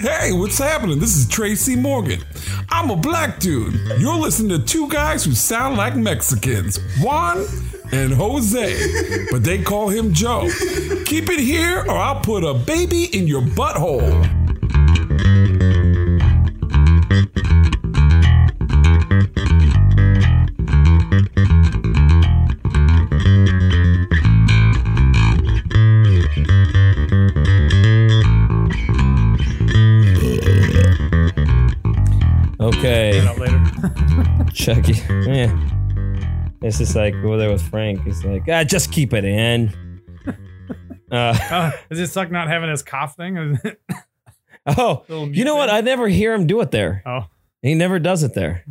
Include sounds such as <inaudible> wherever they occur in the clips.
Hey, what's happening? This is Tracy Morgan. I'm a black dude. You're listening to two guys who sound like Mexicans Juan and Jose, but they call him Joe. Keep it here, or I'll put a baby in your butthole. Okay, Out later. <laughs> Chucky. Yeah. It's just like over there with Frank. It's like, ah, just keep it <laughs> in. Uh, Uh, does it suck not having his cough thing? <laughs> oh, Little you know what? I never hear him do it there. oh, Hmm. He never does it there.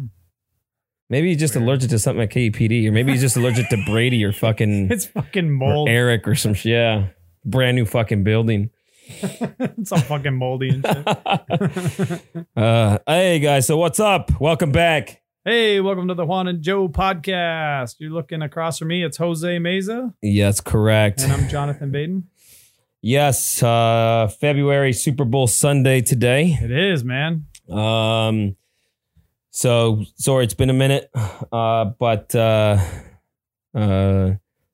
Maybe he's just allergic to something at KEPD, or maybe he's just allergic to Brady or fucking <laughs> it's fucking or mold. Eric or some shit. Yeah, brand new fucking building. it's all fucking moldy and <laughs> shit. Uh, hey guys, so what's up? Welcome back. hey, welcome to the Juan and Joe podcast. You're looking across from me. It's Jose Meza Yes, correct. and I'm Jonathan Baden. Yes, uh, February Super Bowl Sunday today. It is, man. Um, so sorry, it's been a minute, uh, but uh, uh,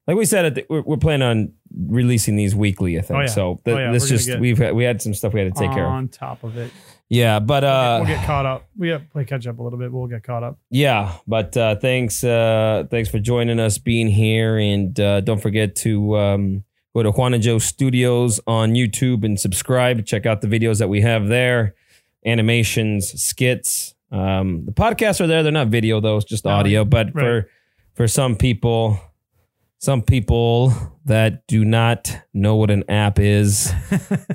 like we said, at the, we're, we're planning on releasing these weekly. I think Oh, yeah. so. th- Oh, yeah, This we're gonna just get- we've had, we had some stuff we had to take care of. On top of it, Yeah, but uh, we'll get caught up. We have to play catch up a little bit. We'll get caught up. yeah, but uh, thanks, uh, thanks for joining us, being here, and uh, don't forget to um, go to Juan and Joe Studios on YouTube and subscribe. Check out the videos that we have there, animations, skits. Um, the podcasts are there; they're not video though; it's just No, audio. But right. for for some people, some people that do not know what an app is,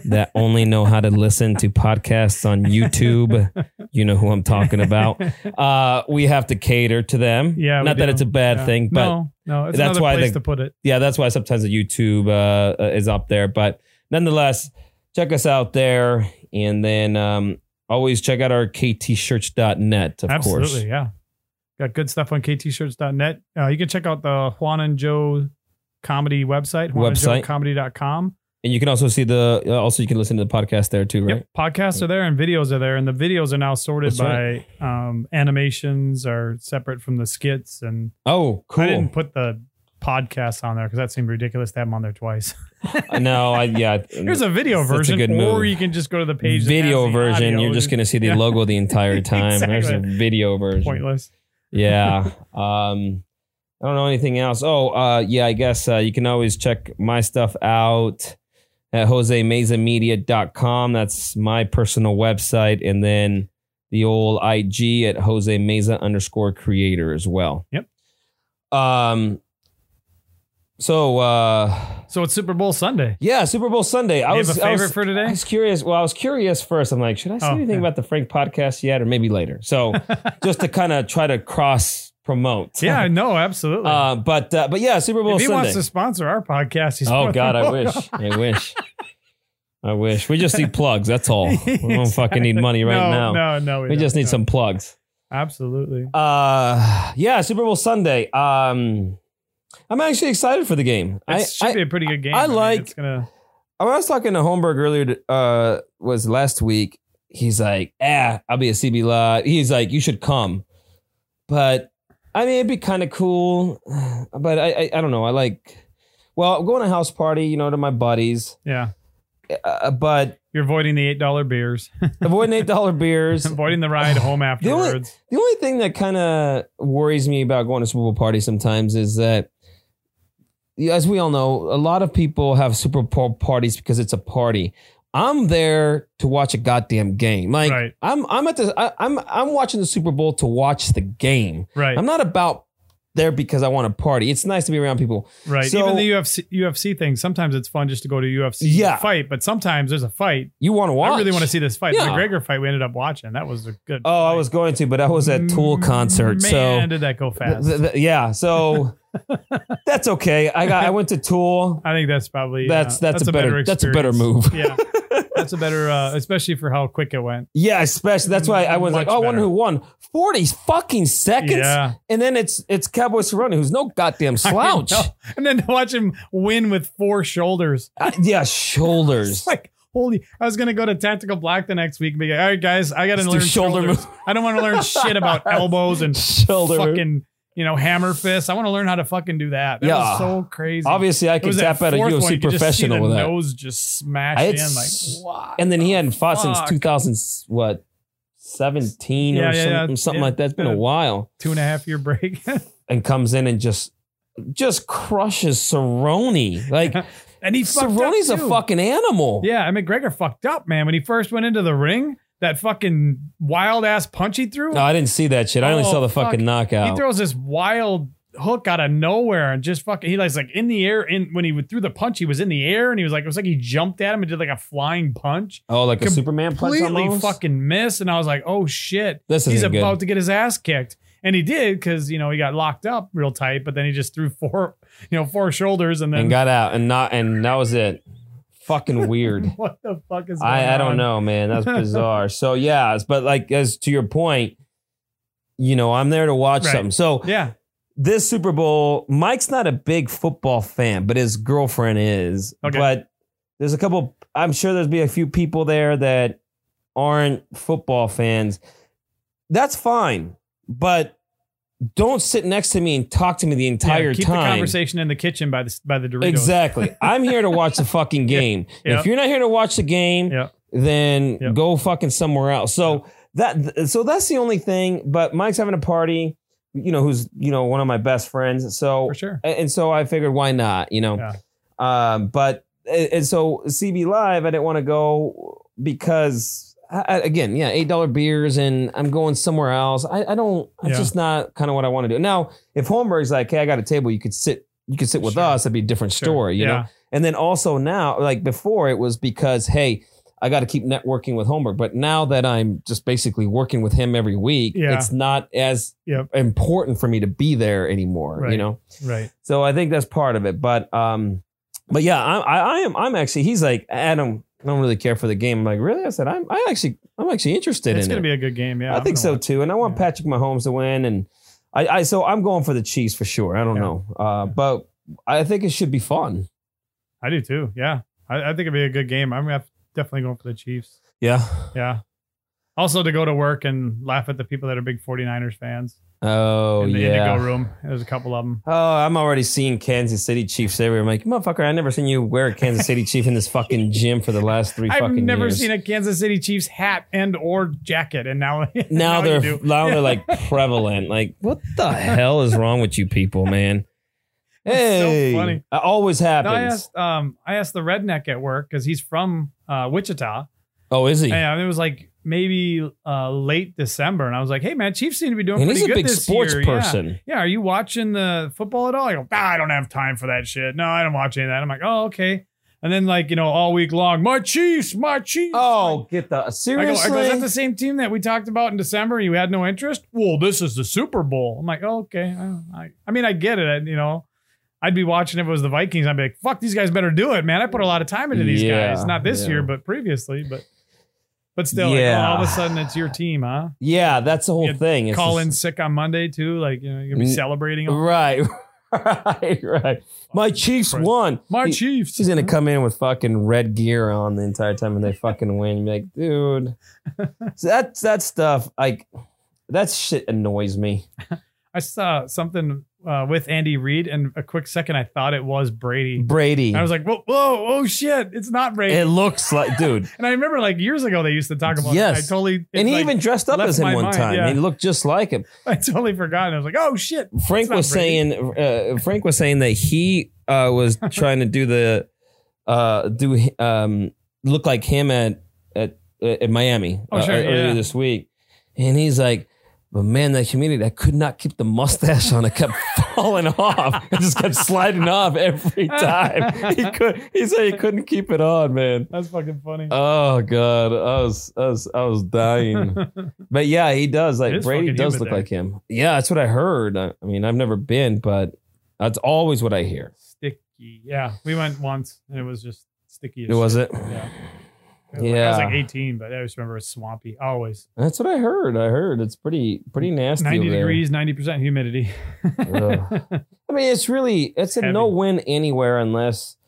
that only know how to listen to podcasts on YouTube, you know who I'm talking <laughs> about. Uh, we have to cater to them. Yeah, we not that do. it's a bad Yeah. thing, but no, no, it's that's another why place the- to put it. yeah, that's why sometimes the YouTube uh, uh, is up there. But nonetheless, check us out there, and then um, always check out our ktshirts.net. Of Absolutely, course, yeah. Got good stuff on ktshirts.net. Uh, you can check out the Juan and Joe comedy website, Website. juanandjoecomedy.com. and you can also see the uh, also you can listen to the podcast there too, right? Yep, podcasts are there and videos are there, and the videos are now sorted That's by um, animations are separate from the skits. And Oh, I didn't cool. put the podcasts on there because that seemed ridiculous to have them on there twice. <laughs> no, <laughs> I yeah. Here's a video That's a version, good or move. you can just go to the page. that video has the version. audio. You're just gonna see the Yeah. logo the <laughs> entire time. There's a Exactly. video version. pointless. Yeah. um, I don't know anything else. Oh, uh, yeah, I guess uh, you can always check my stuff out at josemezamedia.com. That's my personal website. And then the old IG at Jose Meza underscore creator as well. Yep. Um, so, uh, So it's Super Bowl Sunday. yeah, Super Bowl Sunday. I You was have a favorite I was, for today? I was curious. Well, I was curious first. I'm like, should I say Oh, anything yeah. about the Frank podcast yet, or maybe later? <laughs> So, just to kind of try to cross promote. <laughs> <laughs> Yeah, no, absolutely. Uh, but uh, but yeah, Super Bowl if he Sunday. wants to sponsor our podcast, he's oh more God, than I welcome. wish. I wish. I wish. We just need plugs. That's <laughs> all. We don't fucking need Exactly. money right no, now. No, no, we don't, just need no. some plugs. Absolutely. Uh, yeah, Super Bowl Sunday. Um, I'm actually excited for the game. It I, should I, be a pretty good game. I mean, like- it's gonna. I was talking to Holmberg earlier. Uh, was last week. He's like, ah, I'll be a CB live. He's like, you should come, but I mean, it'd be kind of cool. <sighs> But I, I, I don't know. I like, well, I'm going to a house party, you know, to my buddies. Yeah, Uh, but you're avoiding the eight dollar beers, <laughs> <laughs> avoiding eight dollar beers. The avoiding the <sighs> ride home The only- afterwards. only thing that kind of worries me about going to Super Bowl parties sometimes is that, as we all know, a lot of people have Super Bowl parties because it's a party. I'm there to watch a goddamn game. Like Right. I'm, I'm at the, I, I'm, I'm watching the Super Bowl to watch the game. right, I'm not about there because I want to party. It's nice to be around people. right. so- Even the UFC UFC thing. Sometimes it's fun just to go to UFC Yeah. fight, but sometimes there's a fight. You want to watch. I really want to see this fight. Yeah. The McGregor fight we ended up watching. That was a good. Oh, I was going to, but I was at Tool concert, Mm, Man, so did that go fast? Th- th- yeah, so <laughs> that's okay. I got. I went to Tool. I think that's probably uh, That's- that's a better- that's a better experience. <laughs> yeah, that's a better, uh, especially for how quick it went. <laughs> <laughs> Yeah, especially that's why I was like, Much oh, I wonder better. who won. Forty fucking seconds, Yeah. and then it's it's Cowboy Cerrone, who's no <laughs> goddamn slouch. I know. And then to watch him win with four shoulders. Uh, yeah, It's shoulders. <laughs> like, Holy, I was gonna go to Tactical Black the next week. And be like, all right, guys, I gotta Let's do learn shoulder shoulders. I don't want to learn <laughs> shit about elbows and Shoulder. fucking, you know, hammer fists. I want to learn how to fucking do that. That Yeah. was so crazy. Obviously, I It could was that tap out a fourth one, you UFC could just see professional with the that. Nose just smashed I had in like s- what? And then he hadn't fought Fuck. since 2000, s- what, 17 Yeah, or yeah, something, yeah. something Yeah. like that. It's been Yeah. a while. Two and a half year break. <laughs> And comes in and just just crushes Cerrone. Like, and <laughs> he fucked up, Cerrone's a too. fucking animal. Yeah, I mean Gregor fucked up, man. When he first went into the ring, that fucking wild ass punch he threw. No, I didn't see that shit. I only Oh, saw the fuck. fucking He knockout. throws this wild hook out of nowhere and just fucking he likes like in the air in when he would threw the punch, he was in the air and he was like it was like he jumped at him and did like a flying punch. oh, like a Com- Superman punch Completely almost? fucking missed. And I was like, oh shit. This He's isn't good. about to get his ass kicked. And he did because you know he got locked up real tight, but then he just threw four, <laughs> you know, four shoulders and then and got out and not and that was it. Fucking weird. <laughs> what the fuck is going I, I on? don't know, man. That's bizarre. so yeah, it's- but like as to your point, you know, I'm there to watch Right. something. So Yeah, this Super Bowl, Mike's not a big football fan, but his girlfriend is. Okay. But there's a couple. I'm sure there's be a few people there that aren't football fans. That's fine, but don't sit next to me and talk to me the entire yeah, keep the time. conversation in the kitchen by the by the Doritos. Exactly. I'm here to <laughs> watch the fucking game. Yeah. If you're not here to watch the game, Yeah. then Yeah. go fucking somewhere else. So that so that's the only thing. But Mike's having a party, you know, who's you know one of my best friends. So for sure. and and so I figured why not, you know. Yeah. Um, but and and so CB Live, I didn't want to go because I, I- again, yeah, eight dollar beers, and I'm going somewhere else. I, I don't. It's Yeah. just not kind of what I want to do. Now, if Holmberg's like, hey, I got a table, you could sit, you could sit with Sure. us. That'd be a different Sure. story, you know. yeah. And then also now, like before, it was because hey. I got to keep networking with Holmberg, but now that I'm just basically working with him every week, Yeah. it's not as Yep. important for me to be there anymore. You Right. know, Right. so I think that's part of it. But um, but yeah, I, I, I am. I'm actually. He's like Adam. I don't really care for the game. I'm like, really? I said, I'm. I actually, I'm actually interested It's in gonna it. be a good game. Yeah, I I'm think gonna so watch. too. And I want Yeah. Patrick Mahomes to win. And I, I, so I'm going for the Chiefs for sure. I don't Yeah. know, uh, but I think it should be fun. I do too. Yeah, I, I think it'd be a good game. I'm gonna have- definitely going for the Chiefs. Yeah. Yeah. Also to go to work and laugh at the people that are big 49ers fans Oh in the Indigo yeah. room. There's a couple of them. Oh, I'm already seeing Kansas City Chiefs everywhere. I'm like, motherfucker, I never seen you wear a Kansas City Chief in this fucking gym for the last 3 <laughs> I've fucking never years. seen a Kansas City Chiefs hat and or jacket, and now <laughs> now <laughs> you they're do. now they're <laughs> like prevalent. Like, what <laughs> the hell is wrong with you people, man? It's so Hey, funny. It always No, I happens. asked um I asked the redneck at work because he's from uh, Wichita. oh, is he? Yeah, it was like maybe uh, late December, and I was like, "Hey, man, Chiefs seem to be doing and pretty he's a good big this sports year. Yeah. person. yeah, are you watching the football at all? I go, ah, I don't have time for that shit. No, I don't watch any of that. I'm like, oh, okay. And then like, you know, all week long, my Chiefs, my Chiefs. Oh, get the I go, I seriously. go, is that the same team that we talked about in December? You had no interest? Well, this is the Super Bowl. I'm like, oh, okay. I, I, I mean, I get it. I, you know, I'd be watching if it was the Vikings. I'd be like, fuck, these guys better do it, man. I put a lot of time into these Yeah, guys. Not this yeah. year, but previously. But but still, Yeah. like, oh, all of a sudden it's your team, huh? yeah, that's the whole You thing. It's Call in just- sick on Monday, too. Like, you know, you're going to be Mm. celebrating. right, <laughs> right, right. My Chiefs Christ. won. My He- Chiefs. She's gonna come in with fucking red gear on the entire time, and they fucking win. And be like, <laughs> dude, so that that stuff, like that shit annoys me. I saw something uh, with Andy Reid, and a quick second I thought it was Brady. Brady, I was like, whoa, whoa, oh shit, it's not Brady. <laughs> it looks like, dude, and I remember like years ago they used to talk about. Yes. it. I totally and he like, even dressed up left as him my one mind, time. yeah. He looked just like him. <laughs> I totally forgot. I was like, oh shit, Frank not was Brady. saying uh, Frank was saying that he uh, <laughs> was trying to do the uh, do um, look like him at at at Miami Oh, uh, sure, earlier yeah. this week, and he's like. But man, that humidity, I could not keep the mustache on. It kept <laughs> falling off. It just kept sliding off <laughs> every time. He could he said he couldn't keep it on, man. that's fucking funny. Oh god, I was I was I was <laughs> dying. but yeah, he does. It Like is Brady fucking does humid look there. like him. Yeah, that's what I heard. I, I mean, I've never been, but that's always what I hear. sticky. Yeah, we went once and it was just sticky. As It was it. shit. Yeah. It was like- I Yeah, was like 18, but I just remember it was swampy. Always that's what I heard. I heard it's pretty pretty nasty. 90 over there. degrees, 90% humidity. <laughs> Ugh. I mean, it's really it's a Heavy. no win anywhere unless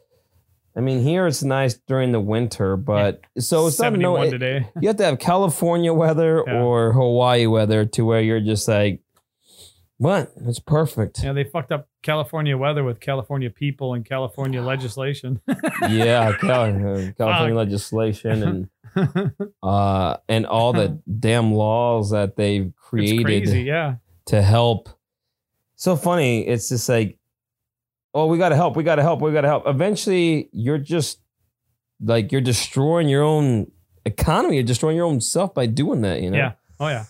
I mean, here it's nice during the winter, but so it's not no. 71 it- today. you have to have California weather Yeah. or Hawaii weather to where you're just like, what? It's perfect. Yeah, they fucked up California weather with California people and California legislation. yeah, uh, California, California Fuck. legislation and uh, and all <laughs> the damn laws that they've it's crazy. created Yeah. to help. So funny. It's just like, oh, we got to help. We got to help. We got to help. Eventually, you're just like you're destroying your own economy. You're destroying your own self by doing that. You know. Yeah. Oh, yeah.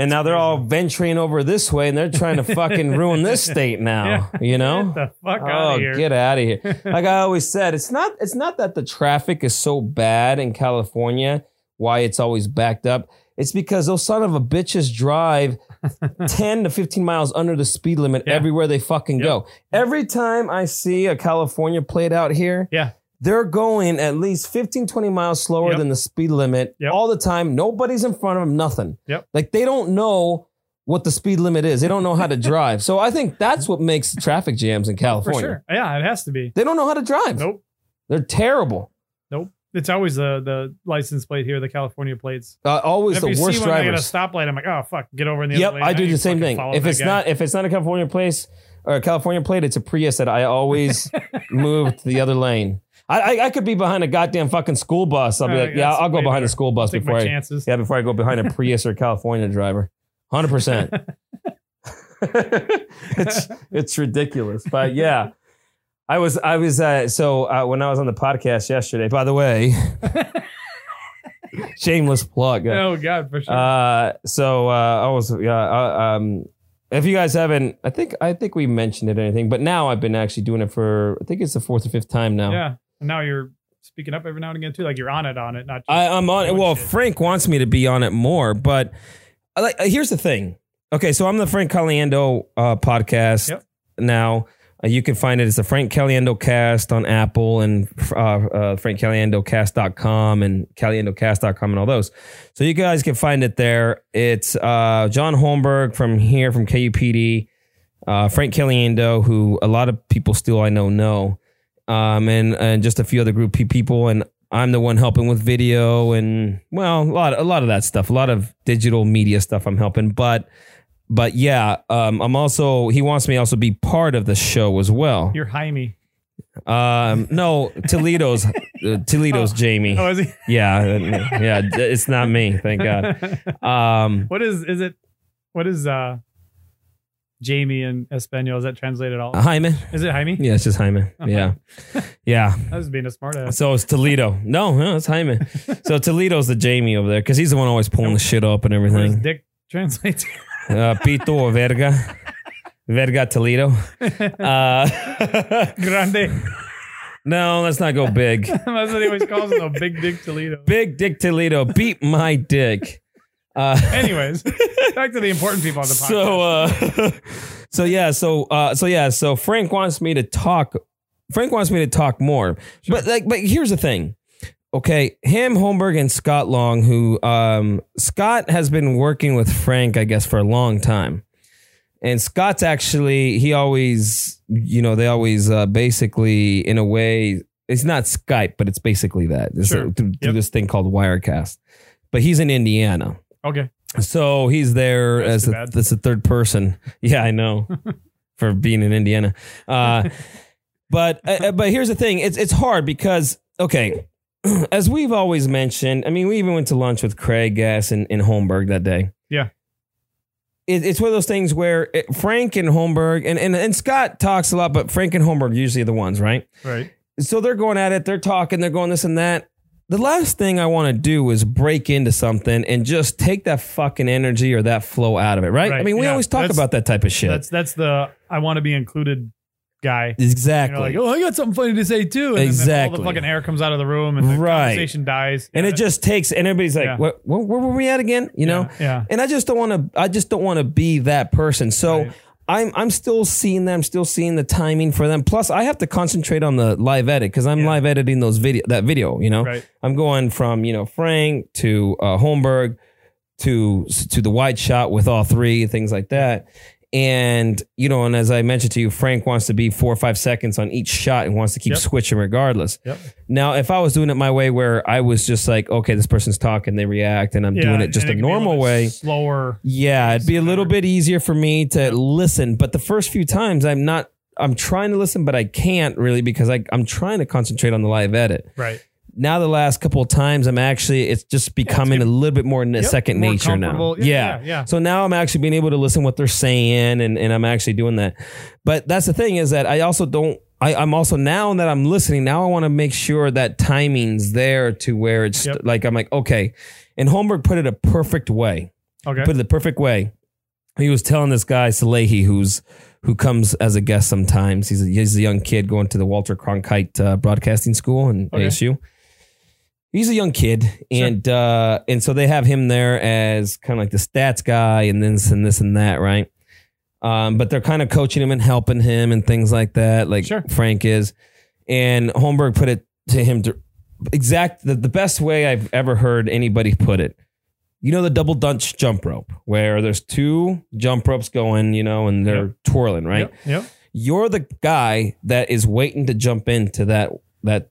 And now they're all venturing over this way, and they're trying to fucking ruin <laughs> this state now. You know. Get the fuck out Oh, of here. get out of here! <laughs> Like I always said, it's not it's not that the traffic is so bad in California, why it's always backed up. It's because those son of a bitches drive <laughs> ten to fifteen miles under the speed limit Yeah. everywhere they fucking Yep. go. Every time I see a California plate out here, Yeah. they're going at least 15, 20 miles slower Yep. than the speed limit Yep. all the time. Nobody's in front of them, nothing. Yep. Like they don't know what the speed limit is. They don't know how to drive. so I think that's what makes traffic jams in For California. sure. Yeah, it has to be. They don't know how to drive. Nope. They're terrible. Nope. It's always the the license plate here, the California plates. Uh, always if you the worst see one at a drivers. stoplight, I'm like, oh fuck, get over in the Yep, other lane. I do ain't the same fucking thing. following If that it's guy. not if it's not a California place or a California plate, it's a Prius that I <laughs> always move to the other lane. I, I I could be behind a goddamn fucking school bus. I'll be Uh, like, yeah, that's I'll go way behind better. a school bus take before I my chances. yeah before I go behind a Prius or a California driver. Hundred <laughs> percent. <laughs> It's it's ridiculous, but yeah. I was I was uh, so uh, when I was on the podcast yesterday. By the <laughs> way, <laughs> shameless plug. uh, Oh god, for sure. uh, so uh, I was yeah. Uh, um, if you guys haven't, I think I think we mentioned it or anything, but now I've been actually doing it for I think it's the fourth or fifth time now. yeah. And now you're speaking up every now and again too, like you're on it, on it, not just I, uh, I'm on it. doing Well, shit. Frank wants me to be on it more, but I like, uh, here's the thing. Okay, so I'm the Frank Caliendo uh, podcast Yep. now. Uh, you can find it. It's the Frank Caliendo Cast on Apple and uh, uh, FrankCaliendoCast.com and CaliendoCast.com and all those. So you guys can find it there. It's uh, John Holmberg from here from KUPD, uh, Frank Caliendo, who a lot of people still I know know, um, and and just a few other group pe- people. And I'm the one helping with video and well, a lot a lot of that stuff, a lot of digital media stuff I'm helping, but. But yeah, um, I'm also. He wants me also be part of the show as well. you're Jaime. Um, no, <laughs> Toledo's uh, Toledo's Jamie. Oh, is he? <laughs> Yeah, yeah, it's not me, thank God. Um, what is is it what is uh Jamie in Espanol? Is that translated all? Hyman. Is it Jaime? Yeah, it's just Hyman. Yeah, yeah. I was being a smart ass. So it's Toledo. No, no, it's Hyman. So Toledo's the Jamie over there because he's the one always pulling the shit up and Where does everything. dick translate to? Uh, Pito or Verga, Verga Toledo. Uh, <laughs> Grande. <laughs> no, let's not go big. That's what he always calls it, though. Big Dick Toledo. Big Dick Toledo, beat my dick. Uh, Anyways, back to the important people on the podcast. so uh <laughs> so yeah so uh so yeah so frank wants me to talk frank wants me to talk more but like but here's the thing okay him holmberg and scott long who um scott has been working with frank i guess for a long time and scott's actually he always you know they always uh basically in a way it's not skype but it's basically that it's Sure. uh, through, through Yep. this thing called wirecast but he's in indiana okay, so he's there That's as too a, bad. that's a third person. <laughs> Yeah, I <laughs> know for being in Indiana. Uh, but uh, but here's the thing: it's it's hard because okay, <clears throat> as we've always mentioned. I mean, we even went to lunch with Craig Gass and, and Holmberg that day. Yeah. It, it's one of those things where it, Frank and Holmberg and, and and Scott talks a lot, but Frank and Holmberg usually are the ones, right? right. so they're going at it, they're talking, they're going this and that. The last thing I want to do is break into something and just take that fucking energy or that flow out of it, right? I Right, mean, we yeah. always talk That's- about that type of shit. That's that's the I want to be included guy. You know, exactly. like, oh, I got something funny to say too. And Then all Exactly. the fucking air comes out of the room, and the Right. conversation dies. and Yeah, it just takes, and everybody's like, Yeah. what, what, where were we at again? You know? yeah, yeah. And I just don't want to. I just don't want to be that person. So Right. I'm I'm still seeing them. Still seeing the timing for them. Plus, I have to concentrate on the live edit because I'm Yeah. live editing those video that video. You know, Right. I'm going from you know Frank to uh, Holmberg to to the wide shot with all three things like that. And, you know, and as I mentioned to you, Frank wants to be four or five seconds on each shot and wants to keep Yep. switching regardless. Yep. Now, if I was doing it my way where I was just like, okay, this person's talking, they react, and I'm doing it just a and can be normal little bit way. Slower. Yeah, it'd be a little Whatever. bit easier for me to listen, but the first few times I'm not I'm trying to listen, but I can't really because I, I'm trying to concentrate on the live edit. Right. Now the last couple of times I'm actually it's just becoming a little bit more n- Yep, second more nature now. comfortable. Yeah, yeah, yeah. So now I'm actually being able to listen what they're saying and, and I'm actually doing that. But that's the thing is that I also don't I, I'm also now that I'm listening, now I want to make sure that timing's there to where it's Yep. like I'm like, okay. And Holmberg put it a perfect way Okay. put it the perfect way. He was telling this guy Salehi, who's who comes as a guest sometimes. He's a, he's a young kid going to the Walter Cronkite uh, Broadcasting School in Okay. ASU. He's a young kid, and uh, and so they have him there as kind of like the stats guy, and this and this and that, right? Um, but they're kind of coaching him and helping him and things like that, like Sure. Frank is. And Holmberg put it to him to, exact the, the best way I've ever heard anybody put it. You know the double dutch jump rope where there's two jump ropes going, you know, and they're twirling, right? Yep. yep. You're the guy that is waiting to jump into that that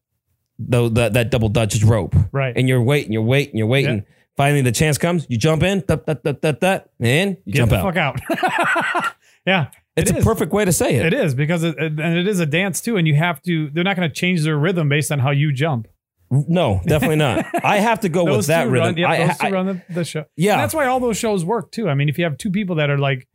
though that, that double dutch rope. Right. And you're waiting, you're waiting, you're waiting. Yeah. Finally the chance comes, you jump in, dup, dup, dup, dup, dup, and you Get jump the out. fuck out. <laughs> yeah. it's it a is. perfect way to say it. It is because it, and it is a dance too, and you have to. They're not going to change their rhythm based on how you jump. No, definitely not. <laughs> I have to go with Those that two rhythm. run, yeah, I- those two I- run the, the show. yeah. And that's why all those shows work too. I mean, if you have two people that are like,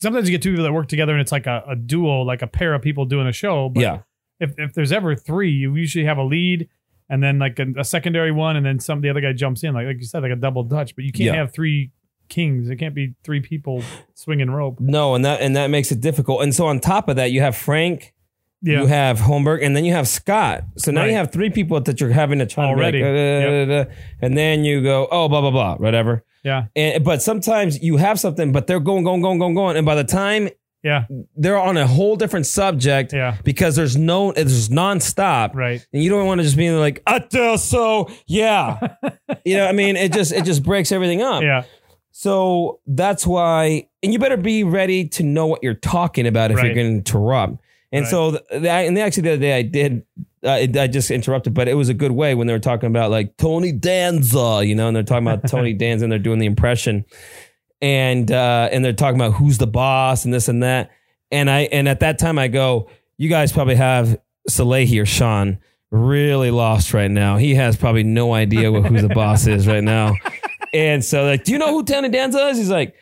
sometimes you get two people that work together, and it's like a, a duo, like a pair of people doing a show. But yeah. if, if there's ever three, you usually have a lead and then like a, a secondary one, and then some the other guy jumps in, like like you said, like a double dutch. But you can't Yeah. have three kings. It can't be three people swinging rope. No, and that and that makes it difficult. And so on top of that, you have Frank, Yeah, you have Holmberg, and then you have Scott. So now you Right. have three people that you're having to try Already. To be like, uh, And then you go, oh, blah blah blah, whatever. yeah, And but sometimes you have something, but they're going, going, going, going, going, and by the time yeah, they're on a whole different subject yeah. because there's no, there's nonstop. Right. And you don't want to just be like, I tell so, <laughs> yeah. you know, I mean, it just it just breaks everything up. Yeah. So that's why, and you better be ready to know what you're talking about if you're Right. going to interrupt. And Right. so, th- th- and actually, the other day I did, uh, it- I just interrupted, but it was a good way when they were talking about like Tony Danza, you know, and they're talking about <laughs> Tony Danza and they're doing the impression, and uh, and they're talking about who's the boss and this and that, and I and at that time I go, you guys probably have Salehi or Sean really lost right now. He has probably no idea what, who the boss is right <laughs> now. And so like, do you know who Tony Danza is? He's like,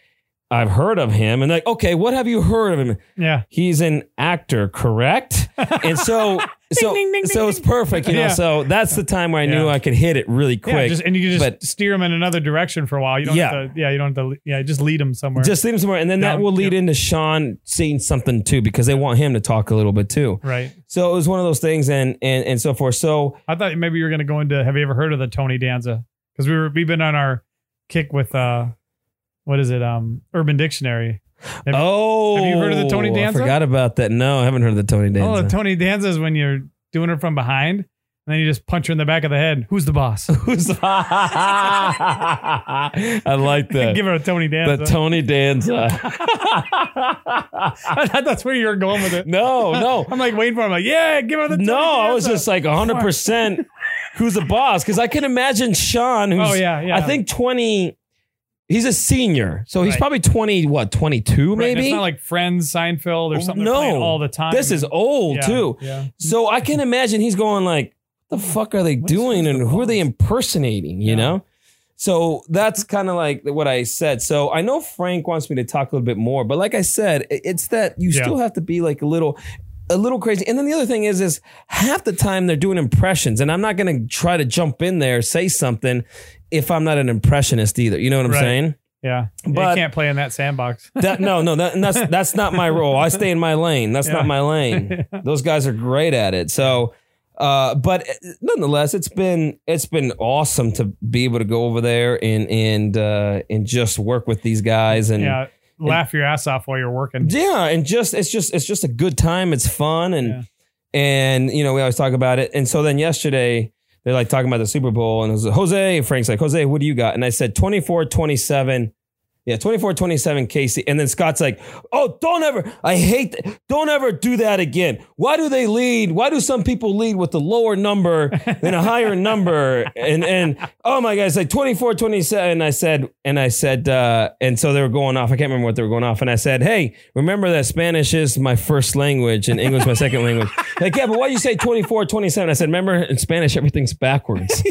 I've heard of him. And like, okay, what have you heard of him? Yeah. He's an actor, correct? And so so <laughs> ding, ding, so ding, it's perfect, you know. Yeah. So that's the time where I knew Yeah. I could hit it really quick. yeah, just, and you can just but- steer them in another direction for a while. You don't Yeah. have to, yeah, you don't have to, yeah, just lead them somewhere. Just leave him somewhere, and then that Down, will lead yeah. into Sean seeing something too, because they want him to talk a little bit too. right. So it was one of those things, and and and so forth. So I thought maybe you were going to go into, have you ever heard of the Tony Danza? Because we were, we've been on our kick with, uh, what is it? Um, Urban Dictionary. Have- oh, have you heard of the Tony Danza? I forgot about that. No, I haven't heard of the Tony Danza. Oh, the Tony Danza is when you're doing her from behind and then you just punch her in the back of the head. Who's the <laughs> boss? Who's <laughs> I like that. <laughs> Give her a Tony the Danza. Tony <laughs> Danza. <laughs> I thought that's where you were going with it. No, no, I'm like waiting for him. Like, yeah, give her <laughs> the Tony no. I was Danza. just like 100. percent Who's the boss? Because I can imagine Sean. Who's Oh, yeah, yeah. I think 20. He's a senior, so he's Right. probably 20. What 22 Right, and maybe? it's not like Friends, Seinfeld, or something. they're No. playing all the time. this is old Yeah, too. Yeah. So I can imagine he's going like, "What the fuck are they What's- doing? what's And the who are they boss? impersonating?" You Yeah. know. So that's kind of like what I said. So I know Frank wants me to talk a little bit more, but like I said, i- it's that you Yeah. still have to be like a little. A little crazy, and then the other thing is, is half the time they're doing impressions, and I'm not going to try to jump in there say something if I'm not an impressionist either. You know what I'm Right. saying? Yeah. But- you can't play in that sandbox. That no, no, that, and that's that's not my role. I stay in my lane. That's <laughs> Yeah. not my lane. Those guys are great at it. So, uh, but nonetheless, it's been it's been awesome to be able to go over there and and uh, and just work with these guys and yeah. yeah. Laugh your ass off while you're working. and just it's just it's just a good time. It's fun and Yeah. and you know we always talk about it. And so then yesterday. They're like talking about the Super Bowl, and it was Jose. Frank's like, Jose, what do you got? And I said, 24 27 Yeah, 24 27 Casey. And then Scott's like, oh, don't ever, I hate, th- don't ever do that again. Why do they lead? Why do some people lead with a lower number than a higher number? And, and oh my God, it's like 24 27. And I said, and I said, uh, and so they were going off. I can't remember what they were going off. And I said, hey, remember that Spanish is my first language and English my second language. Like, yeah, but why do you say 24 27? I said, remember in Spanish, everything's backwards.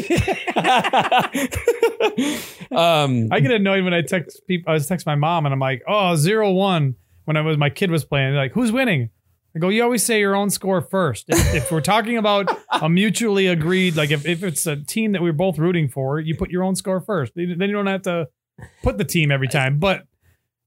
um, I get annoyed when I text people. I was text my mom and I'm like, oh, zero one. When I was my kid was playing, they're like, who's winning? I go, you always say your own score first. If, if we're talking about a mutually agreed, like if, if it's a team that we're both rooting for, you put your own score first. Then then you don't have to put the team every time. But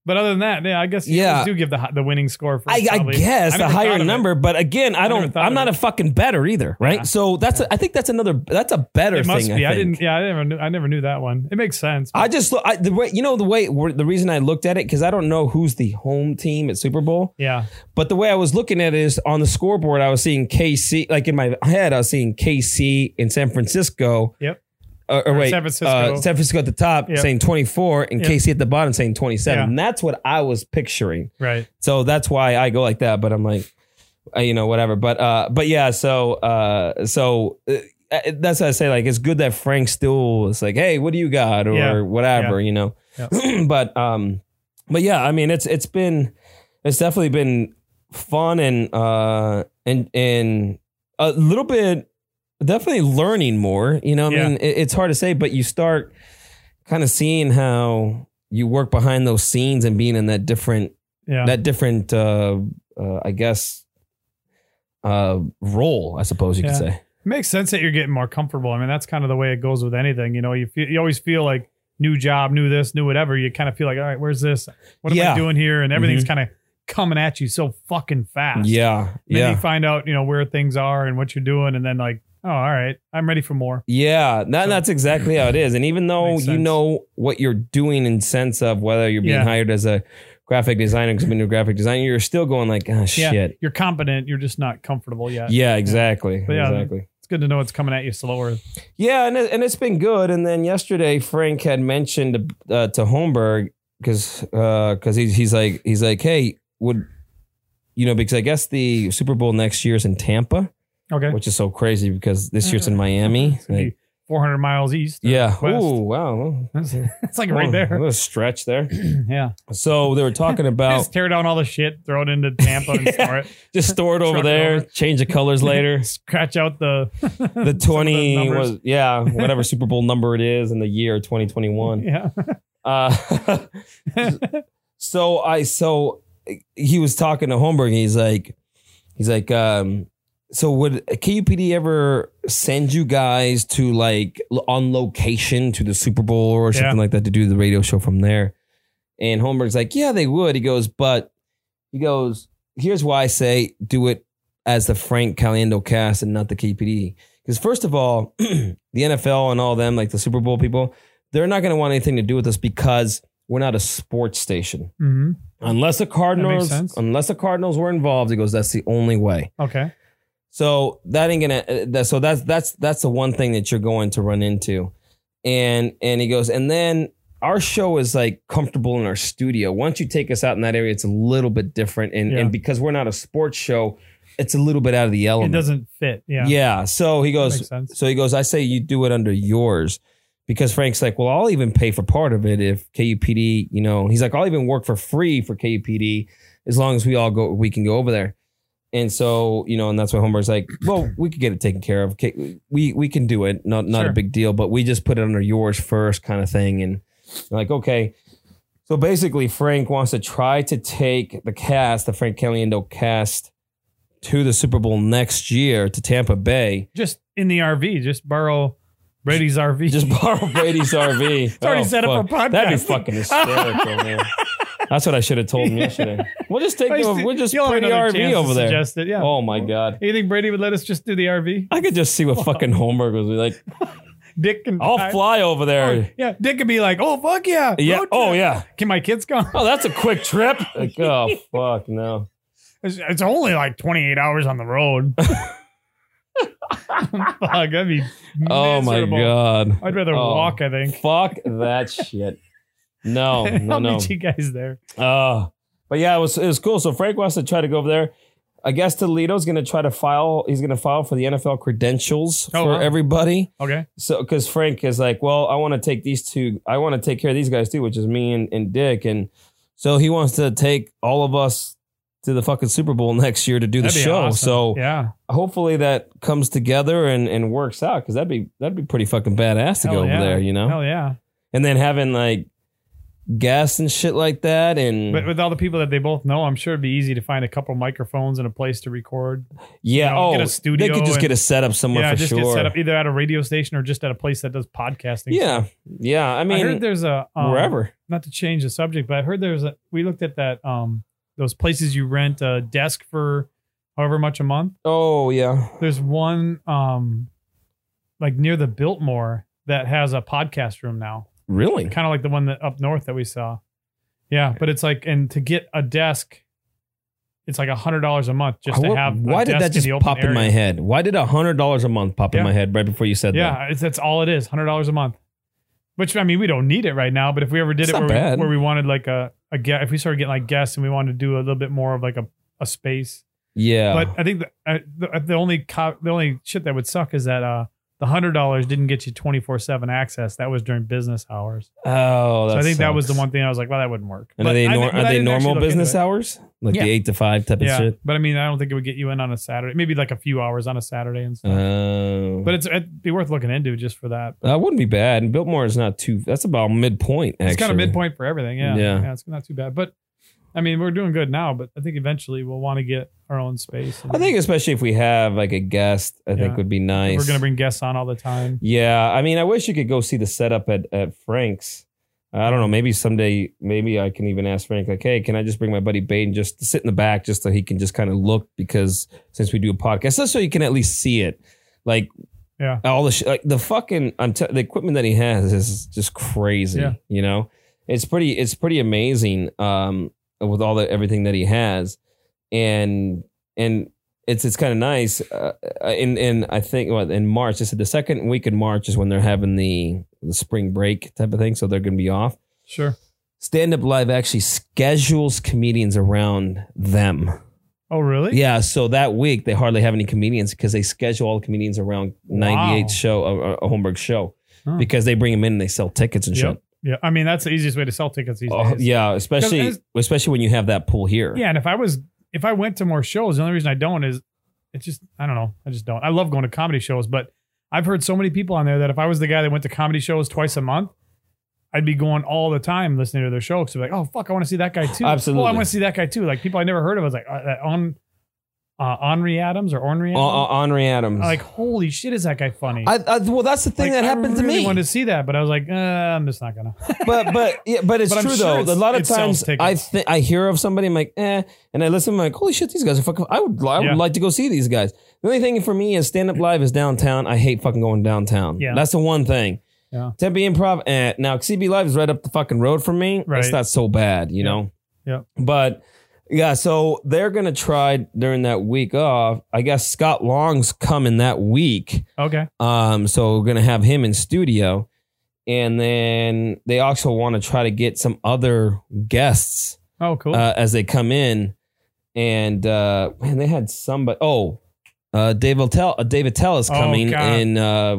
but other than that, yeah, I guess you Yeah. always do give the hi- the winning score first. I, I probably. guess the I never thought higher of it. number, but again, I never don't. thought I'm of not it. a fucking better either, right? Yeah. So that's. A, I think that's another. That's a better It must thing. be. I, I, think. didn't. Yeah, I never knew. I never knew that one. It makes sense. I just look- I, the way you know the way the reason I looked at it because I don't know who's the home team at Super Bowl, yeah. but the way I was looking at it is on the scoreboard I was seeing KC like in my head I was seeing KC in San Francisco. Yep. Uh, or Or wait, San San Francisco. Francisco. Uh, San Francisco at the top Yep. saying 24 and Yep. KC at the bottom saying 27. Yeah. That's what I was picturing. Right. So that's why I go like that. But I'm like, uh, you know, whatever. But uh, but yeah. So uh, so uh, uh, that's what I say. Like it's good that Frank still is like, hey, what do you got or Yeah. whatever, you know. <clears throat> but um, but yeah, I mean, it's it's been it's definitely been fun and uh and and a little bit definitely learning more. You know, what Yeah. I mean, it, it's hard to say, but you start kind of seeing how you work behind those scenes and being in that different Yeah. that different uh, uh i guess uh role i suppose you Yeah. could say It makes sense that you're getting more comfortable. I mean, that's kind of the way it goes with anything. You know, you feel, you always feel like new job, new this, new whatever. You kind of feel like, all right, where's this? What am I Yeah. Mm-hmm. doing here? And everything's kind of coming at you so fucking fast. yeah Then yeah you find out, you know, where things are and what you're doing, and then like, oh, all right, I'm ready for more. yeah that, that's exactly how it is and even though Makes you sense. know what you're doing in sense of whether you're being Yeah. hired as a graphic designer because i'm a new graphic designer you're still going like oh Yeah. shit You're competent. You're just not comfortable yet. yeah exactly But yeah, exactly It's good to know it's coming at you slower. yeah and, it, and it's been good and then yesterday frank had mentioned uh, to homberg because because he's, he's like he's like hey would you know because i guess the super bowl next year is in tampa Okay. Mm. which is so crazy because this year's in Miami. It's gonna be Like, 400 miles east. yeah. west. Oh wow. Well, <laughs> it's like right A there. little stretch there. yeah. So they were <laughs> talking about Just tear down all the shit, throw it into <laughs> Tampa and store it. just store it over Truck it there, over. change the colors <laughs> later. Scratch out the The twenty numbers. was yeah, whatever Super Bowl number it is in the year twenty twenty <laughs> one. yeah. Uh so I so he was talking to Holmberg and he's like he's like um so would KUPD ever send you guys to like l- on location to the Super Bowl or Yeah. something like that to do the radio show from there? And Holmberg's like, yeah, they would. He goes, but he goes, here's why I say do it as the Frank Caliendo cast and not the KPD. Because first of all, <clears throat> the NFL and all them, like the Super Bowl people, they're not going to want anything to do with us because we're not a sports station. hmm Unless the Cardinals, sense. unless the Cardinals were involved, he goes, that's the only way. Okay. So that ain't gonna. uh, That, so that's that's that's the one thing that you're going to run into, and and he goes, and then our show is like comfortable in our studio. Once you take us out in that area, it's a little bit different, and Yeah. and because we're not a sports show, it's a little bit out of the It element. doesn't fit. Yeah. Oh, yeah. So he That goes. makes sense. So he goes. I say you do it under yours. Because Frank's like, well, I'll even pay for part of it if KUPD, you know, he's like, I'll even work for free for KUPD as long as we all go, we can go over there. And so, you know, and that's why Homer's like, well, we could get it taken care of. Okay, We we can do it. Not not Sure. a big deal, but we just put it under yours first, kind of thing. And I'm like, okay. So basically, Frank wants to try to take the cast, the Frank Caliendo cast, to the Super Bowl next year to Tampa Bay. Just in the RV, just borrow Brady's RV. <laughs> Just <laughs> borrow Brady's RV. It's already set up for podcast. That'd be fucking hysterical, <laughs> man. That's what I should have told him yesterday. We'll just take At least the, we'll just you'll have put the another RV chance to over there. Suggest it. Yeah. Oh my god. You think Brady would let us just do the RV? I could just see what fucking Homer was like. <laughs> Dick can. I'll fly over there. Yeah. Dick could be like, oh fuck yeah. Yeah. road Oh trip. yeah. Can my kids go? <laughs> Oh, that's a quick trip. Like, oh fuck no. It's, it's only like 28 hours on <laughs> the road. <laughs> fuck, that'd be. Oh my miserable. god. I'd rather Oh. walk. I think. Fuck that shit. <laughs> No, Oh, no, I'll no. meet you guys there. Uh, but yeah, it was it was cool. So Frank wants to try to go over there. I guess Toledo's going to try to file. He's going to file for the NFL credentials Oh, for wow. everybody. Okay. So because Frank is like, well, I want to take these two. I want to take care of these guys too, which is me and, and Dick. And so he wants to take all of us to the fucking Super Bowl <laughs> next year to do the That'd be show. awesome. So yeah, hopefully that comes together and, and works out because that'd be that'd be pretty fucking badass to Hell go yeah. over there, you know. hell yeah. And then having like guests and shit like that, and But with all the people that they both know, I'm sure it'd be easy to find a couple microphones and a place to record. yeah, you know, oh, get a studio they could just and- get a setup somewhere yeah, for just sure. get set up either at a radio station or just at a place that does podcasting. Yeah, yeah. I I, heard mean, there's a um, wherever. Not to change the subject, but I heard there's a. We looked at that. Um, those places you rent a desk for however much a month. Oh yeah. There's one, um, like near the Biltmore that has a podcast room now. Really? kind of like the one that up north that we saw. Yeah, but it's like, and to get a desk, it's like a hundred dollars a month just I to wa- have. a why did desk that just in the open pop in my area. head? Why did a hundred dollars a month pop in Yeah. my head right before you said that? Yeah, it's, that's all it is, hundred dollars a month. Which I mean, we don't need it right now, but if we ever did It's it not where we, bad. where we wanted like a a guest, if we started getting like guests and we wanted to do a little bit more of like a a space, Yeah. but I think the, uh, the the only co- the only shit that would suck is that uh the hundred dollars didn't get you twenty four seven access. That was during business hours. oh, So I think that was the sucks. one thing I was like, well, that wouldn't work. And are But they I nor- thi- but are I they didn't actually normal look into business it. hours? Like Yeah. the eight to five type of Yeah, shit. but I mean, I don't think it would get you in on a Saturday. Maybe like a few hours on a Saturday and stuff. Oh, but it's it'd be worth looking into just for that. that wouldn't be bad. And Biltmore is not too. That's about midpoint. Actually, It's kind of midpoint for everything. Yeah. Yeah. it's not too bad. But I mean, we're doing good now. But I think eventually we'll want to get our own space. and I think, especially if we have like a guest, I Yeah. think would be nice. we're gonna bring guests on all the time. Yeah, I mean, I wish you could go see the setup at at Frank's. I don't know. Maybe someday, maybe I can even ask Frank, like, hey, can I just bring my buddy Baden just to sit in the back just so he can just kind of look? Because since we do a podcast, just so you can at least see it. Like, Yeah. all the sh- like the fucking I'm t- the equipment that he has is just crazy. Yeah. You know, it's pretty it's pretty amazing. Um, with all the everything that he has, and and it's it's kind of nice. Uh, in in I think what in March, this is the second week in March is when they're having the the spring break type of thing, so they're going to be off. Sure. Stand Up Live actually schedules comedians around them. Oh, really? Yeah, so that week they hardly have any comedians because they schedule all the comedians around ninety Wow. eight show uh, a, a Holmberg show Huh. because they bring them in and they sell tickets and Yep. shit. Yeah. I mean, that's the easiest way to sell tickets these Oh, days. yeah, especially it's- especially when you have that pool here. Yeah, and if I was if I went to more shows, the only reason I don't is it's just I don't know. I just don't. I love going to comedy shows, but I've heard so many people on there that if I was the guy that went to comedy shows twice a month, I'd be going all the time listening to their shows. Be like, oh fuck, I want to see that guy too. Absolutely. Oh, I want to see that guy too. Like people I never heard of. I was like uh, that on uh, Henry Adams or Ornery. O- O- Adams. Henry Adams. like holy shit, is that guy funny? Uh, I, I, well, that's the thing Like, that happened I really to me. wanted to see that, but I was like, uh, I'm just not gonna. <laughs> but but yeah, but it's But I'm true sure though. it's- a lot it of sells times I tickets. think I hear of somebody, I'm like, eh, and I listen, I'm like, holy shit, these guys are fucking. I would I would Yeah. like to go see these guys. The only thing for me is stand up live is downtown. I hate fucking going downtown. Yeah. that's the one thing. Yeah. Tempe Improv, eh. Now CB Live is right up the fucking road from me. Right. It's not so bad, you Yeah. know. Yeah. But yeah, so they're gonna try during that week off. I guess Scott Long's coming that week. Okay, Um, so we're gonna have him in studio, and then they also want to try to get some other guests oh cool. uh, as they come in. And uh, man, they had somebody. Oh, uh, Dave Attell, uh, Dave Attell is Oh, coming God. in. Uh,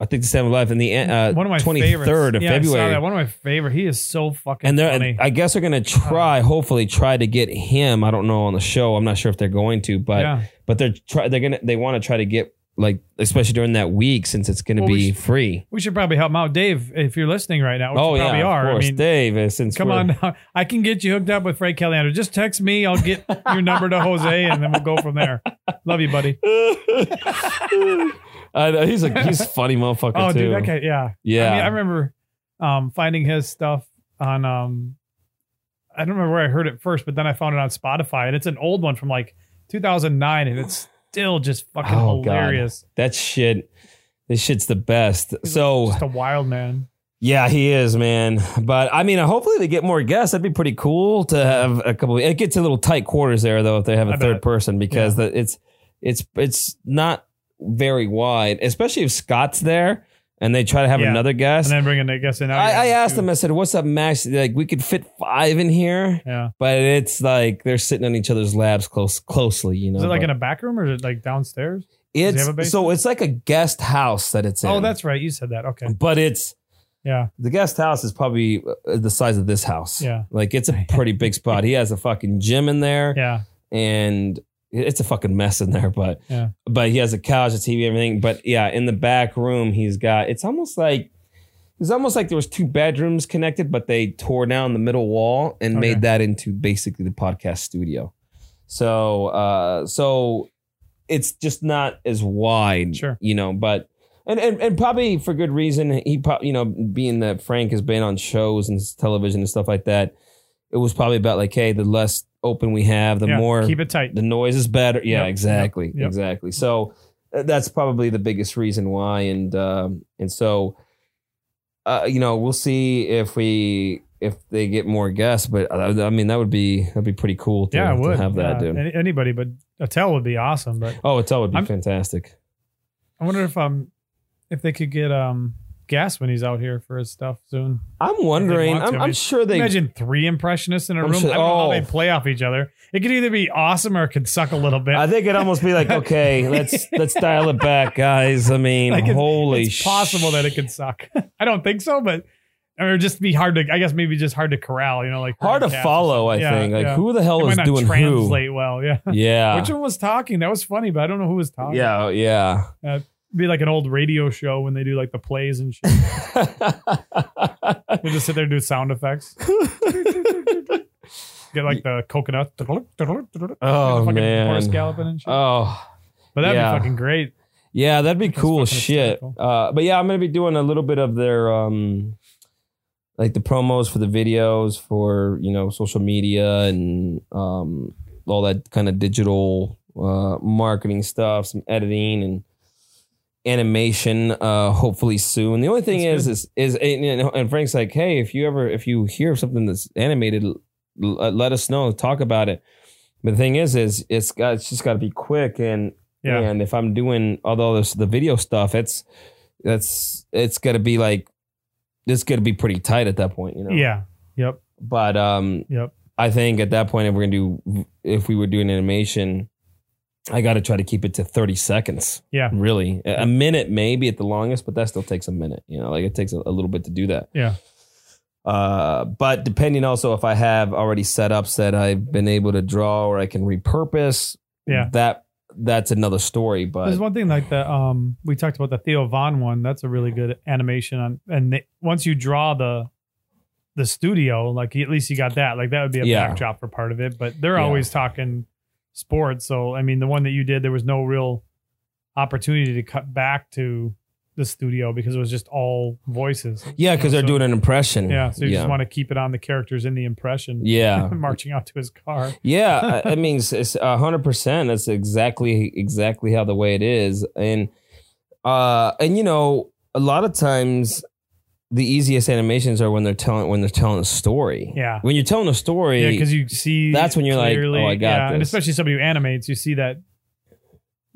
I think the Seven Life in the uh, one of my twenty favorites. third of yeah, I saw that. February. One of my favorite. He is so fucking And funny. they're, I guess they're gonna try, hopefully, try to get him. I don't know on the show. I'm not sure if they're going to, but yeah. but they're try, they're gonna they want to try to get like especially during that week since it's gonna Well, we be should- free. We should probably help him out, Dave, if you're listening right now. Which Oh, you probably Oh, of are. course, I mean, Dave. uh, Since come we're- on, down. I can get you hooked up with Frank Caliendo. Just text me. I'll get your number to Jose, and then we'll go from there. Love you, buddy. <laughs> I know, he's a he's a funny motherfucker Oh, too. dude, that guy. Yeah, Yeah, I, mean, I remember um, finding his stuff on. Um, I don't remember where I heard it first, but then I found it on Spotify, and it's an old one from like 2009, and it's still just fucking Oh, God. hilarious. that shit. This shit's the best. So Just a wild man. yeah, he is, man. But I mean, uh, hopefully they get more guests. That'd be pretty cool to have a couple. It gets a little tight quarters there though if they have a I third bet. person because the, it's it's it's not very wide, especially if Scott's there. and they try to have Yeah. another and guest. then bringing that guest in. now I, you have I asked two. them. I said, "What's up, Max? Like, we could fit five in here, Yeah. but it's like they're sitting on each other's laps close, closely. You know, Is it like but in a back room or is it like downstairs? does he have a it's basement? so it's like a guest house that it's in. Um, Oh, that's right. You said that. Okay. but it's Yeah. the guest house is probably uh, the size of this house. Yeah. like it's a pretty big <laughs> spot. He has a fucking gym in there. Yeah. and it's a fucking mess in there. But Yeah. but he has a couch, a TV, everything. But yeah, in the back room, he's got. It's almost like it's almost like there was two bedrooms connected, but they tore down the middle wall and Okay. made that into basically the podcast studio. So uh, so it's just not as wide, Sure. you know, but. And, and, and probably for good reason he probably you know being that Frank has been on shows and television and stuff like that it was probably about like hey the less open we have the yeah. more Keep it tight. the noise is better. Yeah, Yep, exactly, yep, yep. exactly. So uh, that's probably the biggest reason why, and um, and so uh, you know we'll see if we if they get more guests, but uh, I, I mean that would be that'd be pretty cool. To, Yeah, I to would have that Yeah. dude. Any- Anybody, but Attell would be awesome. But Oh, it's all would be I'm- fantastic. I wonder if um if they could get um gas when he's out here for his stuff soon. I'm wondering. want to, I'm, I I'm mean, sure they. Imagine three impressionists in a I'm room. sure- I don't know how oh. they play off each other. It could either be awesome or it could suck a little bit. I think it'd almost be <laughs> like, okay, let's let's dial it back, guys. I mean, Like, it's- holy it's possible that it could suck. <laughs> I don't think so, but I mean, it'd just be hard to. I guess maybe just hard to corral. You know, like hard to cats. follow. I Yeah, think like yeah. who the hell It is might not doing translate well. Yeah. who? <laughs> Yeah, Which one was talking? That was funny, but I don't know who was talking. yeah, yeah. It'd be like an old radio show when they do like the plays and shit. Oh, they just sit there and do sound effects. Get like the coconut. oh fucking Horse man. galloping and shit. Oh but that'd yeah. be fucking great. yeah, that'd be That's cool fucking shit. hysterical. Uh, but yeah, I'm gonna be doing a little bit of their um, like the promos for the videos for you know social media and um, all that kind of digital uh, marketing stuff, some editing and animation uh hopefully soon the only thing That's is, is is and- and and frank's like hey if you ever if you hear something that's animated l- l- let us know talk about it but the thing is is it's got it's just got to be quick and Yeah. and if i'm doing all the other- the video stuff it's that's it's got to be like it's got to be pretty tight at that point you know Yeah. Yep. but um Yep. I think at that point, if we're gonna do, if we were doing animation, I got to try to keep it to thirty seconds. Yeah. really, a a minute maybe at the longest, but that still takes a minute. You know, like it takes a, a little bit to do that. Yeah. Uh, but depending also if I have already setups that I've been able to draw or I can repurpose. Yeah. That that's another story. There's But one thing like the um we talked about the Theo Vaughn one. That's a really good animation on and they, once you draw the the studio, like at least you got that. Like that would be a Yeah. backdrop for part of it. But they're Yeah. always talking sports. So I mean the one that you did, there was no real opportunity to cut back to the studio because it was just all voices. yeah, because they're So- doing an impression. Yeah. So you yeah. just want to keep it on the characters in the impression. yeah. <laughs> marching out to his car. Yeah, I, I mean, it's- it's a hundred percent. That's exactly exactly how the way it is, and uh, and you know, a lot of times the easiest animations are when they're telling when they're telling a story. Yeah. when you're telling a story, Yeah, because you see. That's when you're like, "Oh, I got And this." especially somebody who animates, you see that.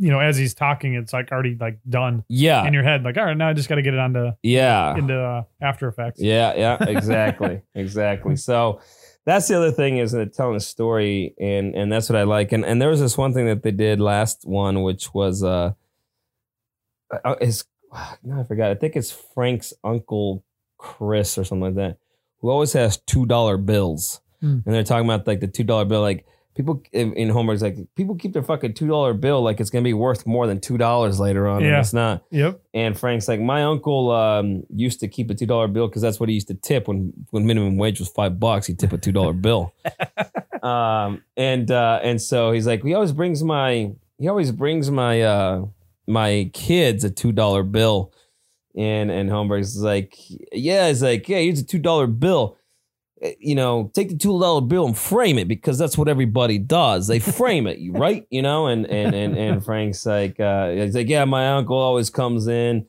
You know, as he's talking, it's like already like done yeah, in your head. Like, all right, now I just got to get it onto yeah, into uh, After Effects. Yeah, yeah, <laughs> exactly, exactly. So that's the other thing is that telling a story, and and that's what I like. And and there was this one thing that they did last one, which was uh, uh, <sighs> his no, I forgot. I think it's Frank's uncle Chris or something like that, who always has two dollar bills, Hmm. and they're talking about like the two dollar bill, like. People in in Homer's like people keep their fucking two dollar bill like it's gonna be worth more than two dollars later on, and Yeah. it's not. Yep. And Frank's like, my uncle um, used to keep a two dollar bill because that's what he used to tip when when minimum wage was five bucks. He'd tip a two dollar bill. Um, and uh, and so he's like, he always brings my he always brings my uh, my kids a two dollar bill. And and Holmberg's like, yeah, he's like, yeah, here's a two dollar bill. Eh, You know, take the two dollar bill and frame it because that's what everybody does. They frame it, you- right? You know, and and and and Frank's like, uh, he's like, yeah, my uncle always comes in,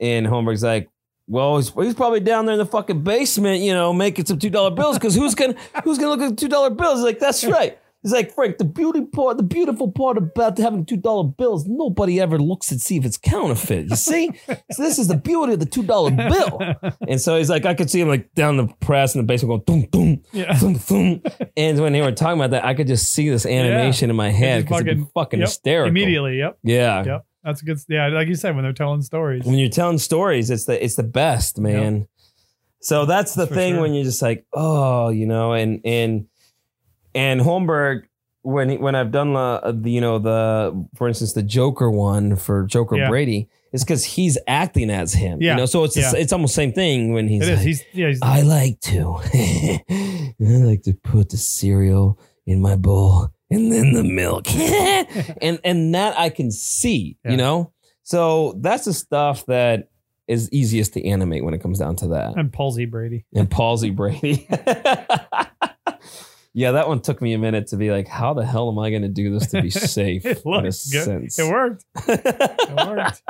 and Holmberg's like, well, he's, he's probably down there in the fucking basement, you know, making some two dollar bills because who's gonna who's gonna look at two dollar bills? He's like, that's right. He's like, Frank, the beauty part, the beautiful part about having two dollar bills, nobody ever looks to see if it's counterfeit. You see? so this is the beauty of the two dollar bill. And so he's like, I could see him like down the press in the basement going boom, boom, <laughs> Yeah. boom, boom. And when they were talking about that, I could just see this animation in my head just because it'd be fucking- fucking yep, hysterical. Immediately. Yep. Yeah. Yep. That's a good. Yeah. Like you said, when they're telling stories. When you're telling stories, it's the it's the best, man. So that's the That's for thing sure. when you're just like, oh, you know, and and and Holmberg when he, when I've done the, the you know the for instance the Joker one for Joker Yeah. Brady is because he's acting as him, Yeah. you know. So it's the s- Yeah. it's almost same thing when he's It is. like, He's yeah. He's, I like to. <laughs> I like to put the cereal in my bowl and then the milk. <laughs> and and that I can see, Yeah. you know? So that's the stuff that is easiest to animate when it comes down to that. and palsy Brady. And palsy Brady. <laughs> yeah, that one took me a minute to be like, how the hell am I gonna do this <laughs> to be safe? It in a looks good. sense? It worked. <laughs> It worked.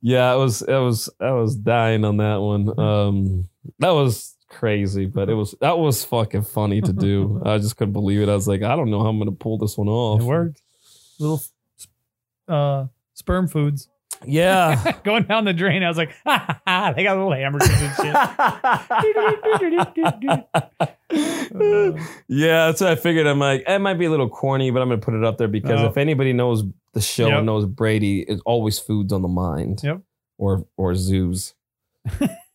yeah, I was I was I was dying on that <laughs> one. Um that was crazy, but it was that was fucking funny to <laughs> do. I just couldn't believe it. I was like, I don't know how I'm gonna pull this one off. it worked. Little uh, sperm foods Yeah. <laughs> <laughs> going down the drain. I was like, <laughs> ha, ha, ha, they got little hamburgers and <laughs> shit. <laughs> yeah, that's what I figured. I'm like, it might be a little corny, but I'm gonna put it up there because No. if anybody knows the show Oh. Yep. and knows Brady, it's always foods on the mind. Yep. Or or zoos.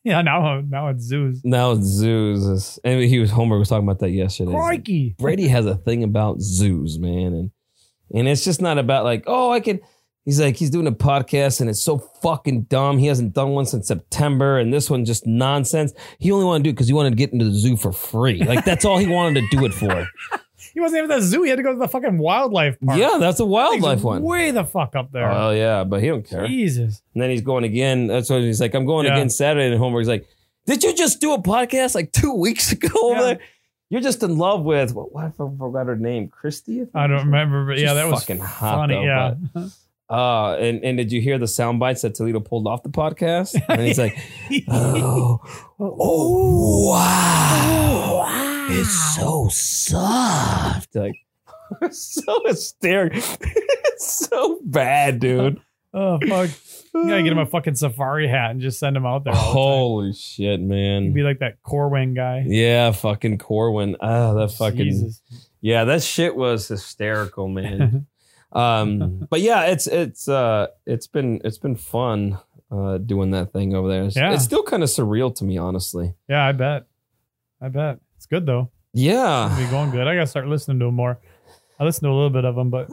yeah, now now it's zoos. Now it's zoos. Is, and he was Homer was talking about that yesterday. He's like, Crikey! Brady has a thing about zoos, man, and and it's just not about like oh I could. He's like he's doing a podcast and it's so fucking dumb. He hasn't done one since September, and this one just nonsense. He only wanted to do it because he wanted to get into the zoo for free. Like that's all he wanted to do it <laughs> for. He wasn't even at the zoo. He had to go to the fucking wildlife park. yeah, that's a Thing's wildlife one. Way the fuck up there. Oh yeah, but he don't care. Jesus. And then he's going again. That's what he's like. I'm going Yeah. again Saturday. And Homer's like, Did you just do a podcast like two weeks ago over Yeah. there? You're just in love with what? what I forgot her name, Christy. think I it don't was? remember, but yeah, She's that was fucking hot. funny. though, yeah. but- uh, and and did you hear the sound bites that Toledo pulled off the <laughs> podcast? And he's like, Oh, oh wow. it's so soft. Like, <laughs> so hysterical. <laughs> it's so bad, dude. oh fuck. You gotta get him a fucking safari hat and just send him out there. all Holy shit, the time. He'd man. be like that Corwin guy. Oh, Yeah, fucking Corwin. Ah, that fucking Jesus. Yeah, that shit was hysterical, <laughs> man. um but yeah, it's it's uh it's been it's been fun uh doing that thing over there. It's, Yeah. it's still kind of surreal to me, honestly. Yeah, I bet. I bet. It's <sighs> good though. It'll Yeah. be going good. I gotta start listening to him more. I listened to a little bit of him, but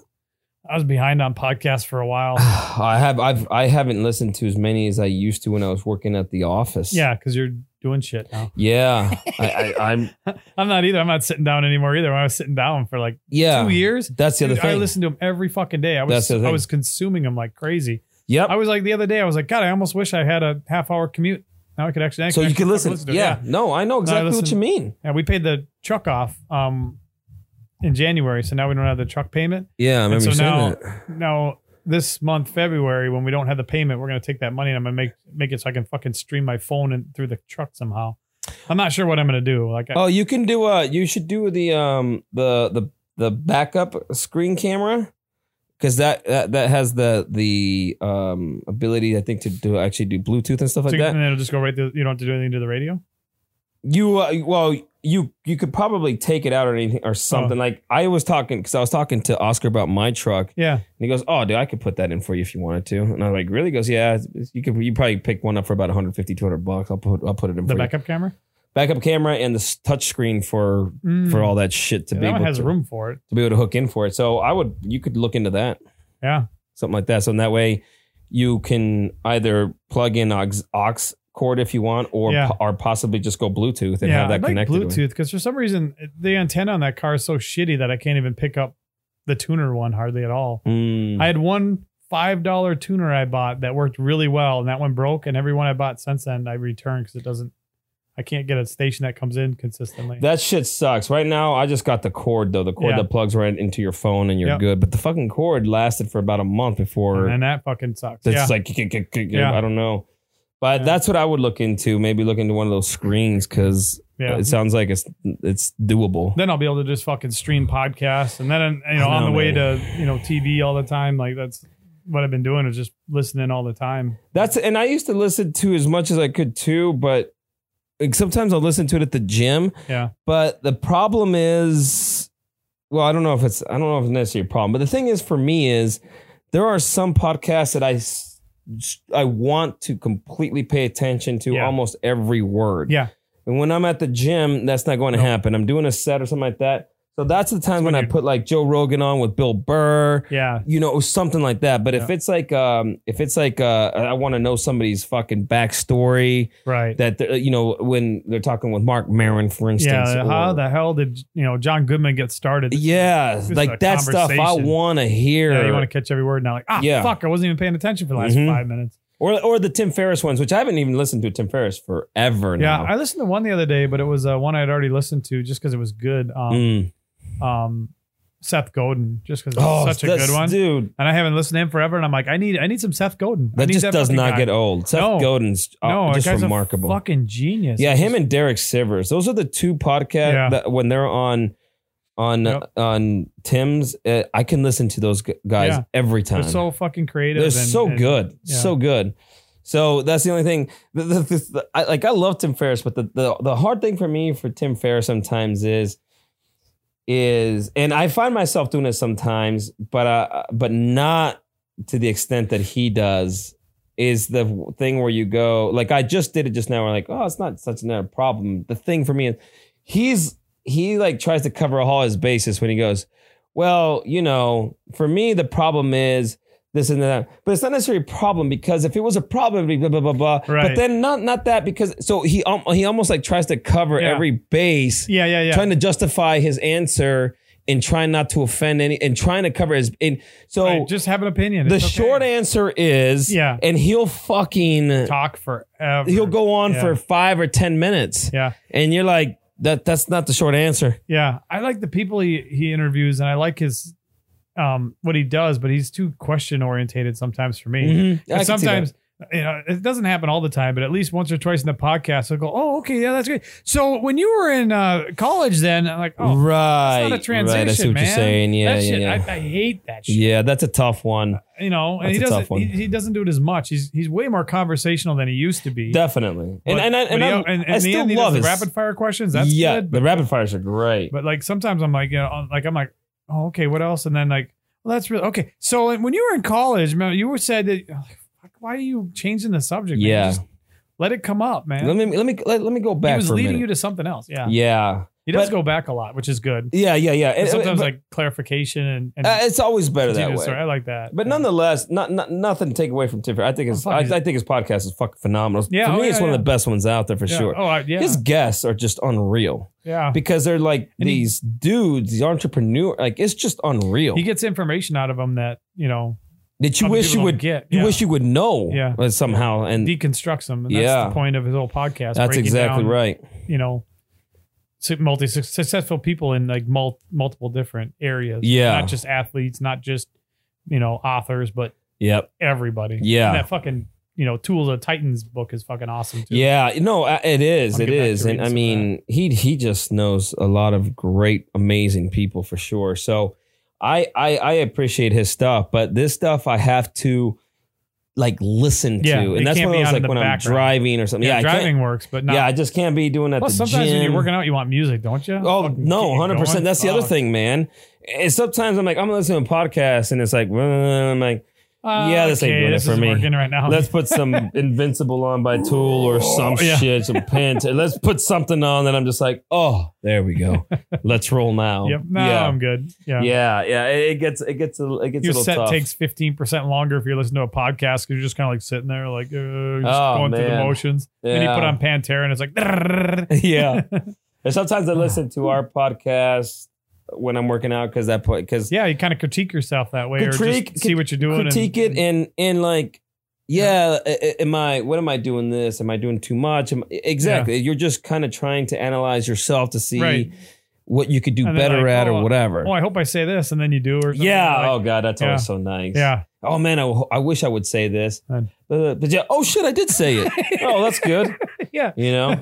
I was behind on podcasts for <sighs> a while. I have I've I haven't listened to as many as I used to when I was working at the office. Yeah, because you're doing shit now. <laughs> Yeah. I, I I'm I'm not either. I'm not sitting down anymore either. When I was sitting down for like yeah. two years, Oh, That's the other Dude, I thing. listened to him every fucking day. I That's was the other I thing. was consuming him like crazy. yep. I was like the other day, I was like, God, I almost wish I had a half hour commute. Now I could actually. I so could you actually can fucking listen. to it. yeah. yeah, No, I know exactly what you listen- mean. Yeah, We paid the truck off um in January, so now we don't have the truck payment. Yeah, I remember so you saying now- that. Now this month, February, when we don't have the payment, we're gonna take that money and I'm gonna make make it so I can fucking stream my phone and through the truck somehow. I'm not sure what I'm gonna do. Like, I- Oh, you can do uh you should do the um the the the backup screen camera cuz that, that that has the the um ability I think to do actually do bluetooth and stuff so like you- that. and then it'll just go right through. You don't have to do anything to the radio. You uh, well you you could probably take it out or Oh. anything or something like I was talking cuz I was talking to Oscar about my truck and Yeah, he goes, "Oh, dude, I could put that in for you if you wanted to." And I'm like, "Really?" He goes, "Yeah, it's- you could you probably pick one up for about 150 200 bucks. I'll put I'll put it in the for backup camera you. Backup camera and the s- touch screen for Mm. for all that shit to Yeah, be that one able has to room for it. to be able to hook in for it. So I would you could look into that, Yeah, something like that. So in that way, you can either plug in aux, aux cord if you want, or Yeah. po- or possibly just go Bluetooth and have that I'd connected. Like with- Bluetooth because for some reason the antenna on that car is so shitty that I can't even pick up the tuner one hardly at all. Mm. I had one five dollar tuner I bought that worked really well, and that one broke. And every one I bought since then, I returned because it doesn't. I can't get a station that comes in consistently. that shit sucks. Right now, I just got the cord though, the cord Yeah. that plugs right into your phone and you're Yep. good. But the fucking cord lasted for about a month before and that fucking sucks. It's Yeah, like kick, kick, kick, kick, Yeah. I don't know, but Yeah. that's what I would look into. Maybe look into one of those screens because Yeah. It sounds like it's it's doable. then I'll be able to just fucking stream podcasts, and then you know, I on know, the way man. to you know TV all the time. Like that's what I've been doing is just listening all the time. That's and I used to listen to as much as I could too, but like, sometimes I'll listen to it at the gym. Yeah. But the problem is, well, I don't know if it's I don't know if it's necessarily a problem, but the thing is for me is there are some podcasts that I s- I want to completely pay attention to Yeah. almost every word. Yeah. And when I'm at the gym, that's not going to No. happen. I'm doing a set or something like that. So that's the time when, when I you're- put like Joe Rogan on with Bill Burr Yeah. you know, something like that. But if Yeah. it's like, um, if it's like, uh, I want to know somebody's fucking backstory Right. that, uh, you know, when they're talking with Mark Maron, for instance. yeah. or- How the hell did you know John Goodman get started? yeah, Just a like that stuff I conversation. want to hear. Yeah, you want to catch every word now? Like, ah, Yeah. fuck! I wasn't even paying attention for the last Mhm. five minutes. or, or the Tim Ferriss ones, which I haven't even listened to Tim Ferriss forever Yeah, now. I listened to one the other day, but it was uh, one I had already listened to just because it was good. Um, Mm. um, Seth Godin, just because it's Oh, such a that's- good one, dude. and I haven't listened to him forever. And I'm like, I need, I need some Seth Godin. I That need just that does fucking not guy. get old. Seth No. Godin's uh, no, that just guy's a remarkable. fucking genius. Yeah, him and Derek Sivers. Those are the two podcasts Yeah. that when they're on on Yep. on Tim's, uh, I can listen to those gu- guys Yeah. every time. they're so fucking creative. They're and- so and- good, yeah. so good. So that's the only thing. The, the, the, the- I, like I love Tim Ferriss, but the, the the hard thing for me for Tim Ferriss sometimes is is and I find myself doing it sometimes, but uh, but not to the extent that he does. Is the thing where you go like I just did it just now. We're like, oh, it's not such a problem. The thing for me is he's he like tries to cover all his bases when he goes, well, you know, for me the problem is this and that, but it's not necessarily a problem because if it was a problem, it'd be blah blah blah blah. But Right. then not not that because so he um, he almost like tries to cover Yeah. every base, Yeah, yeah, yeah. trying to justify his answer and trying not to offend any and trying to cover his. And so Right, just have an opinion. the It's okay. short answer is Yeah. and he'll fucking talk forever. he'll go on Yeah. for five or ten minutes, Yeah, and you're like that that's not the short answer. yeah. I like the people he he interviews, and I like his um what he does, but he's too question orientated sometimes for me. Mhm. I can But see that. sometimes you know it doesn't happen all the time, but at least once or twice in the podcast, I'll go, "Oh, okay, yeah, that's great." So when you were in uh, college, then I'm like, "Oh, right, it's not a transition, right. I see what man." you're saying. Yeah, that yeah, shit, yeah. I, I hate that shit." yeah, that's a tough one. You know, and That's he a tough doesn't. one. He, he doesn't do it as much. He's he's way more conversational than he used to be. Definitely. But- and and I, and, but he- I, and- and I in the still end, he does love the his rapid fire questions. That's yeah, good. the rapid fires are great. But like sometimes I'm like, you know, like I'm like, oh, okay, what else? And then like, well, that's really okay. So when you were in college, man, you were said that. Like, fuck, why are you changing the subject? man? Yeah. Just let it come up, man. let me let me let, let me go he back was for a leading minute. you to something else. Yeah, yeah, he does but- go back a lot, which is good. yeah, yeah, yeah. And- And sometimes but- like clarification and, and uh, it's always better that continuous way. story. I like that. But nonetheless, not, not nothing to take away from Tim. Ferriss. I think his Oh, fuck, I, he's- I think his podcast is fucking phenomenal. Yeah, for oh, me, yeah, it's one yeah. of the best ones out there for Yeah. sure. Oh, I- yeah, His guests are just unreal yeah. because they're like And he- these dudes, these entrepreneur. Like it's just unreal He gets information out of them that you know that you other wish people you don't would get. you Yeah. wish you would know Yeah. uh, somehow. And deconstructs them. And that's Yeah. the point of his whole podcast. that's breaking exactly down, right. You know, su- multi su- successful people in like mul- multiple different areas. Yeah. not just athletes, not just you know authors, but Yep. everybody. Yeah. and that fucking you know Tools of the Titans book is fucking awesome too. Yeah, no, I- it is, I'll it get back is, to and I reading some of mean, he he just knows a lot of great, amazing people for sure. So, I I, I appreciate his stuff, but this stuff I have to like listen to, Yeah, it and that's can't one of be those out like in the when I'm background. driving or something. yeah, Yeah, I driving can't, works, but not. yeah, I just can't be doing that. Plus, the sometimes when you're gym. working out, you want music, don't you? Oh Fucking keep no, it hundred percent. going. That's the other Fuck. thing, man. And sometimes I'm like, I'm listening to a podcast, and it's like, well, I'm like, Yeah, this ain't Okay, doing it for isn't me. Working right now. let's put some Invincible on by Tool or some Yeah. shit, some pants. Let's put something on that I'm just like, oh, there we <laughs> go. Let's roll now. <laughs> Yep. No, yeah. I'm good. Yeah. yeah, yeah. It it gets it gets a, it gets a Your little set tough. takes fifteen percent longer if you're listening to a podcast because you're just kind of like sitting there, like uh, you're just Oh, going through the man. motions. yeah. Then you put on Pantera, and it's <laughs> like yeah. <laughs> And sometimes I listen to our podcast when I'm working out because that point because yeah, you kind of critique yourself that way, or Critique- just see what you're doing. critique it and and like yeah, a- a- am I? What am I doing? This? Am I doing too much? Am, e, exactly. You're just kind of trying to analyze yourself to see Right. what you could do And then better like, at oh, or whatever. oh, I hope I say this, and then you do, or something. Yeah. Like, oh God, that's always Yeah. so nice. yeah, Oh man, I, I wish I would say this. And- But, but yeah. Oh shit, I did say it. oh, that's good. <laughs> yeah. you know?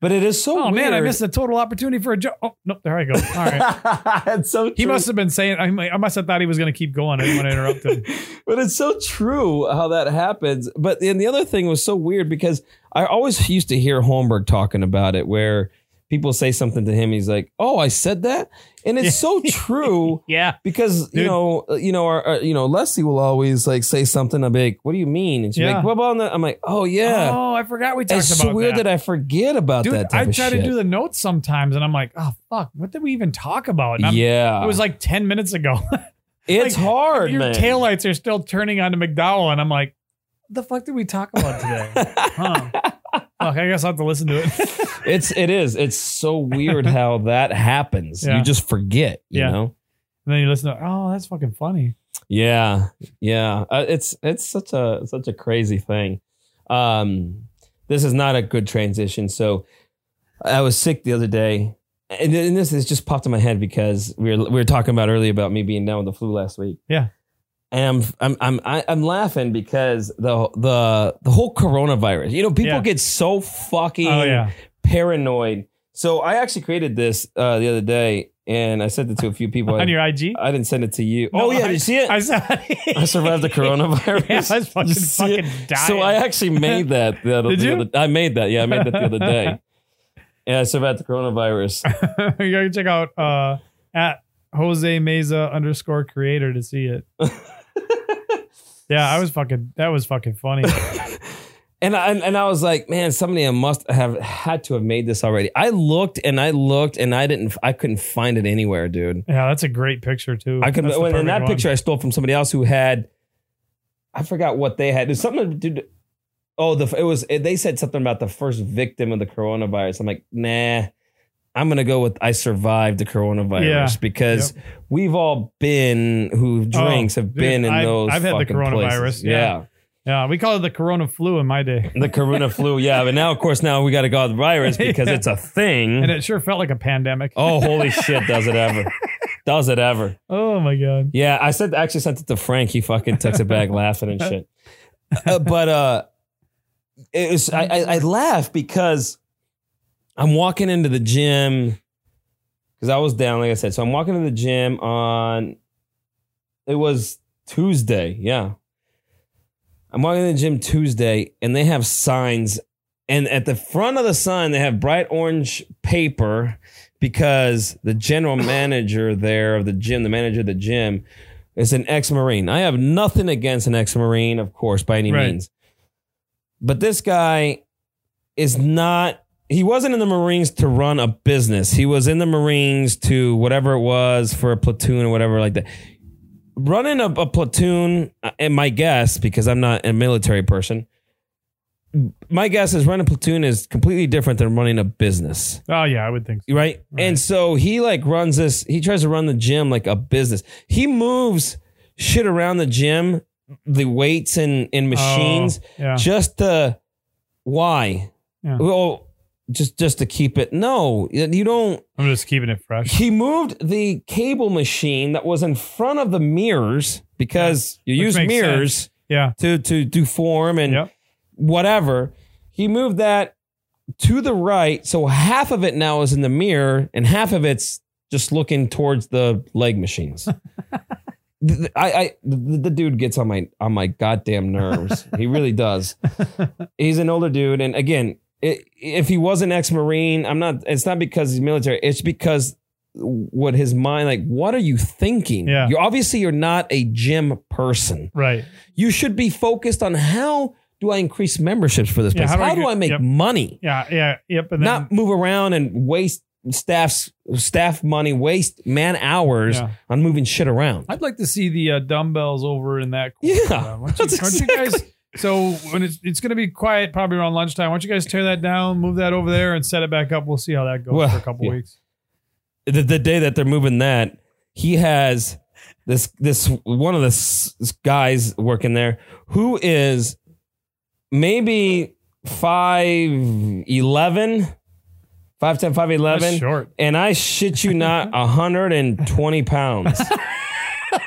but it is so Oh weird. man, I missed a total opportunity for a joke. Oh no, there I go. All right. <laughs> it's so true. He must have been saying. I might- I must have thought he was going to keep going. I didn't want to interrupt him. but it's so true how that happens. But and the other thing was so weird because I always used to hear Holmberg talking about it, where people say something to him, he's like, "Oh, I said that," and it's so <laughs> true Yeah. because you Dude. know, uh, you know, our, our- you know, Leslie will always like say something. I'm like, "What do you mean?" And she's Yeah. like, "Well, well," and I'm like, "Oh yeah." Oh, I forgot we talked it's about so weird that. I forget about Dude, that I type of try shit. to do the notes sometimes, and I'm like, oh fuck, what did we even talk about? And I'm- yeah, It was like ten minutes ago. it's like, hard, Your man. taillights are still turning onto McDowell, and I'm like, the fuck did we talk <laughs> about today? huh. Fuck, I guess I'll have to listen to it. it's it is. It's so weird how that happens. Yeah. You just forget. You Yeah. know. And then you listen to, oh, that's fucking funny. Yeah, yeah. Uh, it's it's such a such a crazy thing. Um, this is not a good transition. So I was sick the other day, and, then this this just popped in my head because we were we were talking about earlier about me being down with the flu last week. Yeah. And I'm I'm I'm I- I'm laughing because the the the whole coronavirus. You know, people Yeah. get so fucking Oh yeah, paranoid. So I actually created this uh, the other day, and I sent it to a few people. <laughs> on I, your IG. I didn't send it to you. No, oh yeah, I- did you see it? I saw. Uh, <laughs> I survived <laughs> the coronavirus. Yeah, I was fucking, You <laughs> see it? fucking dying. So I actually made that. The other, Did the you? other- I made that. Yeah, I made that the other <laughs> day. Yeah, I survived the coronavirus. you gotta check out uh, at Jose Meza underscore creator to see <laughs> it. yeah, I was fucking. That was fucking funny. <laughs> And I, and I was like, man, somebody must have had to have made this already. I looked and I looked and I didn't, I couldn't find it anywhere, dude. Yeah, that's a great picture too. I could, That's the well, and perfect that one. picture I stole from somebody else who had, I forgot what they had. There's something to do. Oh, the it was they said something about the first victim of the coronavirus. I'm like, nah, I'm gonna go with I survived the coronavirus Yeah. because we've all been who drinks have Oh, dude, been in I've- those. I've had the fucking coronavirus, places. yeah. Yeah, we call it the Corona flu in my day, the corona flu. Yeah, but now of course now we got to go with <laughs> virus because Yeah. it's a thing. and it sure felt like a pandemic. Mm-hmm. oh, holy shit! Does it ever? Does it ever? Oh my god. Yeah, I sent actually sent it to Frank. He fucking texted back laughing and shit. Uh, but uh, it was I, I, I laugh because I'm walking into the gym because I was down, like I said. So I'm walking to the gym on it was Tuesday, yeah. I'm walking to the gym Tuesday, and they have signs, and at the front of the sign they have bright orange paper because the general manager there of the gym, the manager of the gym, is an ex Marine. I have nothing against an ex Marine, of course, by any Right. means. But this guy is not, he wasn't in the Marines to run a business. He was in the Marines to whatever it was for a platoon or whatever like that. Running a, a platoon, uh, and my guess, because I'm not a military person, my guess is running a platoon is completely different than running a business Oh yeah, I would think so. right? Right. And so he like runs this. He tries to run the gym like a business. He moves shit around the gym, the weights and and machines, Oh, yeah. just to why? Yeah. Well, just just to keep it. No, you don't. I'm just keeping it fresh. He moved the cable machine that was in front of the mirrors because you Which use makes mirrors Yeah. to to do form and Yep. whatever. He moved that to the right, so half of it now is in the mirror, and half of it's just looking towards the leg machines. Th- th- I, I the, the dude gets on my on my goddamn nerves. he really does. He's an older dude, and again, i if he was an ex-marine, I'm not. It's not because he's military. It's because what his mind like. What are you thinking? Yeah. You obviously you're not a gym person. Right. You should be focused on how do I increase memberships for this Yeah, place? how do how, I do get- I make yep. money? Yeah. Yeah. Yep. And then, Not move around and waste staff's staff money, waste man hours Yeah. on moving shit around. I'd like to see the uh, dumbbells over in that. Yeah, Uh, why don't <laughs> that's why don't guys? So when it's it's going to be quiet, probably around lunchtime. Why don't you guys tear that down, move that over there, and set it back up? We'll see how that goes Well, for a couple yeah. weeks. The, the day that they're moving that, he has this this one of the s- guys working there who is maybe 5'11, 5'10, 5'11. That's short. and I shit you not, 120 pounds.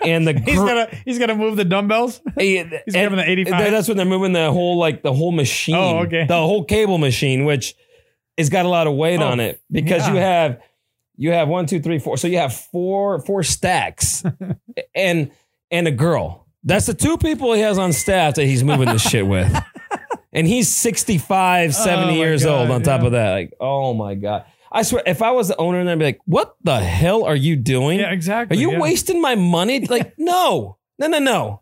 and the He's gr- gonna he's gonna move the dumbbells. <laughs> and- <laughs> He's giving the 85. That's when they're moving the whole like the whole machine. Oh, okay. The whole cable machine, which has got a lot of weight Oh, on it because you yeah. have you have one, two, three, four. So you have four four <laughs> stacks and and a girl. That's the two people he has on staff that he's moving this shit <laughs> with. And he's 65, 70 Oh, my years God, old on top yeah. of that. Like, oh my God. I swear, if I was the owner, then I'd be like, what the hell are you doing? Yeah, Are exactly. you yeah. wasting my <laughs> money? Like, no, no, no, no.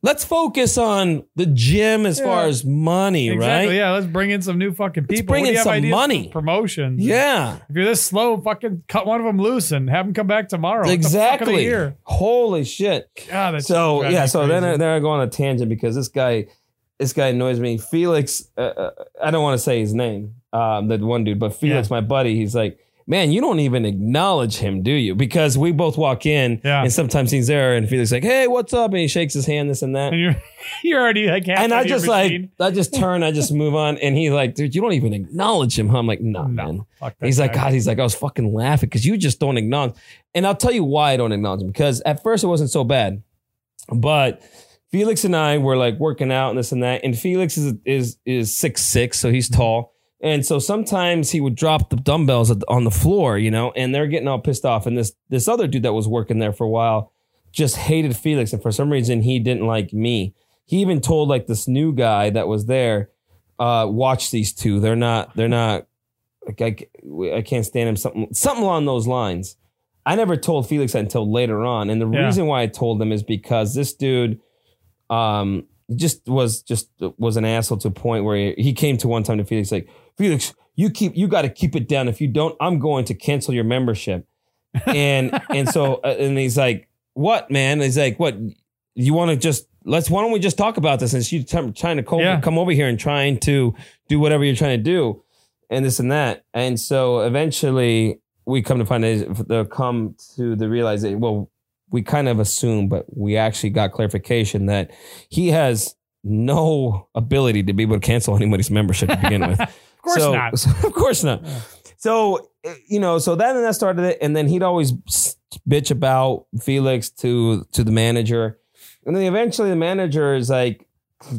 Let's focus on the gym as Yeah. far as money, Exactly. right? Yeah, let's bring in some new fucking people. What bring do in you have some ideas for money. promotions. Yeah, If you're this slow, fucking cut one of them loose and have them come back tomorrow. What the fuck are they exactly. here? Holy shit. God, that's so driving yeah, me so then I, crazy. then I go on a tangent because this guy, this guy annoys me. Felix, uh, uh, I don't want to say his name, um, the one dude, but Felix, my buddy, he's like, man, you don't even acknowledge him, do you? Because we both walk in, Yeah. and sometimes he's there, and Felix like, hey, what's up? And he shakes his hand, this and that. and you're <laughs> you're already like half and out I of your just like machine. I just turn, I just move on, and he's like, dude, you don't even acknowledge him. Huh? I'm like, nah, No. man. Fuck that He's like, guy. God, he's like, I was fucking laughing because you just don't acknowledge. And I'll tell you why I don't acknowledge him because at first it wasn't so bad, but Felix and I were like working out and this and that, and Felix is is is six six, so Mm-hmm. he's tall. And so sometimes he would drop the dumbbells at- on the floor, you know, and they're getting all pissed off. And this this other dude that was working there for a while just hated Felix, and for some reason he didn't like me. He even told like this new guy that was there, uh, watch these two. They're not. They're not. Like I, c- I can't stand him. Something something along those lines. I never told Felix that until later on, and the Yeah. reason why I told him is because this dude, um, just was just was an asshole to a point where he, he came to one time to Felix like Felix, you keep you got to keep it down. If you don't, I'm going to cancel your membership. And and so uh, and he's like, what man? And he's like, what? You want to just let's? Why don't we just talk about this? And she's t- trying to co- Yeah. come over here and trying to do whatever you're trying to do, and this and that. And so eventually we come to find out the come to the realization. Well, we kind of assume, but we actually got clarification that he has no ability to be able to cancel anybody's membership to begin with. of course So- not. so- <laughs> of course not. Yeah. So eh, you know, so that and that started it, and then he'd always s- bitch about Felix to to the manager, and then eventually the manager is like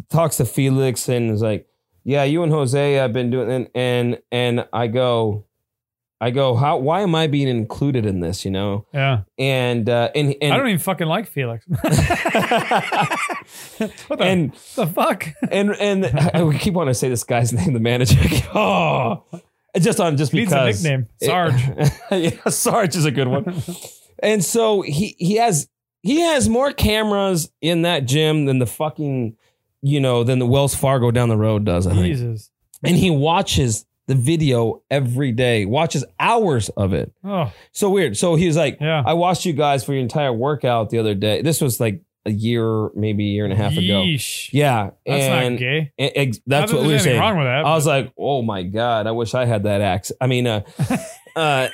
talks to Felix and is like, "Yeah, you and Jose have been doing," and and and I go, I go, how? Why am I being included in this? You know, Yeah, and uh, and and. I don't even fucking like Felix. <laughs> what the, and the fuck? <laughs> and and <laughs> I we keep wanting to say this guy's <laughs> name, the manager. oh, just on just <laughs> He needs a because nickname, Sarge. yeah, <laughs> Sarge is a good one. and so he he has he has more cameras in that gym than the fucking you know than the Wells Fargo down the road does. I think, <laughs> Jesus. and he watches the video every day, watches hours of it. Oh So weird. So he was like, yeah. I watched you guys for your entire workout the other day. This was like a year, maybe a year and a half ago. Yeesh. Yeah, That's and not gay. and ex- that's Not that what we were there's saying. anything Wrong with that? I was like, oh my god, I wish I had that axe. I mean, uh, uh,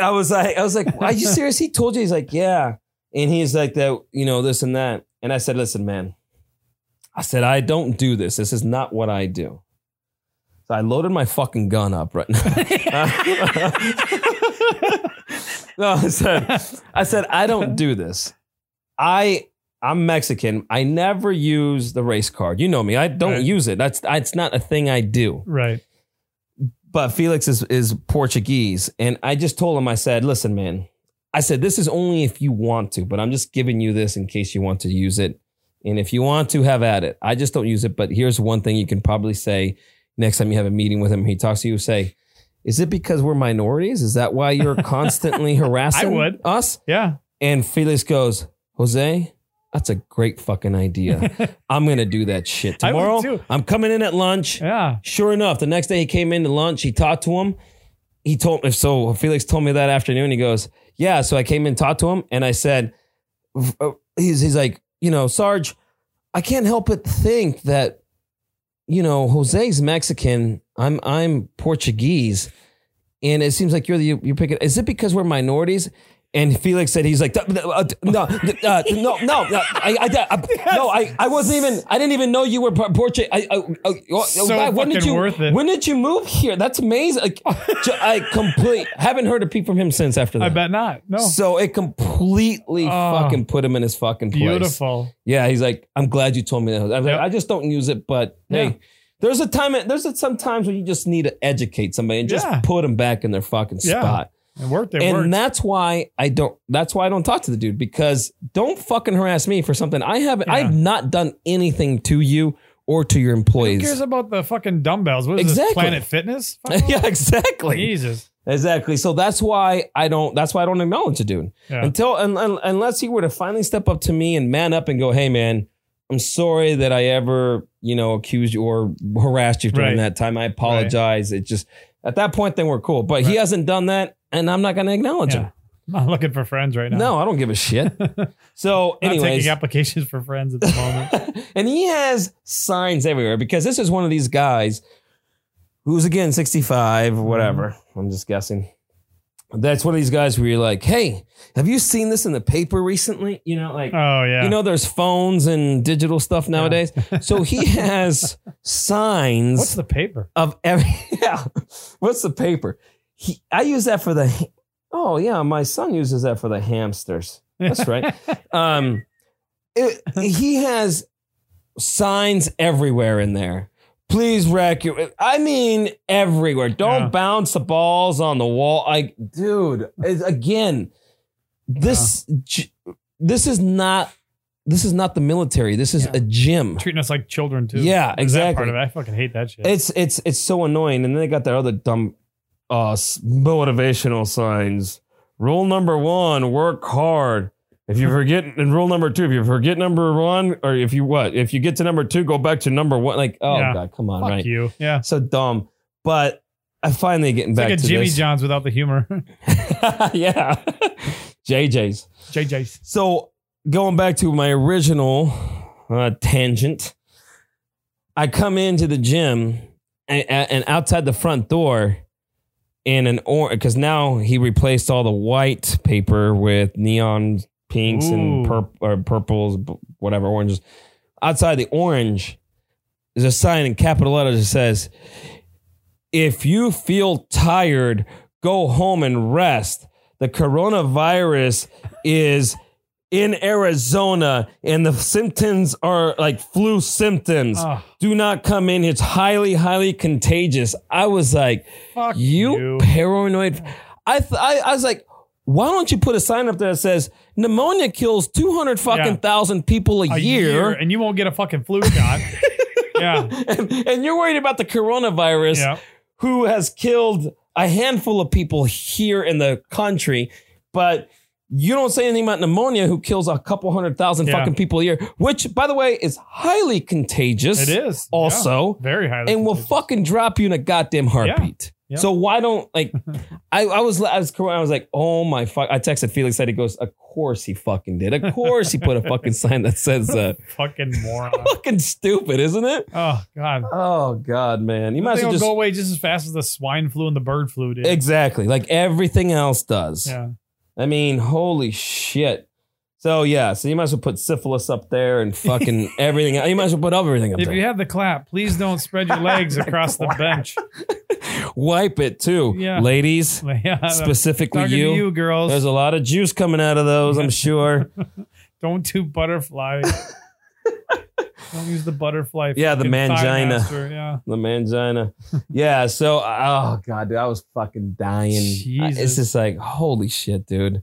I was like, I was like, are you serious? He told you. He's like, yeah, and he's like that, you know, this and that. And I said, listen, man, I said I don't do this. This is not what I do. So I loaded my fucking gun up right now. <laughs> no, I said, I said I don't do this. I I'm Mexican. I never use the race card. You know me. I don't Right. use it. That's it's not a thing I do right. but Felix is is Portuguese, and I just told him, I said, "Listen, man, I said this is only if you want to, but I'm just giving you this in case you want to use it, and if you want to, have at it. I just don't use it, but here's one thing you can probably say next time you have a meeting with him. He talks to you, say." Is it because we're minorities? Is that why you're <laughs> constantly harassing would. us? Yeah. And Felix goes, Jose, that's a great fucking idea. <laughs> I'm gonna do that shit I would tomorrow. too. Uh, I'm coming in at lunch. Yeah. Sure enough, the next day he came in to lunch. He talked to him. He told if so. Felix told me that afternoon. He goes, "Yeah." So I came in, talked to him, and I said, uh, "He's he's like, you know, Sarge, I can't help but think that, you know, Jose's Mexican. I'm I'm Portuguese, and it seems like you're the you're picking. Is it because we're minorities?" And Felix said he's like "Th- th- uh, th- no th- uh, th- no no no I, I, I- no I, I wasn't even I didn't even know you were Por- Portuguese. I, I, I, oh, So wow, when did fucking you worth it. when did you move here? That's amazing. Like, ju- I complete haven't heard a peep from him since after that. I bet not. No. So it completely Oh. fucking put him in his fucking place. Beautiful. Yeah, he's like, I'm glad you told me that. I'm like, Yep. I just don't use it, but Yeah. hey, there's a time. There's a, some times when you just need to educate somebody and just Yeah. put them back in their fucking Yeah. spot. It worked. It and worked. that's why I don't. That's why I don't talk to the dude because don't fucking harass me for something I haven't. Yeah. I've not done anything to you or to your Who employees. <laughs> cares about the fucking dumbbells? What is Exactly. this, Planet Fitness? Fuck <laughs> off. yeah, exactly. Jesus. Exactly. So that's why I don't. That's why I don't acknowledge the dude Yeah. until un, un- unless he were to finally step up to me and man up and go, "Hey, man, I'm sorry that I ever you know accused you or harassed you during Right. that time. I apologize. It just at that point then we're cool. But he Right. hasn't done that, and I'm not going to acknowledge Yeah. <laughs> him. I'm not looking for friends right now. No, I don't give a <laughs> shit. so, I'm not anyways, taking applications for <laughs> friends at the moment. and he has signs everywhere because this is one of these guys who's again 65 whatever Mm-hmm. i'm just guessing that's one of these guys where you're like hey have you seen this in the paper recently you know like oh yeah. you know there's phones and digital stuff <laughs> nowadays so he has signs what's the paper? of every yeah what's the paper he, i use that for the oh yeah my son uses that for the hamsters <laughs> <laughs> that's right um it, he has signs everywhere in there please rack your i mean everywhere don't Yeah. bounce the balls on the wall i dude it's, again this j- this is not this is not the military this is Yeah. a gym Treating us like children too. Yeah, Is that exactly. part of it? I fucking hate that shit. it's it's it's so annoying. And then they got their other dumb uh s- motivational signs. Rule number one: work hard. If you forget, <laughs> and rule number two: if you forget number one, or if you what, if you get to number two, go back to number one. Like, oh Yeah. god, come on, Fuck right? you. Yeah. So dumb. But I finally getting It's back like a to Jimmy this. John's without the humor. <laughs> <laughs> yeah, JJ's. JJ's. So going back to my original uh, tangent, I come into the gym and, and outside the front door in an orange because now he replaced all the white paper with neon pinks and Ooh. purp or purples, b- whatever oranges. Outside the orange, there's a sign in capital letters that says, "If you feel tired, go home and rest. The coronavirus is." In Arizona, and the symptoms are like flu symptoms Oh, do not come in. It's highly, highly contagious. I was like, fuck you, you. paranoid. I, th- I I was like, why don't you put a sign up there that says pneumonia kills two hundred fucking Yeah. thousand people a, A year, and you won't get a fucking flu shot. yeah. <laughs> And, and you're worried about the coronavirus, Yeah. who has killed a handful of people here in the country, but. You don't say anything about pneumonia, who kills a couple hundred thousand Yeah. fucking people a year, which, by the way, is highly contagious. It is. Also, Yeah. Very highly. and will contagious. fucking drop you in a goddamn heartbeat. Yeah. So why don't <laughs> like I, I was I was I was like oh my fuck I texted Felix said he goes of course he fucking did of course he put a fucking sign that says <laughs> uh, fucking moron. <laughs> fucking stupid isn't it oh god. oh god man you might as They'll well just go away just as fast as the swine flu and the bird flu did. exactly like everything else does Yeah. I mean holy shit so yeah so you might as well put syphilis up there and <laughs> fucking everything you might as well put everything up If there you have the clap, please don't spread your <laughs> legs across the bench. <laughs> wipe it too Yeah. ladies Yeah, specifically talking to you girls. There's a lot of juice coming out of those, I'm <laughs> sure. Don't do butterfly. <laughs> Don't use the butterfly. Yeah, the fucking thigh mangina. master, Yeah. The mangina. Yeah, so oh god, dude, I was fucking dying. I- It's Jesus. just like, holy shit, dude.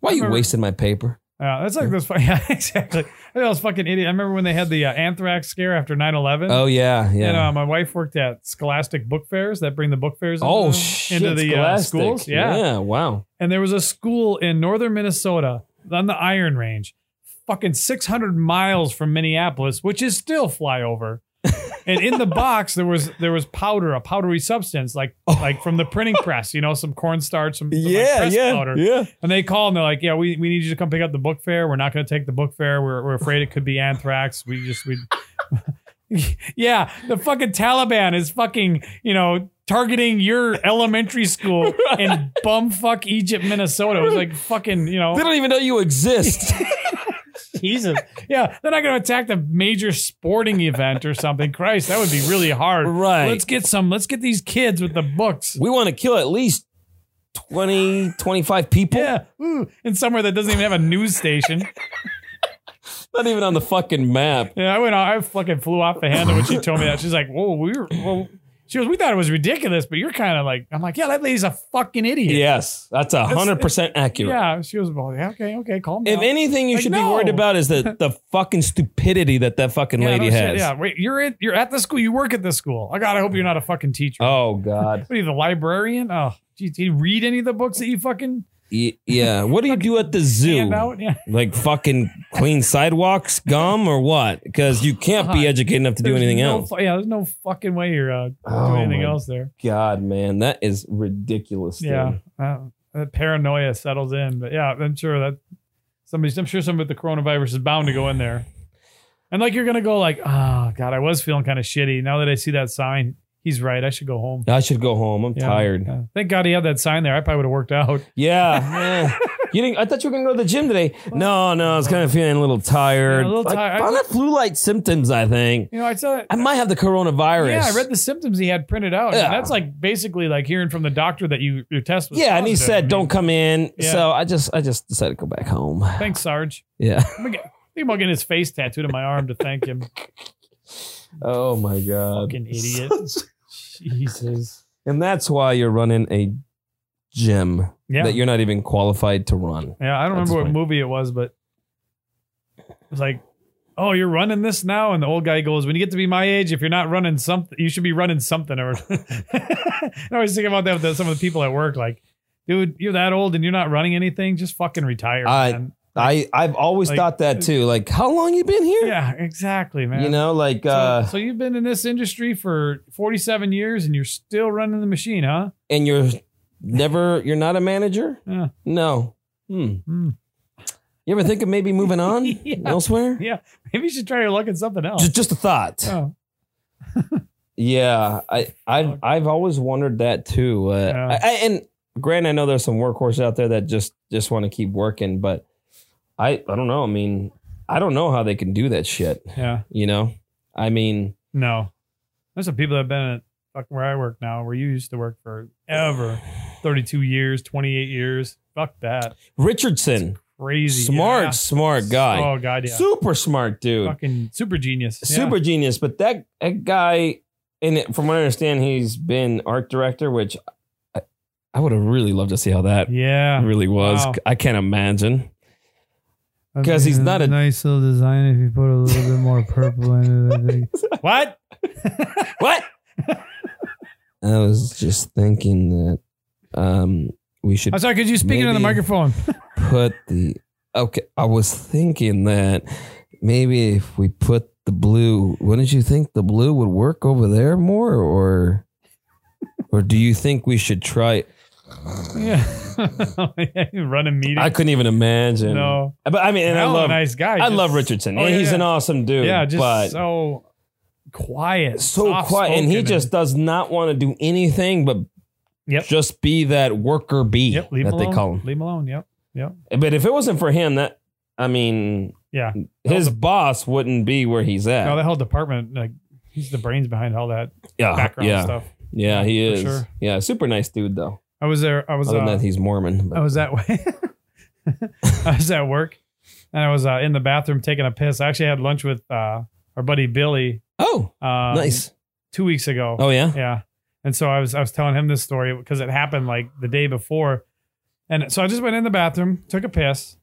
Why are you Remember- wasting my paper? Yeah, that's like those. fu- <laughs> Yeah, exactly. I was fucking idiot. I remember when they had the uh, anthrax scare after 9 11. Oh yeah, yeah. And uh, my wife worked at Scholastic Book Fairs that bring the book fairs into, oh the- shit. into the uh, Scholastic. schools. Yeah. wow. And there was a school in northern Minnesota on the Iron Range, fucking 600 miles from Minneapolis, which is <laughs> still flyover. and in the box there was there was powder, a powdery substance like like from the printing press, you know, some cornstarch, some, some like, press powder. Oh. Yeah. And they call and they're like, "Yeah, we, we need you to come pick up the book fair. We're not going to take the book fair. We're, we're afraid it could be anthrax. <laughs> We just we." yeah, the fucking Taliban is fucking you know targeting your elementary school in bumfuck Egypt, Minnesota. It was like fucking, you They <laughs> know, don't even know you <laughs> exist. Jesus. Yeah, they're not going to attack the major sporting event or something. Christ, that would be really hard. Right. Let's get some. Let's get these kids with the books. we want to kill at least 20, 25 people. Yeah. Ooh. In somewhere that doesn't even have a news station. Not even on the fucking map. Yeah, I went. on- I fucking flew off the handle when she told me that. She's like, "Whoa, we were." Whoa. She was. We thought it was ridiculous, but you're kind of like. I'm like, yeah, that lady's a fucking idiot. Yes, that's a hundred percent accurate. Yeah. She was. Well, yeah, okay, okay, calm down. If anything, you Like, should be no. worried about is the <laughs> the fucking stupidity that that fucking yeah, no lady shit. has. Yeah. Wait, you're at you're at the school. You work at the school. Oh God, I hope you're not a fucking teacher. Oh God. What are you, the librarian? Oh, geez, do you read any of the books that you fucking Y- yeah. What do you do at the hand zoo? out? <laughs> Yeah. Like fucking clean sidewalks, gum, or what? Because you can't be God. educated enough to do Uh-huh. There's anything no else. fu- yeah, there's no fucking way you're uh, Oh, doing anything my else there. God, man, that is ridiculous. dude. Yeah, uh, that paranoia settles in. But yeah, I'm sure that somebody, I'm sure some with the coronavirus is bound to go in there. And like you're gonna go like, oh god, I was feeling kind of shitty. Now that I see that sign, he's right. I should go home. I should go home. I'm Yeah. tired. Yeah. Thank God he had that sign there. I probably would have worked out. Yeah. eh. You didn't, I thought you were gonna go to the gym today. No, no, I was kind of feeling a little tired. Yeah, a little Like, tired. I- Found out flu-like symptoms. I think You know, I saw. I might have the coronavirus. Yeah, I read the symptoms he had printed out. Yeah. And that's like basically like hearing from the doctor that you your test was. Yeah, and he positive. I said, mean, "Don't come in." Yeah. So I just, I just decided to go back home. <laughs> Thanks, Sarge. Yeah. I'm gonna get, think about getting his face tattooed on my arm to thank <laughs> him. Oh my god. Fucking <laughs> idiot. Jesus. And that's why you're running a gym Yeah. that you're not even qualified to run. Yeah, I don't That's remember what funny. movie it was, but it was like, "Oh, you're running this now," and the old guy goes, "When you get to be my age, if you're not running something, you should be running something." Or <laughs> I always think about that with the- some of the people at work, like, "Dude, you're that old and you're not running anything. Just fucking retire." I- man." I, I've always Like- uh, thought that too. Like, how long you been here? yeah, exactly, man. You know, like, So, uh, so you've been in this industry for 47 years and you're still running the machine, huh? and you're never, you're not a manager. Yeah. <laughs> No. Hmm. Hmm. You ever think of maybe <laughs> moving on Yeah. elsewhere? Maybe you should try your luck at something else. Just, just a thought. Oh, Yeah, I I've Fuck. I've always wondered that too. Uh, Yeah. I, I, and granted, I know there's some workhorses out there that just just want to keep working, but I I don't know. I mean, I don't know how they can do that shit. yeah. You know, I mean, No. There's some people that have been at fucking where I work now, where you used to work for ever 32 years, 28 years. Fuck that. Richardson, Crazy. smart, Yeah. smart guy, Oh, God. Yeah. super smart dude, Fucking super genius. Yeah. super genius. But that that guy, and it- from what I understand, he's been art director, which I, I would have really loved to see how that Yeah. really was. Wow. I can't imagine. 'Cause he's not a- nice little design if you put a little bit more purple in it, I think. <laughs> what? <laughs> What? I was just thinking that um we should I'm sorry. Could you speak into the Maybe- microphone? put the okay. I was thinking that maybe if we put the blue, wouldn't you think the blue would work over there more, or or do you think we should try? Yeah. <laughs> Run a meeting. I couldn't even imagine. no. but I mean, and I Hell, love nice guy. I Just- love Richardson. Oh, and yeah, he's yeah. an awesome dude. Yeah, just but so quiet, so quiet, and he soft-spoken, just does not want to do anything but Yep. just be that worker bee yep, leave him E that alone. they call him. Leave him alone. Yep. But if it wasn't for him, that I mean, Yeah. his boss wouldn't be where he's at. No, that whole department, like he's the brains behind all that yeah, background Uh-huh, yeah, stuff. yeah, he For is. sure. Yeah, super nice dude though. I was there. I was. Other than Uh, that, he's Mormon. I But was that way. <laughs> I was at work, and I was uh, in the bathroom taking a piss. I actually had lunch with uh, our buddy Billy. oh, Um, nice. Two weeks ago. Oh yeah, Yeah. And so I was I was telling him this story because it happened like the day before. And so I just went in the bathroom, took a piss.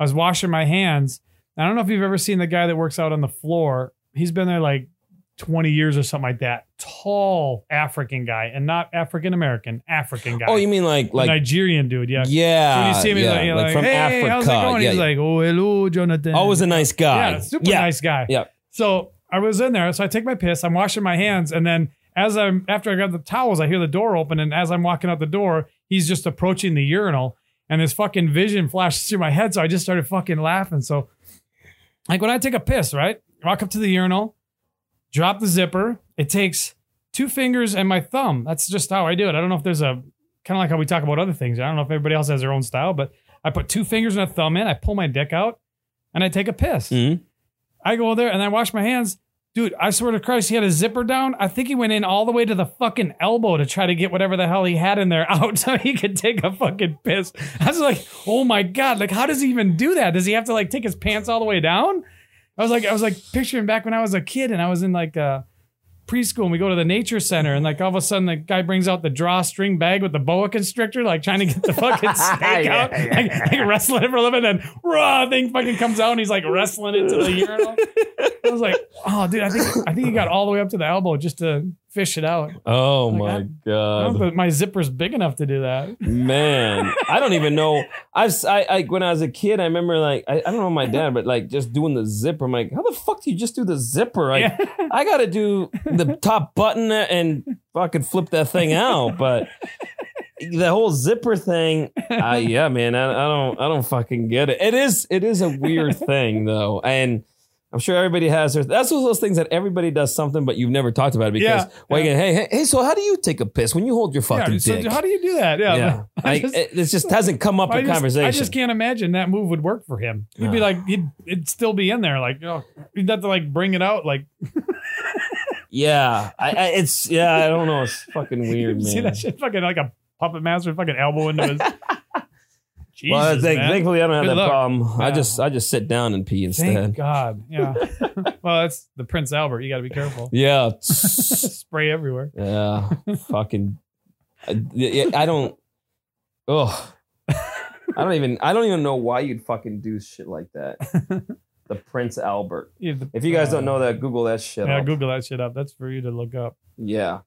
I was washing my hands. I don't know if you've ever seen the guy that works out on the floor. He's been there like 20 years or something like that. Tall African guy and not African American, African guy. Oh, you mean like like Nigerian dude, yeah. yeah? So when you see him, he's yeah, like, you're like, from hey, Africa. how's it going? Yeah, he's yeah. like, oh, hello, Jonathan. always a nice guy. Yeah, super yeah. nice guy. Yeah. So I was in there. So I take my piss. I'm washing my hands, and then as I'm after I grab the towels, I hear the door open, and as I'm walking out the door, he's just approaching the urinal, and his fucking vision flashes through my head. So I just started fucking laughing. So, like when I take a piss, right? Walk up to the urinal, drop the zipper. It takes two fingers and my thumb. That's just how I do it. I don't know if there's a kind of like how we talk about other things. I don't know if everybody else has their own style, but I put two fingers and a thumb in. I pull my dick out and I take a piss. Mhm. I go there and I wash my hands. Dude, I swear to Christ, he had a zipper down. I think he went in all the way to the fucking elbow to try to get whatever the hell he had in there <laughs> out so he could take a fucking piss. I was like, oh my God, like, how does he even do that? Does he have to like take his pants all the way down? I was like, I was like picturing back when I was a kid and I was in like uh, preschool and we go to the nature center and like all of a sudden the guy brings out the drawstring bag with the boa constrictor, like trying to get <laughs> the fucking snake Yeah, out, like, like wrestling it for a little bit, and then raw thing fucking comes out and he's like wrestling it to the urinal. I was like, oh dude, I think I think he got all the way up to the elbow just to fish it out. Oh Like, my I- I don't god, know if my zipper's big enough to do that. man! I don't even know. I've s- I like when I was a kid. I remember like I, I don't know my Uh-huh. dad, but like just doing the zipper. I'm like, how the fuck do you just do the zipper? Like, Yeah. <laughs> I gotta do the top button and fucking flip that thing out. But the whole zipper thing, <laughs> I, yeah, man, I, I don't, I don't fucking get it. It is, it is a weird thing though, and I'm sure everybody has their. That's one of those things that everybody does something, but you've never talked about it because Yeah, well, you can, hey, hey, hey, so how do you take a piss when you hold your fucking yeah, dick? so how do you do that? Yeah. yeah, <laughs> I Like, just- it, it just hasn't come up I in just, conversation. I just can't imagine that move would work for him. He'd be No. like, he'd, it'd still be in there. Like, oh, he'd have to like bring it out. Like, yeah, I, I, it's yeah, I don't know. It's <laughs> fucking weird, man. see that shit fucking like a puppet master fucking elbow into his. Jesus, well, thank- man. thankfully I don't have Good that luck. problem. I Yeah. just I just sit down and pee Thank instead. God. Yeah. <laughs> well, that's the Prince Albert. You got to be careful. <laughs> Yeah, <laughs> Spray everywhere. yeah, fucking. I, yeah, I don't. Oh, I don't even. I don't even know why you'd fucking do shit like <laughs> that. The Prince Albert. You have the- If you guys don't uh, know that, Google that shit. yeah, up. Google that shit up. That's for you to look up. Yeah,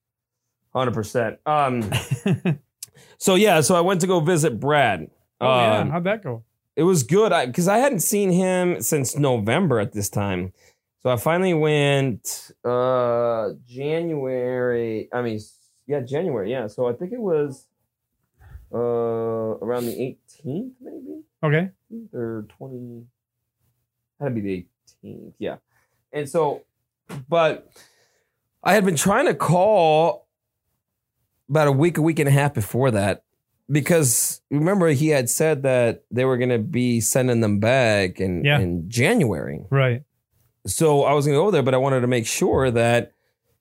hundred percent. <laughs> Um. so yeah, so I went to go visit Brad. Oh yeah, Um, how'd that go? it was good because I, hadn't seen him since November at this time. So I finally went uh January. I mean, yeah, January. Yeah. So I think it was uh around the 18th, maybe Okay. 18th or 20 had to be the 18th yeah and so but i had been trying to call about a week a week and a half before that because remember he had said that they were going to be sending them back in, Yeah. in january Right. so i was going to go there but i wanted to make sure that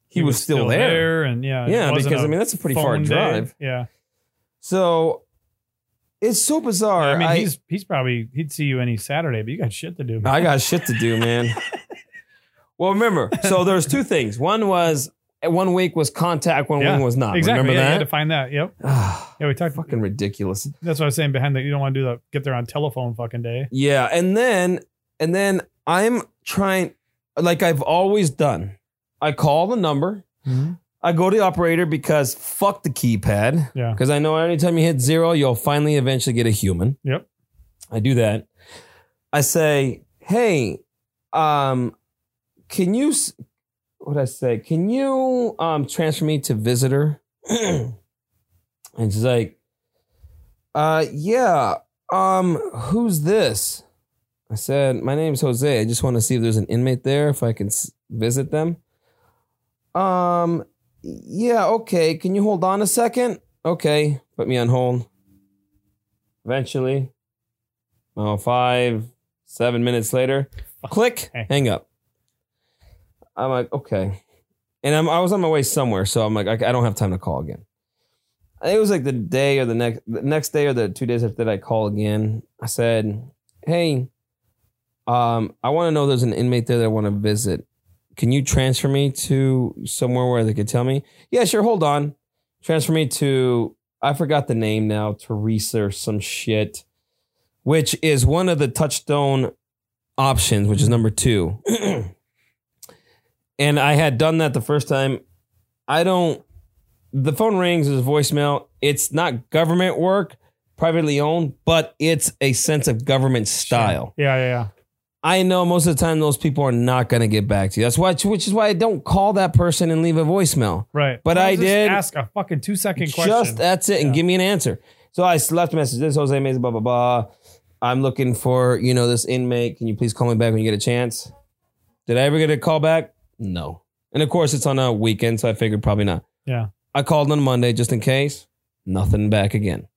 he, was, still, there, and yeah, it yeah wasn't because a i mean that's a pretty far phone day. drive Yeah. so it's so bizarre I mean, I- Ah, he's he's probably he'd see you any Saturday, but you got shit to do. man. I got shit to do, man. well, remember, so there's two things. One was one week was contact, one Yeah, week was not. exactly. Remember yeah, You had to that? find that. Yep. Ah, Yeah, we talked. fucking ridiculous. That's what I was saying. Behind that, you don't want to do that. Get there on telephone fucking day. Yeah, and then and then I'm trying, like I've always done. I call the number. I go to the operator because fuck the keypad. Yeah. Because I know anytime you hit zero, you'll finally eventually get a human. Yep. I do that. I say, hey, um, can you, s- what I say, can you um, transfer me to visitor? <clears throat> and she's like, uh, yeah, um, who's this? I said, my name's Jose. I just want to see if there's an inmate there, if I can s- visit them. Um, yeah, okay. Can you hold on a second? Okay, put me on hold. Eventually, well, five, seven minutes later, click, Hey. hang up. I'm like, okay. And I'm, I was on my way somewhere, so I'm like, I, I don't have time to call again. I think it was like the day or the next the next day or the two days after that I call again. I said, Hey, um, I want to know there's an inmate there that I want to visit. Can you transfer me to somewhere where they could tell me? Yeah, sure, hold on. Transfer me to I forgot the name now, Teresa or some shit. Which is one of the touchstone options, which is number two. <clears throat> and I had done that the first time. I don't the phone rings is voicemail. It's not government work, privately owned, but it's a sense of government style. Yeah, yeah, yeah. I know most of the time those people are not going to get back to you. That's why, which is why I don't call that person and leave a voicemail. Right. But I just did- ask a fucking two second question. Just that's it, and Yeah. give me an answer. So I left a message. This is Jose Mesa, blah blah blah. I'm looking for you know this inmate. Can you please call me back when you get a chance? Did I ever get a call back? No. And of course, it's on a weekend, so I figured probably not. Yeah. I called on Monday just in case. Nothing back again.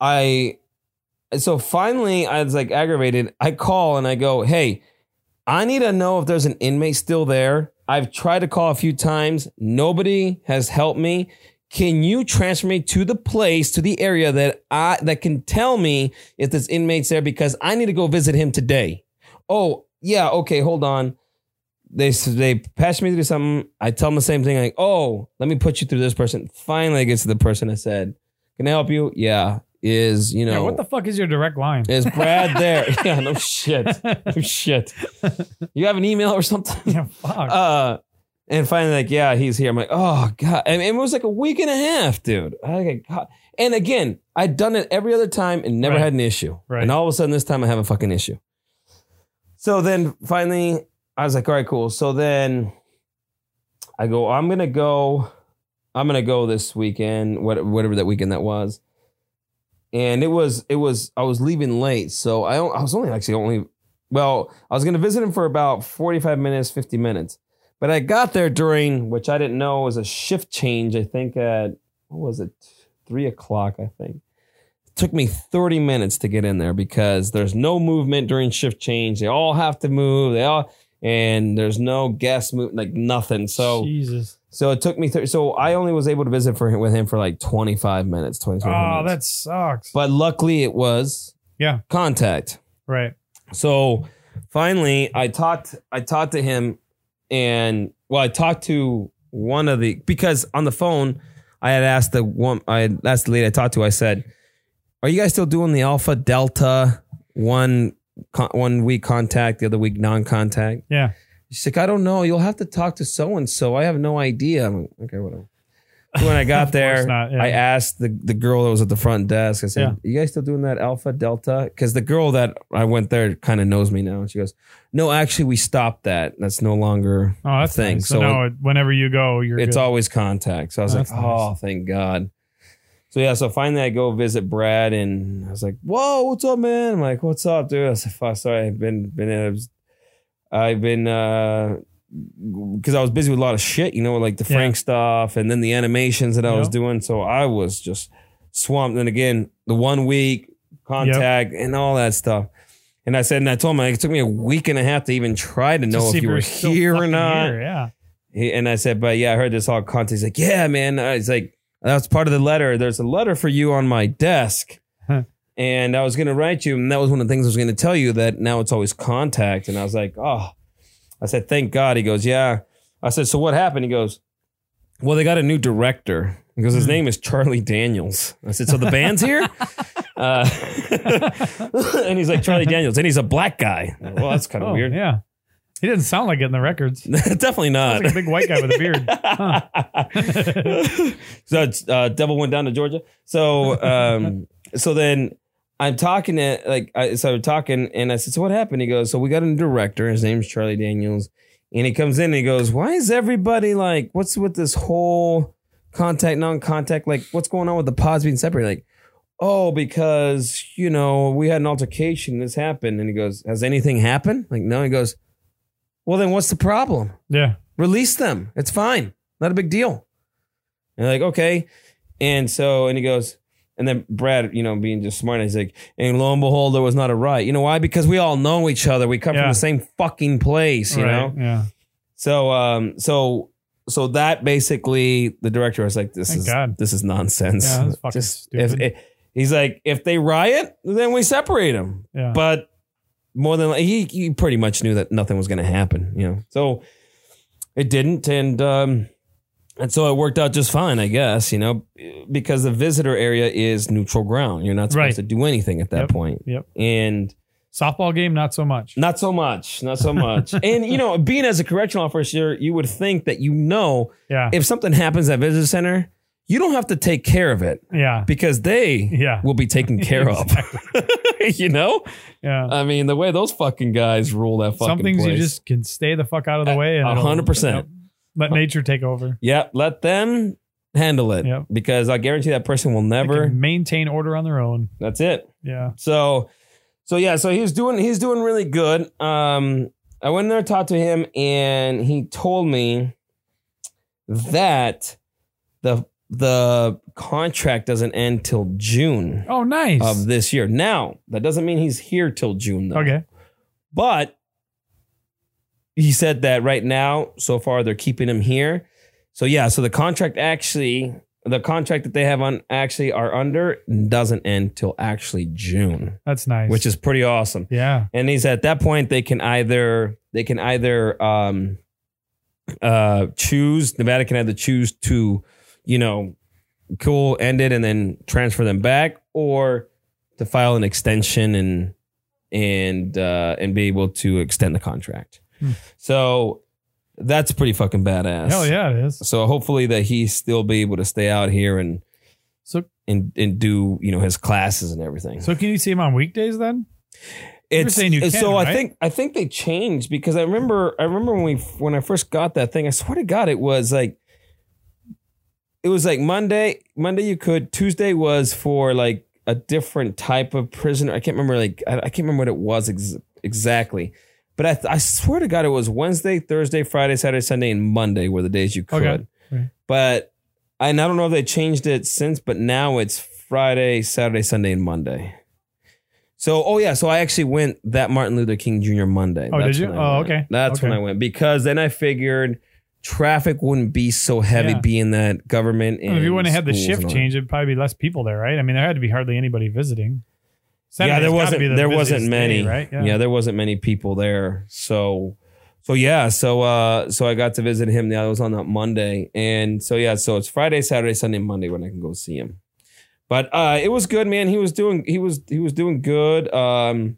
I so finally I was like aggravated. I call and I go, "Hey, I need to know if there's an inmate still there. I've tried to call a few times. Nobody has helped me. Can you transfer me to the place, to the area that I that can tell me if this inmate's there because I need to go visit him today." Oh, yeah, okay, hold on they they pass me through something. I tell them the same thing, like, "Oh, let me put you through this person." Finally, I get to the person. I said, "Can I help you?" Yeah, is you know Yeah, what the fuck is your direct line? is Brad there? <laughs> yeah, no shit, no shit. You have an email or something? <laughs> yeah, fuck. Uh, and finally, like, yeah, he's here. I'm like, oh god, and, and it was like a week and a half, dude. I got caught. And again, I'd done it every other time and never Right. had an issue. Right. And all of a sudden, this time I have a fucking issue. So then finally, I was like, all right, cool. So then I go, I'm gonna go, I'm gonna go this weekend, what- whatever that weekend that was. And it was, it was, I was leaving late, so I, don't- I was only actually only, well, I was gonna visit him for about 45 minutes, 50 minutes, but I got there during, which I didn't know was a shift change. I think at what was it, three o'clock, I think took me 30 minutes to get in there because there's no movement during shift change. They all have to move. They all and there's no guest move like nothing. So Jesus. so it took me 30, so I only was able to visit for him with him for like 25 minutes, 25 Oh, minutes. that sucks. but luckily it was Yeah. contact. right. So finally, I talked. I talked to him, and well, I talked to one of the because on the phone, I had asked the one. I had asked the lady I talked to. I said, "Are you guys still doing the Alpha Delta one con- one week contact, the other week non contact?" Yeah. She's like, "I don't know. You'll have to talk to so and so. I have no idea." I'm like, "Okay, whatever." When I got <laughs> Of course there, not, yeah. I asked the, the girl that was at the front desk. I said, Yeah. "Are you guys still doing that Alpha Delta?" Because the girl that I went there kind of knows me now, and she goes, "No, actually, we stopped that. That's no longer. Oh, that's Thing. nice. So, So now it, whenever you go, you're it's good. always contact." So I was That's like, nice. "Oh, thank God." So yeah, so finally I go visit Brad, and I was like, "Whoa, what's up, man?" I'm like, "What's up, dude?" I said, "Fuck, sorry, I've been been in, I've been uh." Because I was busy with a lot of shit, you know, like the Yeah. Frank stuff, and then the animations that I was Yep. doing. So I was just swamped. And again, the one week contact and all that stuff. And I said, and I told him like, it took me a week and a half to even try to To know see if you we're were still here or fucking not. here, Yeah. He, and I said, but yeah, I heard this all contact. He's like, yeah, man. I was like, that's part of the letter. There's a letter for you on my desk. Huh. And I was going to write you. And that was one of the things I was going to tell you that now it's always contact. And I was like, oh, I said, thank God. He goes, yeah. I said, so what happened? He goes, well, they got a new director. He goes, his Hmm. name is Charlie Daniels. I said, so the band's <laughs> here? uh, <laughs> and he's like, Charlie Daniels. And he's a black guy. Well, that's kind of Oh, weird. Yeah. He didn't sound like it in the records. <laughs> Definitely not. Sounds like a big white guy with a <laughs> beard. so it's, uh, devil went down to Georgia. So um, so then I'm talking to like I, so I'm talking and I said, so what happened? He goes, so we got a new director. His name's Charlie Daniels, and he comes in and he goes, why is everybody like, what's with this whole contact non-contact? Like, what's going on with the pods being separated? Like. Oh, because you know we had an altercation. This happened, and he goes, "Has anything happened?" Like, no. He goes, "Well, then what's the problem?" Yeah. release them. It's fine. Not a big deal. And like, okay. And so, and he goes, and then Brad, you know, being just smart, he's like, and lo and behold, there was not a riot. You know why? Because we all know each other. We come Yeah. from the same fucking place, you know? right. Yeah. So, um, so, so that basically the director was like, this Thank is, God. this is nonsense. Yeah, that's fucking if, stupid. if- he's like, if they riot, then we separate them Yeah. but more than like, he, he pretty much knew that nothing was going to happen, you know. So it didn't, and um, and so it worked out just fine, I guess, you know, because the visitor area is neutral ground. You're not supposed Right. to do anything at that Yep. point. Yep. And Softball game, not so much. not so much, not so <laughs> much. and you know, being as a correctional officer, you would think that you know Yeah. if something happens at visitor center, you don't have to take care of it yeah. because they Yeah. will be <laughs> taken care of. <laughs> you know? Yeah. I mean, the way those fucking guys rule that fucking Some things place. you just can stay the fuck out of the way. and a it'll- hundred percent. Yep. Let nature take over. yeah, let them handle it Yep. because I guarantee that person will They never. can maintain order on their own. That's it. Yeah. So, so yeah, so he's doing he's doing really good. Um, I went in there, talked to him, and he told me that the the contract doesn't end till June Oh, nice. of this year. Now, that doesn't mean he's here till June though. okay. But he said that right now, so far, they're keeping him here. So yeah, so the contract actually, the contract that they have on actually are under doesn't end till actually June, That's nice. which is pretty awesome. yeah. And he's at that point they can either they can either um uh choose Nevada can either choose to, you know, cool end it and then transfer them back or to file an extension and and uh and be able to extend the contract. Hmm. So that's pretty fucking badass. Hell yeah, it is. So hopefully that he still be able to stay out here and So, and and do, you know, his classes and everything. so can you see him on weekdays then? were saying you it's- so can, I right? think I think they changed because I remember I remember when we when I first got that thing I swear to God it was like it was like Monday Monday you could Tuesday was for like a different type of prisoner I can't remember like I, I can't remember what it was ex- exactly but I, I swear to God it was Wednesday Thursday Friday Saturday Sunday and Monday were the days you could Okay. Right. but and I don't know if they changed it since but now it's Friday Saturday Sunday and Monday. So, oh yeah, so I actually went that Martin Luther King Jr. Monday. Oh, That's did you? when I Oh, went. okay. That's when Okay. I went because then I figured traffic wouldn't be so heavy Yeah. being that government. And Well, if you wouldn't have had the schools and shift all that. change, it'd probably be less people there, right? I mean, there had to be hardly anybody visiting. yeah, Saturday's there gotta wasn't be the there wasn't busiest many, day, right? Yeah. there wasn't many people there. So, so yeah, so uh, so I got to visit him. Yeah, it was on that Monday, and so yeah, so it's Friday, Saturday, Sunday, Monday when I can go see him. But uh, it was good, man. He was doing he was he was doing good. Um,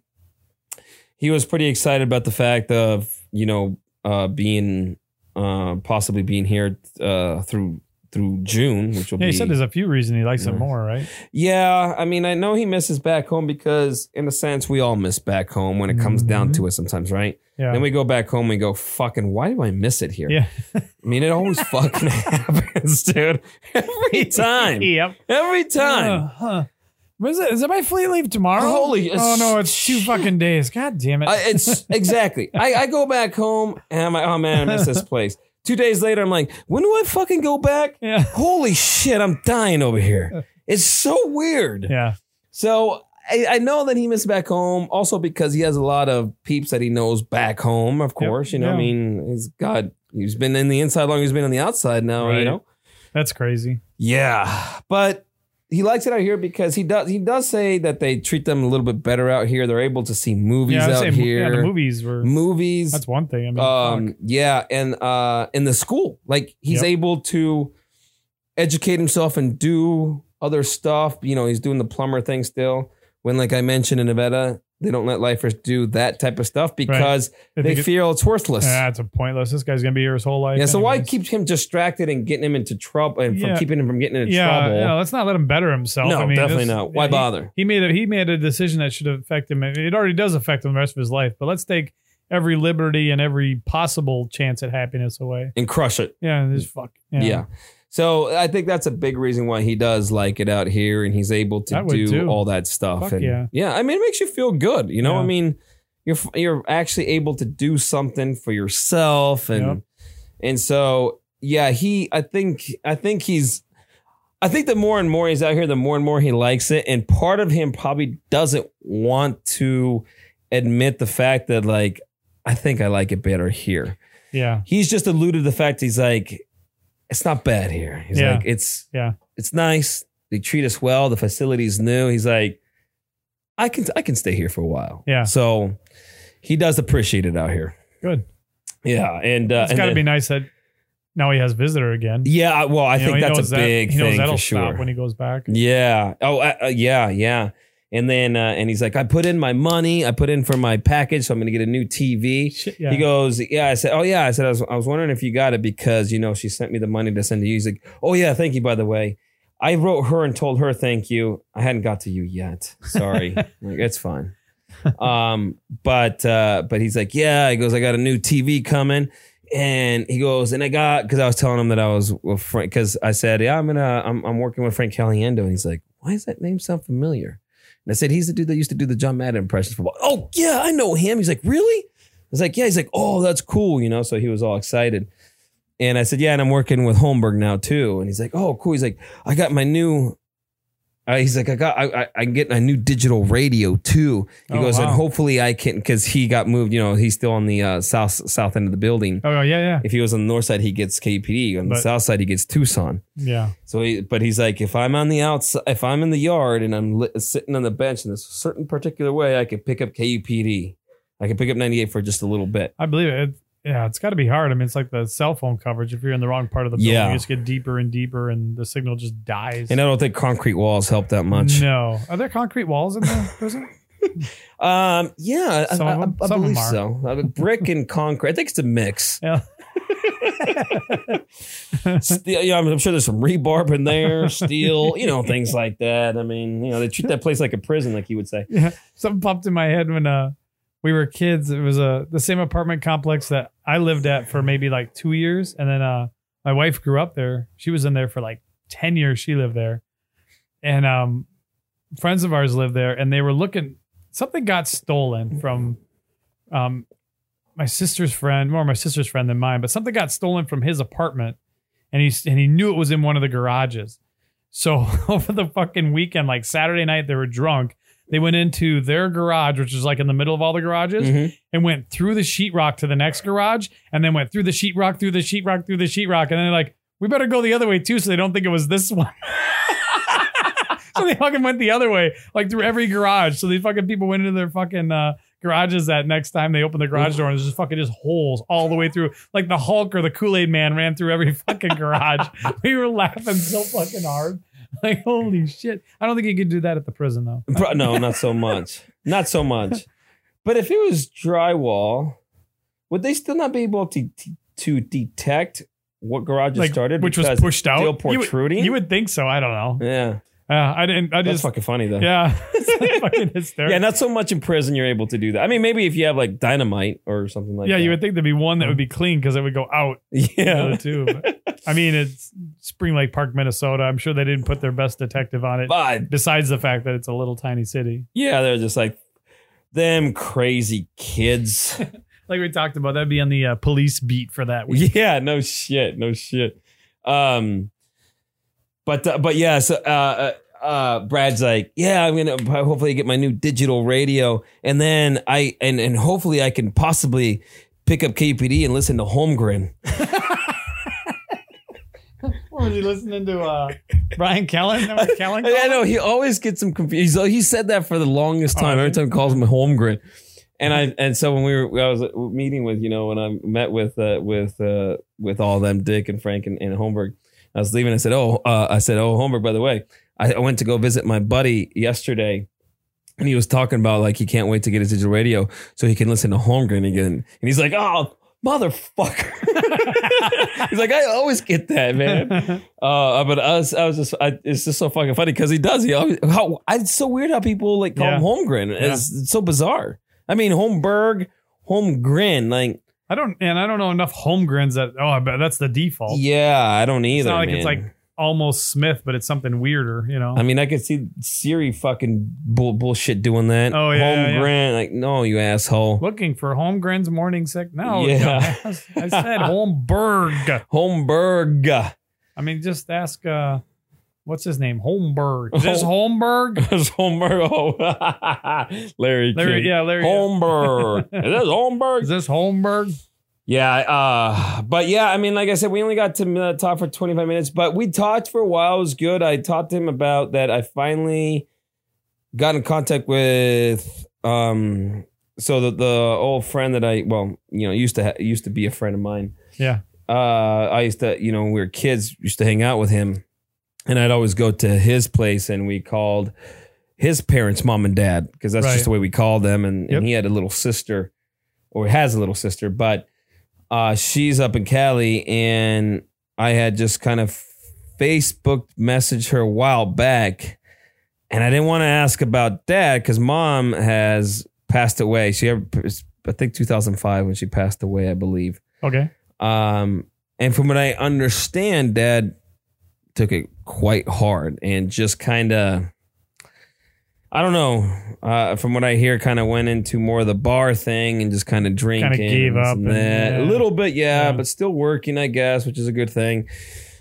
he was pretty excited about the fact of you know uh, being uh, possibly being here uh, through through June, which will Yeah, be he said there's a few reasons he likes it Yeah. more, right? yeah, I mean, I know he misses back home because, in a sense, we all miss back home when it comes down Mhm. to it sometimes, right? Yeah. Then we go back home and go, fucking, why do I miss it here? yeah. <laughs> I mean, it <laughs> always fucking happens, dude. <laughs> Every time. yep. Every time. Uh, huh. What is it? Is it my fleet leave tomorrow? Holy- Oh no, it's two fucking days. God damn it. I, <laughs> it's exactly. I, I go back home and I'm like, oh man, I miss <laughs> this place. Two days later, I'm like, when do I fucking go back? yeah. Holy shit, I'm dying over here. It's so weird. Yeah. So I, I know that he missed back home, also because he has a lot of peeps that he knows back home. Of course, you know, I yeah. mean, he's God. He's been in the inside long. He's been on the outside now. You Right. know, That's crazy. yeah. But he likes it out here because he does. He does say that they treat them a little bit better out here. They're able to see movies yeah, I'd out say, here. yeah, the movies were movies. that's one thing. I mean, fuck. um, yeah, and uh, in the school, like he's Yep. able to educate himself and do other stuff. You know, he's doing the plumber thing still. When, like I mentioned in Nevada, they don't let lifers do that type of stuff because They they think it- feel it's worthless. Ah, it's a pointless. This guy's gonna be here his whole life. yeah, so why anyways. keep him distracted and getting him into trouble and from Yeah. keeping him from getting into yeah, trouble? yeah, let's not let him better himself. No, I mean, definitely this- not. Why he- bother? He made a he made a decision that should affect him. It already does affect him the rest of his life. But let's take every liberty and every possible chance at happiness away. And crush it. Yeah, this fuck. Yeah, Yeah. So I think that's a big reason why he does like it out here and he's able I to would do too. all that stuff. Fuck and yeah. I mean, it makes you feel good. You know, Yeah. I mean, you're you're actually able to do something for yourself and Yep. and so yeah, he I think I think he's I think the more and more he's out here, the more and more he likes it. And part of him probably doesn't want to admit the fact that like I think I like it better here yeah. he's just alluded to the fact he's like, it's not bad here. He's Yeah. like, it's Yeah. it's nice. They treat us well. The facility's new. He's like, I can I can stay here for a while. Yeah. So he does appreciate it out here. Good. Yeah, and uh, It's and got to then- be nice that now he has visitor again. Yeah, I- well, I You know, think he that's knows a that- big he knows thing that'll for sure. stop when he goes back. Yeah. Oh, uh, uh, yeah, yeah. And then uh, and he's like, I put in my money. I put in for my package, so I'm gonna get a new TV. Shit, yeah. He goes, yeah. I said, oh yeah. I said, I was, I was wondering if you got it because you know she sent me the money to send to you. He's like, oh yeah, thank you. By the way, I wrote her and told her thank you. I hadn't got to you yet. Sorry, I'm like, it's fine. Um, but uh, but he's like, yeah. He goes, I got a new TV coming, and he goes, and I got because I was telling him that I was with Frank because I said, yeah, I'm gonna, I'm, I'm working with Frank Caliendo, and he's like, why does that name sound familiar? And I said, he's the dude that used to do the John Madden impressions for. Oh yeah, I know him. He's like, really? I was like, yeah. He's like, oh, that's cool, you know. So he was all excited. And I said, yeah, and I'm working with Holmberg now too. And he's like, oh, cool. He's like, I got my new. Uh, he's like, I got, I, I, I'm getting a new digital radio too. He Oh, goes, and wow. hopefully I can, because he got moved. You know, he's still on the uh, south south end of the building. Oh yeah, yeah, If he was on the north side, he gets KPD. On the But- south side, he gets Tucson. yeah. So, he, but he's like, if I'm on the outside, if I'm in the yard and I'm li- sitting on the bench in a certain particular way, I could pick up KUPD. I could pick up 98 for just a little bit. I believe it. Yeah, it's got to be hard. I mean, it's like the cell phone coverage. If you're in the wrong part of the building, Yeah. you just get deeper and deeper, and the signal just dies. And I don't think concrete walls help that much. No, are there concrete walls in the prison? Um, yeah, I- Some I, of 'em- I, I some of 'em believe so. Uh, brick and concrete. I think it's a <laughs> mix. yeah. <laughs> Steel, yeah, I'm, I'm sure there's some rebarb in there, steel, you know, things like that. I mean, you know, they treat that place like a prison, like you would say. <laughs> yeah. Something popped in my head when uh we were kids. It was uh, the same apartment complex that I lived at for maybe like two years, and then uh my wife grew up there. She was in there for like ten years. She lived there, and um friends of ours lived there, and they were looking. Something got stolen from um my sister's friend, more my sister's friend than mine, but something got stolen from his apartment, and he and he knew it was in one of the garages. So <laughs> over the fucking weekend, like Saturday night, they were drunk. They went into their garage, which is like in the middle of all the garages, Mhm. and went through the sheetrock to the next garage, and then went through the sheetrock, through the sheetrock, through the sheetrock, and then they're like, "We better go the other way too," so they don't think it was this one. <laughs> so they fucking went the other way, like through every garage. So these fucking people went into their fucking uh, garages that next time they opened the garage door, and there's just fucking just holes all the way through. Like the Hulk or the Kool Aid Man ran through every fucking garage. <laughs> we were laughing so fucking hard. <laughs> Like holy shit! I don't think you could do that at the prison though. Bro, no, not so much. Not so much. But if it was drywall, would they still not be able to to detect what garages Like started, which was because pushed out. still You would- protruding? You, would think so. I don't know. Yeah, Uh, I didn't. I that's just. fucking funny <laughs> though. Yeah. <laughs> It's fucking hysterical. Yeah, not so much in prison you're able to do that. I mean, maybe if you have like dynamite or something like yeah, that. you would think there'd be one that would be clean because it would go out the <laughs> Yeah, other two. <laughs> But, I mean, it's Spring Lake Park, Minnesota. I'm sure they didn't put their best detective on it. but Besides the fact that it's a little tiny city, yeah, they're just like them crazy kids. like we talked about, that'd be on the uh, police beat for that <laughs> week. yeah, no shit, no shit. Um, but uh, but yeah, so uh, uh, uh, Brad's like, yeah, I'm gonna pro- hopefully get my new digital radio, and then I and and hopefully I can possibly pick up KPD and listen to Holmgren. What was he listening to? Uh, <laughs> Brian Kellen? That was Kellen? I, I know he always gets him confused. He's- He said that for the longest time. Oh, Every okay. time he calls him Holmgren. And I and so when we were I was meeting with you know when I met with uh, with uh, with all them Dick and Frank and, and Holmberg, I was leaving. I said, oh, uh, I said, oh, Holmberg. By the way, I, I went to go visit my buddy yesterday, and he was talking about like he can't wait to get his digital radio so he can listen to Holmgren again. And he's like, oh, motherfucker. <laughs> he's like, I always get that man. Uh, but I was, I was just, I, it's just so fucking funny because he does. He always, how, I, it's so weird how people like call Yeah. him Holmgren. It's, it's so bizarre. I mean, Holmberg, Holmgren. Like, I don't, and I don't know enough Holmgrens that. Oh, I bet that's the default. yeah, I don't either. it's not like it's man. like almost Smith, but it's something weirder. You know. I mean, I could see Siri fucking bull, bullshit doing that. Oh, yeah, yeah, yeah. Holmgren. Like, no, you asshole. looking for Holmgren's morning sick. No, Yeah. dumbass. <laughs> I said Holmberg. Holmberg. <laughs> I mean, just ask uh what's his name? Holmberg. Is <laughs> this Holmberg? It's Holmberg. <laughs> Oh, Larry. Larry, King. yeah, Larry. <laughs> Holmberg. Is this Holmberg? Is this Holmberg? Yeah, uh, but yeah, I mean, like I said, we only got to uh, talk for 25 minutes, but we talked for a while. It was good. I talked to him about that. I finally got in contact with um, so the the old friend that I well, you know, used to ha- used to be a friend of mine. Yeah. Uh, I used to, you know, when we were kids, used to hang out with him, and I'd always go to his place, and we called his parents mom and dad because that's Right. just the way we called them. And, Yep. and he had a little sister, or has a little sister, but uh, she's up in Cali, and I had just kind of Facebook messaged her a while back, and I didn't want to ask about dad because mom has passed away. She, ever, I think, 2005 when she passed away, I believe. Okay. Um, and from what I understand, dad took it quite hard and just kind of. I don't know. Uh, from what I hear, kind of went into more of the bar thing and just kind of drinking. gave this up and and- that. a yeah. little bit, yeah, Yeah. but still working, I guess, which is a good thing.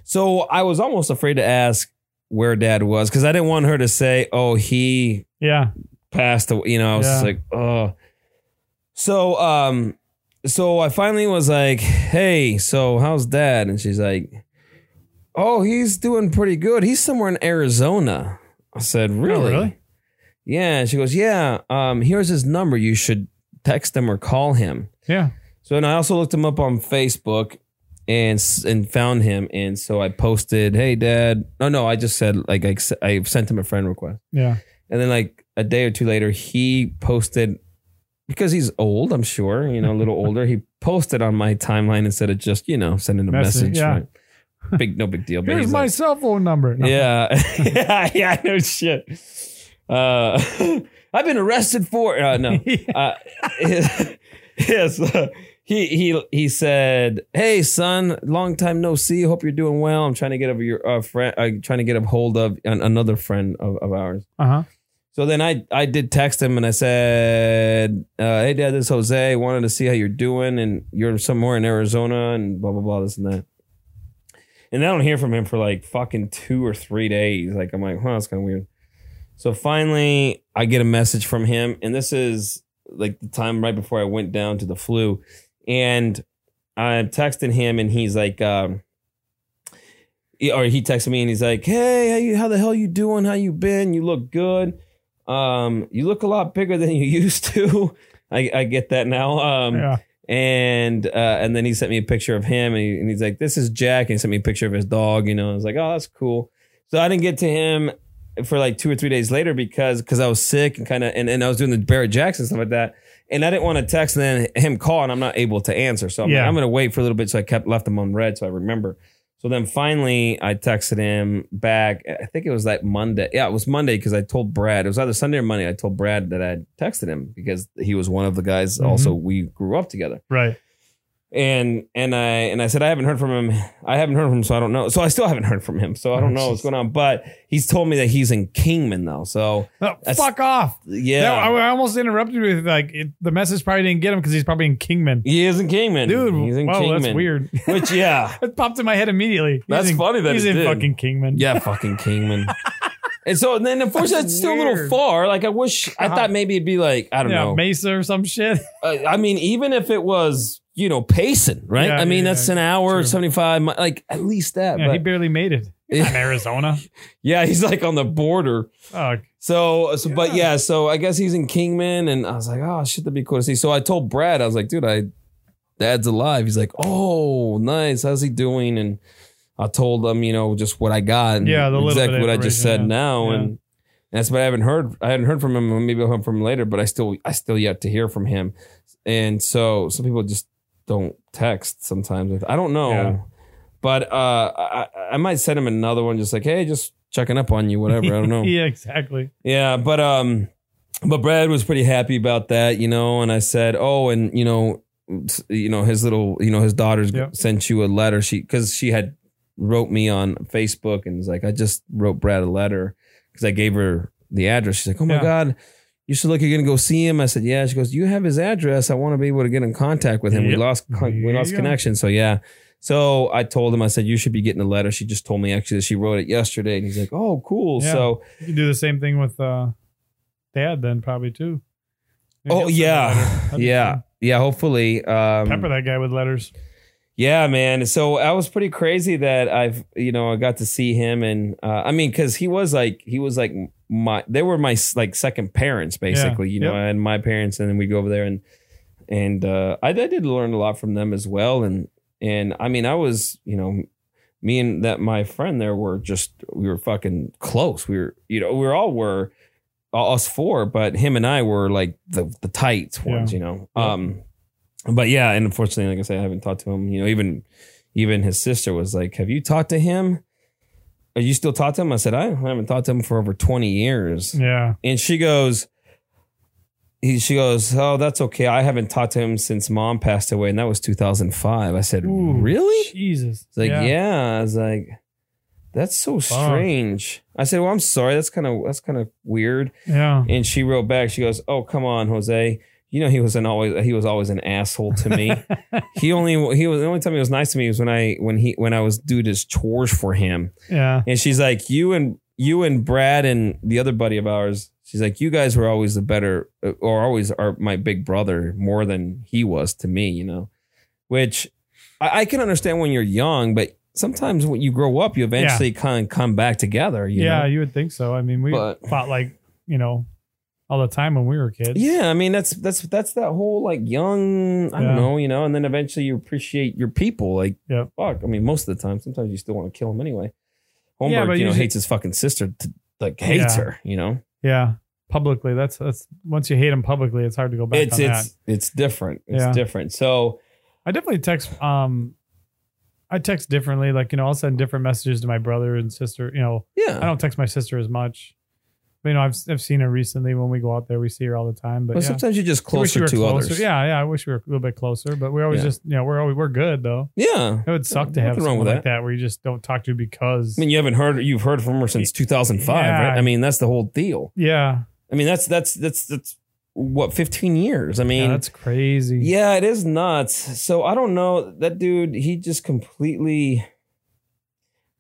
So I was almost afraid to ask where Dad was because I didn't want her to say, "Oh, he Yeah. passed away. You know, I was just Yeah. like, oh. So, um, so I finally was like, hey, so how's dad? And she's like, oh, he's doing pretty good. He's somewhere in Arizona. I said, really? Oh, really? Yeah. And she goes, yeah. Um, here's his number. You should text him or call him. Yeah. So, and I also looked him up on Facebook and s- and found him. And so I posted, hey, dad. No, no, I just said like I, s- I sent him a friend request. Yeah. And then like a day or two later, he posted because he's old, I'm sure, you know, a little older. He posted on my timeline instead of just, you know, sending a message. Message, yeah. right? Big no big deal. But Here's he's my like- cell phone number. No. <laughs> yeah. yeah, <laughs> yeah, no shit. Uh <laughs> I've been arrested for uh no. Uh-huh. Uh, <laughs> yes. uh, he he he said, "Hey son, long time no see. Hope you're doing well. I'm trying to get over your uh, friend. Uh, trying to get a hold of an, another friend of, of ours." Uh-huh. So then I I did text him and I said, uh, "Hey Dad, this is Jose. Wanted to see how you're doing, and you're somewhere in Arizona, and blah blah blah, this and that." And I don't hear from him for like fucking two or three days. Like I'm like, huh, that's kind of weird. So finally, I get a message from him, and this is like the time right before I went down to the flu, and I'm texting him, and he's like, um, he- or he texted me, and he's like, "Hey, how you? How the hell you doing? How you been? You look good." Um, you look a lot bigger than you <laughs> used to. I, I get that now. Um, yeah. and uh, and then he sent me a picture of him, and, he, and he's like, "This is Jack," and he sent me a picture of his dog. You know, I was like, "Oh, that's cool." So I didn't get to him for like two or three days later because because I was sick and kind of and, and I was doing the Barrett Jackson stuff like that, and I didn't want to text and then him call, and I'm not able to answer. So I'm like, Yeah. I'm gonna wait for a little bit. So I kept left him on red, so I remember. So then finally, I texted him back. I think it was like Monday. Yeah, it was Monday because I told Brad. It was either Sunday or Monday. I told Brad that I had texted him because he was one of the guys. Mhm. Also, we grew up together Right. and and I and I said I haven't heard from him. I haven't heard from him, so I don't know. So I still haven't heard from him, so I don't Oh, know what's going on. But he's told me that he's in Kingman though. So Oh, That's- fuck off. That- I, yeah, I almost interrupted you with like it, the message probably didn't get him because he's probably in Kingman. he is in Kingman, Dude, He's in wow, Kingman. that's weird. <laughs> Which yeah, It popped in my head immediately. He's That's in- funny that he's it in did. fucking Kingman. yeah, fucking Kingman. And so and then unfortunately That's it's still a little weird. far. Like I wish I God. thought maybe it'd be like I don't yeah, know. Mesa or some shit. Uh, I mean even if it was you know pacing right. Yeah, I mean yeah, that's an hour true. seventy five like at least that. Yeah, but, he barely <laughs> made it. He's not in Arizona. yeah, he's like on the border. Fuck. So, so but Yeah. yeah, so I guess he's in Kingman, and I was like, oh shit, that'd be cool to see. So I told Brad, I was like, dude, I dad's alive. He's like, oh nice, how's he doing? And I told him, you know, just what I got, and Yeah, the little exactly bit of what I just said information, yeah. now, Yeah. and that's what I haven't heard. I hadn't heard from him. and Maybe I'll hear from him later, but I still, I still yet to hear from him. And so some people just don't text sometimes. I don't know. Yeah. But uh, I, I might send him another one, just like, hey, just checking up on you, whatever. I <laughs> don't know. yeah, exactly. Yeah, but um, but Brad was pretty happy about that, you know. And I said, oh, and you know, s- you know, his little, you know, his daughter's Yeah. sent you a letter. She because she had wrote me on Facebook and was like, I just wrote Brad a letter because I gave her the address. She's like, oh my Yeah. god. You should look. You're gonna go see him. I said, "Yeah." She goes, "You have his address. I want to be able to get in contact with him. We Yep. lost, con- we There lost you go. connection. So yeah. So I told him. I said, "You should be getting a letter." She just told me actually that she wrote it yesterday, and he's like, "Oh, cool." Yeah. So You can do the same thing with uh, dad then probably too. Maybe Oh <laughs> he'll send a letter. yeah, That'd be yeah, fun. yeah. Hopefully, um, Pepper that guy with letters. yeah, man. So I was pretty crazy that I've you know I got to see him and uh, I mean because he was like he was like my they were my like second parents basically you know Yep. I and my parents and then we go over there and and uh, I, I did learn a lot from them as well and and I mean I was you know me and that my friend there were just we were fucking close we were you know we were all were all- us four but him and I were like the the tight ones you know Yep. um but yeah and unfortunately like I said I haven't talked to him you know even even his sister was like have you talked to him are you still talk to him I said I haven't talked to him for over 20 years Yeah. and she goes, he, she goes, oh, that's okay. I haven't talked to him since mom passed away, and that was 2005. I said, Ooh, really? Jesus. It's like, yeah. yeah. I was like, That's so strange. I said, Well, I'm sorry. That's kind of that's kind of weird. Yeah. And she wrote back. She goes, "Oh, come on, Jose. You know he was an always he was always an asshole to me. he only he was the only time he was nice to me was when I when he when I was doing his chores for him. Yeah. And she's like, you and you and Brad and the other buddy of ours. She's like, you guys were always the better uh, or always are my big brother more than he was to me. You know, which I, I can understand when you're young, but sometimes when you grow up, you eventually kind of come back together. You yeah, know? you would think so. I mean, we But- fought like, you know, all the time when we were kids. Yeah, I mean that's that's that's that whole like young, I Yeah. don't know, you know, and then eventually you appreciate your people. Like, Yep. fuck. I mean, most of the time, sometimes you still want to kill him anyway. Holmberg, Yeah, you but know, usually- hates his fucking sister. To, like, hates Yeah. her. You know, Yeah. Publicly, that's that's once you hate them publicly, it's hard to go back it's on it's that. it's different. It's Yeah. different. So I definitely text um I text differently, like, you know, I'll send different messages to my brother and sister, you know, yeah, I don't text my sister as much. But, you know, I've I've seen her recently when we go out there, we see her all the time. But Well, yeah. sometimes you're just I wish closer we were to closer. others. Yeah, yeah. I wish we were a little bit closer, but we're always Yeah. just you know we're always, we're good though. yeah. It would suck to Nothing have wrong someone with like that where you just don't talk to because I mean, you haven't heard you've heard from her since 2005, Yeah. right? I mean, that's the whole deal. yeah, I mean, that's that's that's that's what 15 years. I yeah, mean, that's crazy. Yeah, it is nuts. So I don't know. That dude, he just completely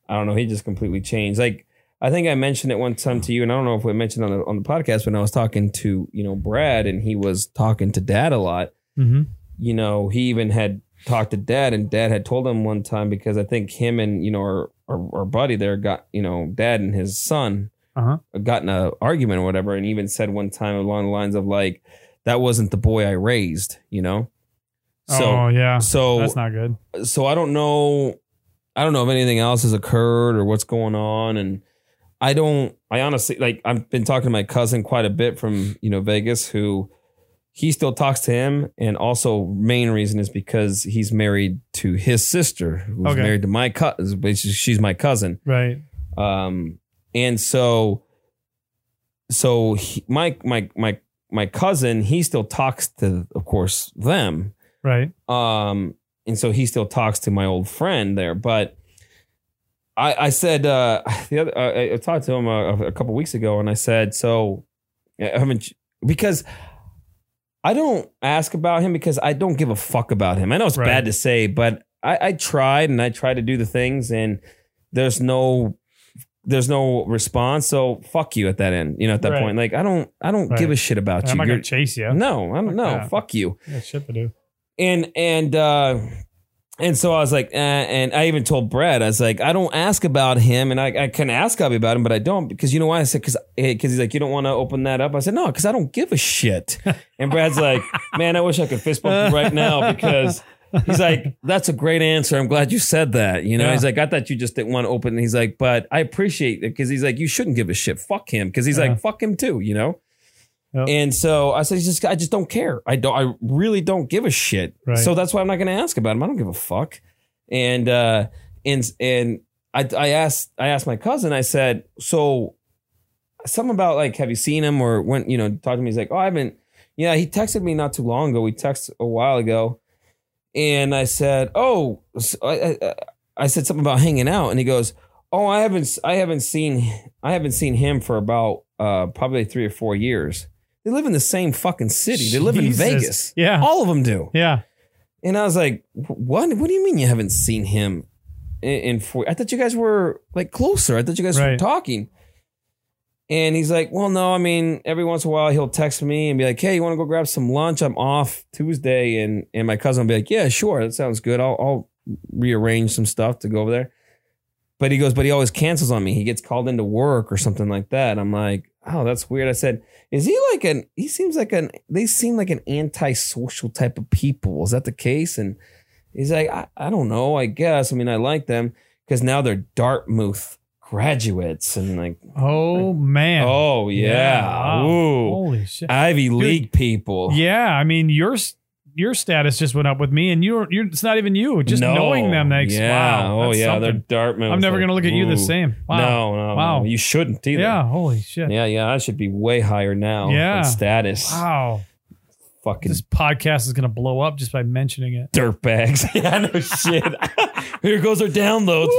I don't know, he just completely changed. Like I think I mentioned it one time to you, and I don't know if we mentioned on the on the podcast when I was talking to, you know, Brad and he was talking to dad a lot. hmm You know, he even had talked to dad and dad had told him one time because I think him and, you know, our our, our buddy there got, you know, dad and his son Uh-huh. got in an argument or whatever, and even said one time along the lines of like, that wasn't the boy I raised, you know? So oh yeah, so that's not good. so I don't know I don't know if anything else has occurred or what's going on and I don't I honestly like I've been talking to my cousin quite a bit from, you know, Vegas who he still talks to him and also main reason is because he's married to his sister who's Okay. married to my cousin she's my cousin Right. um and so so he, my my my my cousin he still talks to of course them Right. um, and so he still talks to my old friend there. But I, I said uh, <laughs> the other, I, I talked to him uh, a, a couple weeks ago, and I said, so I haven't because I don't ask about him because I don't give a fuck about him. I know it's Right. bad to say, but I, I tried and I tried to do the things, and there's no. There's no response, so fuck you at that end. You know, at that Right. point, like I don't, I don't Right. give a shit about I'm you. not You're- gonna chase you. no, I Fuck don't know. that. Fuck you I got shit to do. and and uh and so I was like, eh, and I even told Brad, I was like, I don't ask about him, and I, I can ask Abby about him, but I don't because you know why? I said because because he's like, you don't want to open that up. I said no, because I don't give a shit. And Brad's like, man, I wish I could fist bump you right now because he's like, that's a great answer. I'm glad you said that. You know, Yeah. he's like, I thought you just didn't want to open. And he's like, but I appreciate it because he's like, you shouldn't give a shit. Fuck him because he's Yeah. like, fuck him too. You know. Yep. And so I said, just I just don't care. I don't. I really don't give a shit. Right. So that's why I'm not going to ask about him. I don't give a fuck. And uh, and and I I asked I asked my cousin. I said, so something about like, have you seen him or when you know talked to me? He's like, oh, I haven't. Yeah, he texted me not too long ago. We texted a while ago, and I said, oh, so I, I, I said something about hanging out, and he goes, oh, I haven't I haven't seen I haven't seen him for about uh, probably three or four years. They live in the same fucking city. They live in Jesus. Vegas. Oh. Yeah. All of them do. Yeah. And I was like, "What? What do you mean you haven't seen him in, in four? I thought you guys were like closer. I thought you guys were Right. talking." And he's like, "Well, no. I mean, every once in a while he'll text me and be like, "Hey, you want to go grab some lunch? I'm off Tuesday." And and my cousin will be like, "Yeah, sure. That sounds good. I'll I'll rearrange some stuff to go over there." But he goes, "But he always cancels on me. He gets called into work or something like that." I'm like, "Oh, that's weird." I said, is he like an? He seems like an. They seem like an antisocial type of people. Is that the case? And he's like, I, I don't know. I guess. I mean, I like them because now they're Dartmouth graduates and like, Oh man. oh yeah, Wow. ooh, Holy shit. Ivy League people. Yeah. I mean, your s- your status just went up with me, and you're you're. It's not even you. Just No. knowing them. Like, yeah, Wow, oh that's yeah, something. they're Dartmouth. I'm never Like, gonna look at you ooh. the same. Wow. No, no, wow. Wow. no, you shouldn't either. Yeah. Holy shit. yeah, yeah. I should be way higher now. Yeah. in status. Wow. Fucking This podcast is gonna blow up just by mentioning <laughs> it. dirtbags. yeah, no shit. Here goes our downloads.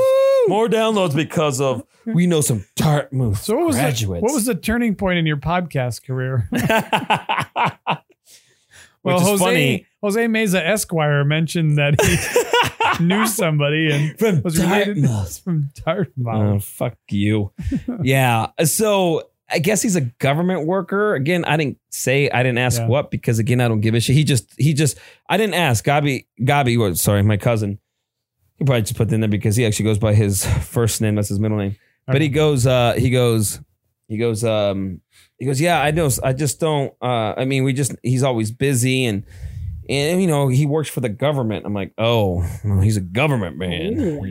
More downloads because of we know some tart moves. So what was graduates. The, <laughs> what was the turning point in your podcast career? <laughs> Which well, is Jose funny. Jose Meza Esquire mentioned that <laughs> he <laughs> knew somebody and <laughs> From was related- Dartmouth. from Dartmouth. Oh, fuck you. yeah. So I guess he's a government worker. Again, I didn't say I didn't ask Yeah. what because again I don't give a shit. He just he just I didn't ask Gabi Gabi. Or, sorry, my cousin. He probably just put that in there because he actually goes by his <laughs> first name. That's his middle name. But he goes. uh He goes. He goes. um He goes. Yeah, I know. I just don't. uh I mean, we just. He's always busy and. And you know he works for the government. I'm like, oh, well, he's a government man. <laughs>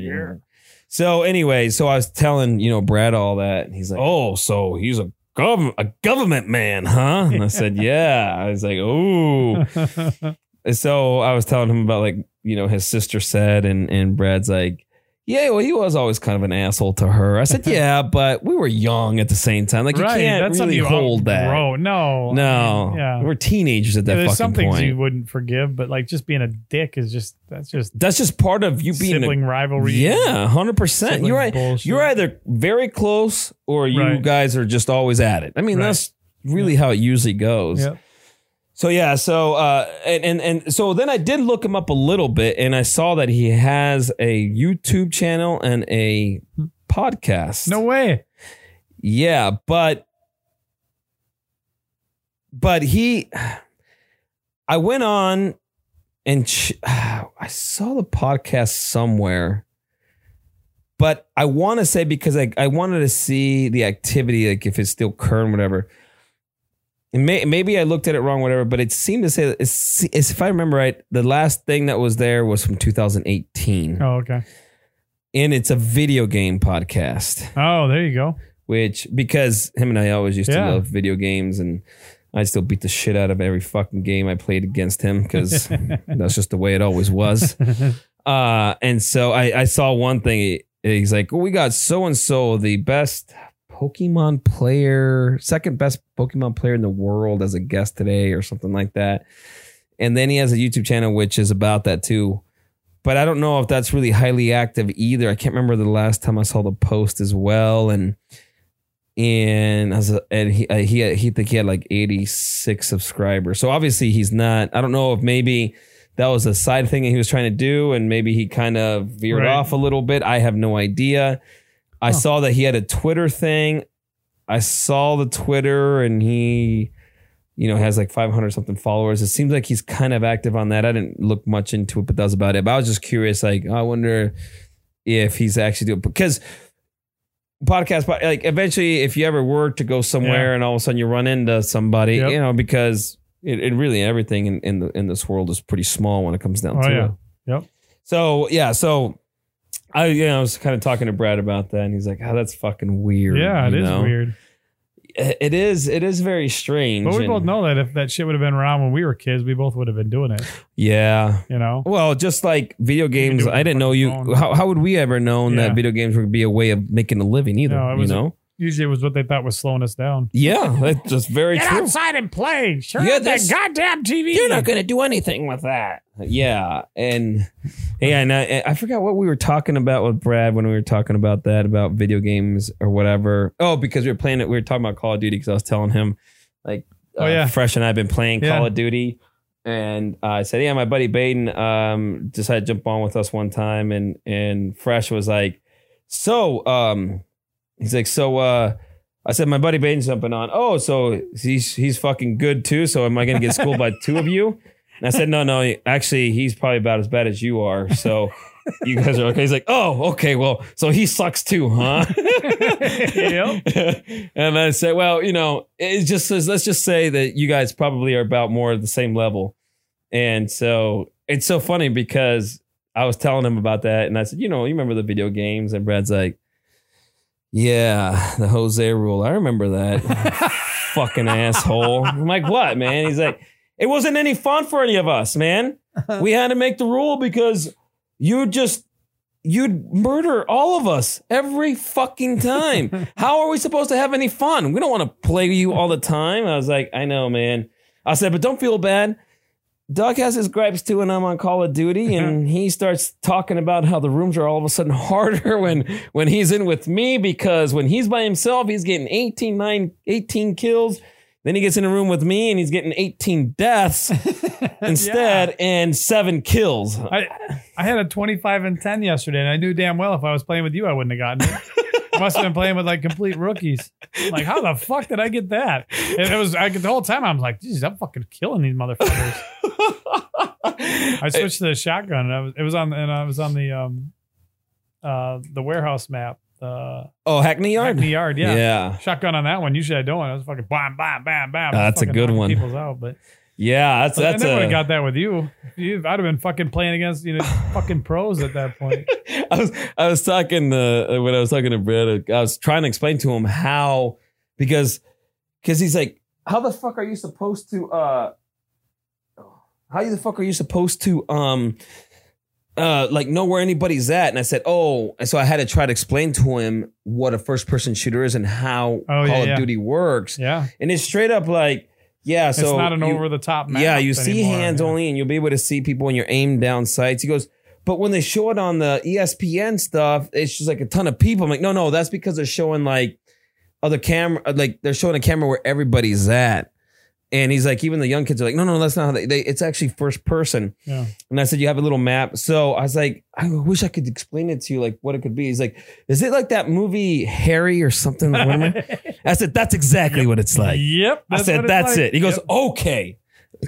So anyway, so I was telling you know Brad all that, and he's like, "Oh, so he's a government a government man, huh?" And I said, <laughs> "Yeah." I was like, "Ooh." And so I was telling him about like you know his sister said, and and Brad's like, "Yeah, well, he was always kind of an asshole to her." I <laughs> said, "Yeah, but we were young at the same time. Like <laughs> right. you can't That's really something you hold that. outgrow. No. No, Yeah. we're teenagers at that There's some fucking things point. you wouldn't forgive, but like just being a dick is just that's just That's just part of you being a sibling rivalry. Yeah, hundred percent. Sibling You're right. bullshit. You're either very close or you Right. guys are just always at it. I mean, Right. that's really how it usually goes. Yep. So yeah, so uh, and and and so then I did look him up a little bit, and I saw that he has a YouTube channel and a podcast. No way. Yeah, but but he I went on and ch- <sighs> I saw the podcast somewhere. But I want to say because I, I wanted to see the activity, like if it's still current, whatever. And may, maybe I looked at it wrong, whatever. But it seemed to say, that it's, it's- if I remember right, the last thing that was there was from 2018, Oh, okay. and it's a video game podcast Oh, there <laughs> you go. which because him and I always used Yeah. to love video games and I still beat the shit out of every fucking game I played against him because that's just the way it always was. Uh, and so I, I saw one thing. He's like, well, we got so and so the best Pokemon player, second best Pokemon player in the world as a guest today or something like that. And then he has a YouTube channel which is about that too. But I don't know if that's really highly active either. I can't remember the last time I saw the post as well. And and I was, and he uh, he he think he had like 86 subscribers. So obviously he's not. I don't know if maybe that was a side thing that he was trying to do, and maybe he kind of veered Right. off a little bit. I have no idea. I Huh. saw that he had a Twitter thing. I saw the Twitter, and he, you know, has like 500 something followers. It seems like he's kind of active on that. I didn't look much into it, but that was about it. But I was just curious. Like, I wonder if he's actually doing because podcast but like eventually if you ever were to go somewhere and all of a sudden you run into somebody Yep. you know because it, it really everything in, in the in this world is pretty small when it comes down Oh, to yeah. it Yep. so yeah so i you know i was kind of talking to brad about that and he's like oh that's fucking weird Yeah, it you is know? weird. It- it is it is very strange But we and- both know that if that shit would have been around when we were kids, we both would have been doing it. yeah You know? well, just like video games, do it I didn't know you. on your phone. How, how would we ever known Yeah. that video games would be a way of making a living? Either No, it you was a- know, Usually it was what they thought was slowing us down. yeah, that's just very true. outside and play. Sure, Yeah, that's- goddamn TV. going to do anything with that. Yeah, and yeah, and I, eh, I forgot what we were talking about with Brad when we were talking about that about video games or whatever. Oh, because we were playing it. We were talking about Call of Duty because I was telling him like, uh, Oh, yeah. Fresh and I've been playing Yeah. Call of Duty, and uh, I said, yeah, my buddy Baden um, decided to jump on with us one time, and and Fresh was like, so um, he's like, so uh. I said, my buddy Baden's jumping on. Oh, so he's he's fucking good too. So am I going to get schooled by two of you? And I said, no, no. Actually, he's probably about as bad as you are. So you guys are okay. He's like, oh, okay. Well, so he sucks too, huh? Yep. <laughs> And I said, well, you know, it just says, let's just say that you guys probably are about more of the same level. And so it's so funny because I was telling him about that, and I said, you know, you remember the video games? And Brad's like, yeah, the Jose rule. I remember that. Fucking asshole. I'm like, what, man? He's like, it wasn't any fun for any of us, man. We had to make the rule because you just you'd murder all of us every fucking time. How are we supposed to have any fun? We don't want to play you all the time. I was like, I know, man. I said, but don't feel bad Doug has his gripes too when I'm on Call of Duty, and he starts talking about how the rooms are all of a sudden <laughs> harder when when he's in with me because when he's by himself, he's getting 18, 9, 18 kills. Then he gets in a room with me and he's getting 18 deaths instead and seven kills. I, I had a 25 and 10 yesterday, and I knew damn well if I was playing with you, I wouldn't have gotten it. I must have been playing with like complete rookies. Like, how the fuck did I get that? And it was like the whole time I'm like, geez, I'm fucking killing these motherfuckers. I switched to the shotgun. And I was, it was on, and I was on the um, uh, the warehouse map, uh, oh, Hackney Yard? Hackney Yard. Yeah. yeah. shotgun on that one. Usually I don't. I was fucking bam, bam, bam, bam. Ah, that's a Fucking good knocking one. People's out, but Yeah, that's that's I never would a. have got that with you. you. I'd have been fucking playing against you know fucking pros at <laughs> that point. <laughs> I was I was talking uh, when I was talking to Brad, I was trying to explain to him how because because he's like, how the fuck are you supposed to uh how the fuck are you supposed to um uh like know where anybody's at? And I said, oh, and so I had to try to explain to him what a first person shooter is and how Call Oh, yeah, of yeah. Duty works, Yeah, and it's straight up like. Yeah, so it's not an you- over the top. yeah, you see hands <laughs> only, and you'll be able to see people in your aim down sights. He goes, but when they show it on the E ESPN stuff, it's just like a ton of people. I'm like, no, no, that's because they're showing like other camera, uh, like they're showing a camera where everybody's at. And he's like, even the young kids are like, no, no, that's not how they, they it's actually first person. Yeah. And I said, you have a little map. So I was like, I wish I could explain it to you, like what it could be. He's like, is it like that movie Harry or something? Like, what am <laughs> I? I said, that's exactly what it's like. yep. I said, what it's that's like. it. He goes, Yep. okay.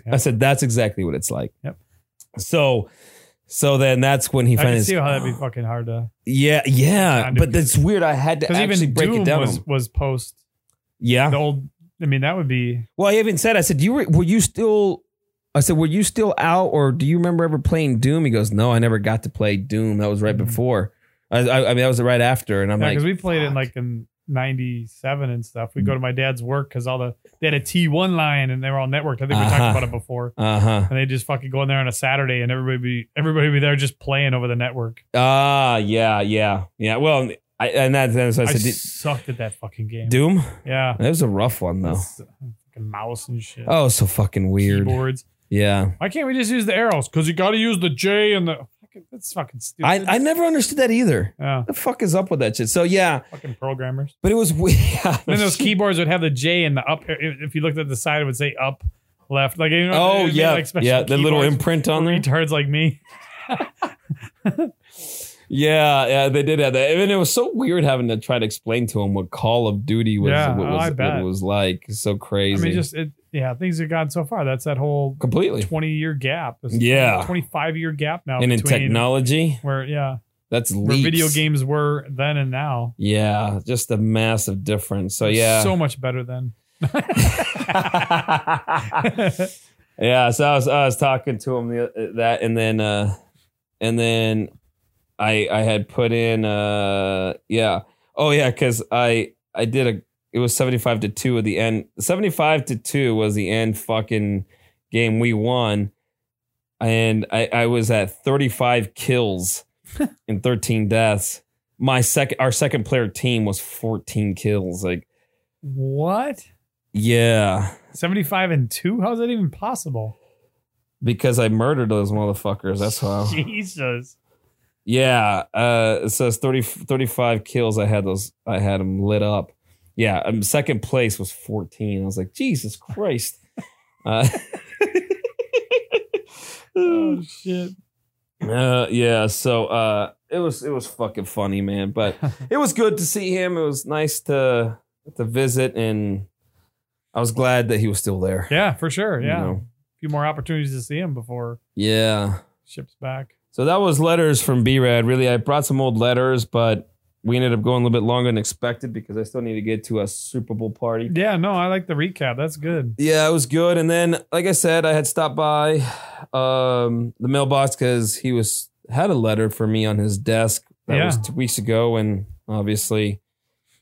I Yep. said, that's exactly what it's like. Yep. So, so then that's when he I can finds. see how <sighs> that'd be fucking hard to. Yeah, yeah. Kinda But that's weird. I had to Because actually even break Doom it down. Ah. was was post yeah. the old. I mean, that would be. Well, I even said, I said, you were, were you still? I said, were you still out, or do you remember ever playing Doom? He goes, no, I never got to play Doom. That was right Mhm. before. I, I, I mean, that was right after. And I'm Yeah, like, because we played it in fuck. Mm. like in '97 and stuff. We'd go to my dad's work because all the they had a T1 line and they were all networked. I think we Uh-huh. talked about it before. uh huh. And they just fucking go in there on a Saturday and everybody be everybody be there just playing over the network. Ah, yeah, yeah, yeah. Well, I, and that, that's what I I said, "Did- sucked at that fucking game. Doom. Yeah. That was a rough one though. It's, uh, Fucking mouse and shit. Oh, so fucking weird. Keyboards. Yeah. Why can't we just use the arrows? Because you got to use the J and the. fucking- That's fucking stupid. I, I never understood that either. Yeah, The fuck is up with that shit? So yeah, fucking programmers. but it was <laughs> weird. And then those keyboards would have the J and the up. If if you looked at the side, it would say up, left. Like you know. what I oh mean? yeah, Like special yeah, the little keyboards imprint on for there. Retards like me. Yeah, yeah, they did have that. I mean, it was so weird having to try to explain to him what Call of Duty was, Yeah, what oh, I was, what bet. it was like. It's so I crazy. mean, just it, yeah, things have gone so far. That's that whole completely. 20 year gap. It's Yeah. 25 year gap now. And in between technology, Where, yeah, that's where leaps. video games were then and now. Yeah, just a massive difference. So yeah. So much better then. <laughs> <laughs> yeah, so I was I was talking to him the, that, and then uh, and then I I had put in uh yeah oh yeah because I I did a it was seventy five to two at the end seventy five to two was the end fucking game we won, and I I was at thirty five kills and thirteen deaths. My second our second player team was fourteen kills like What? yeah 75 and 2? How is that even possible? because I murdered those motherfuckers. That's how. <laughs> Jesus. Yeah. Uh, it says 30, 35 kills. I had those. I had them lit up. Yeah. Um, second place was 14. I was like, Jesus Christ. Uh, <laughs> Oh, shit. uh, yeah. So uh, it was it was fucking funny, man. But it was good to see him. It was nice to to visit, and I was glad that he was still there. Yeah, for sure. you Yeah. A know? few more opportunities to see him before Yeah. ships back. So that was letters from B Rad. Really, I brought some old letters, but we ended up going a little bit longer than expected because I still need to get to a Super Bowl party. Yeah, no, I like the recap. That's good. Yeah, it was good. And then, like I said, I had stopped by um, the mailbox because he was had a letter for me on his desk that Yeah. was two weeks ago, and obviously,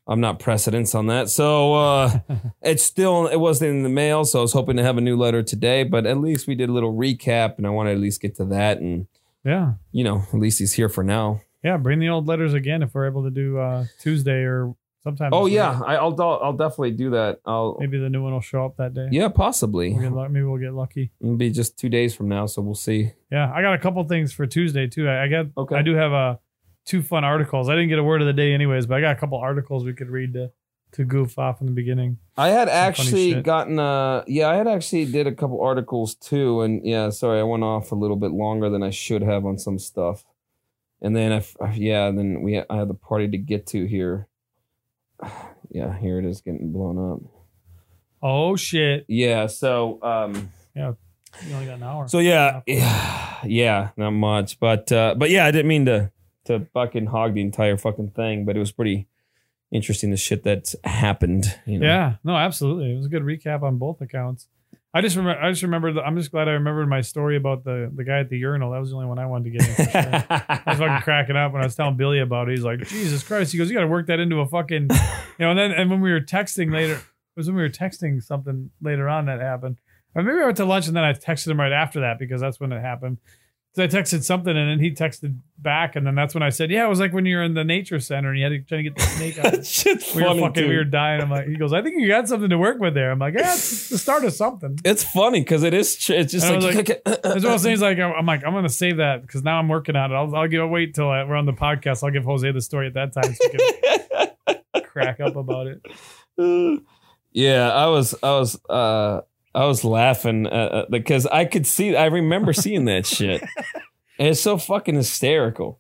I'm not precedence on that. So uh, it's still it wasn't in the mail. So I was hoping to have a new letter today, but at least we did a little recap, and I want to at least get to that. And Yeah. you know, at least he's here for now. Yeah. Bring the old letters again if we're able to do uh, Tuesday or Sometimes. Oh it's yeah, late. I, I'll I'll definitely do that. I'll Maybe the new one will show up that day. yeah, possibly. We'll get lu- maybe we'll get lucky. It'll be just two days from now, so we'll see. Yeah, I got a couple things for Tuesday too. I, I got. Okay. I do have uh, two fun articles. I didn't get a word of the day anyways, but I got a couple articles we could read to to goof off in the beginning. I had funny actually shit. gotten uh yeah, I had actually did a couple articles too, and yeah, sorry, I went off a little bit longer than I should have on some stuff, and then I f- I- yeah, then we I had the party to get to here. <sighs> Yeah, here it is getting blown up. Oh shit! Yeah, so um. You only got an hour. So yeah, yeah, yeah, not much, but uh, but yeah, I didn't mean to to fucking hog the entire fucking thing, but it was pretty interesting the shit that's happened. You know? <laughs> Yeah, no, absolutely. It was a good recap on both accounts. I just remember. I just remembered. I'm just glad I remembered my story about the the guy at the urinal. That was the only one I wanted to get. In for sure. <laughs> I was fucking cracking up when I was telling Billy about it. He's like, Jesus Christ. He goes, You got to work that into a <laughs> fucking, you know. And then, and when we were texting later, it was when we were texting something later on that happened. Or maybe I went to lunch and then I texted him right after that because that's when it happened. So I texted something and then he texted back. And then that's when I said, Yeah, it was like when you're in the nature center and you had to try to get the snake out. that shit's We were funny. fucking, dude. we were dying. I'm like, he goes, I think you got something to work with there. I'm like, yeah, it's the start of something. It's funny because it is. tr- It's just And I like, was <laughs> That's what I was saying. It's like, I'm like, I'm gonna save that because now I'm working on it. I'll, I'll give I'll wait till I, we're on the podcast. I'll give Jose the story at that time so we can <laughs> crack up about it. yeah, I was, I was, uh, I was laughing uh, uh, because I could see. I remember seeing that shit. <laughs> And it's so fucking hysterical.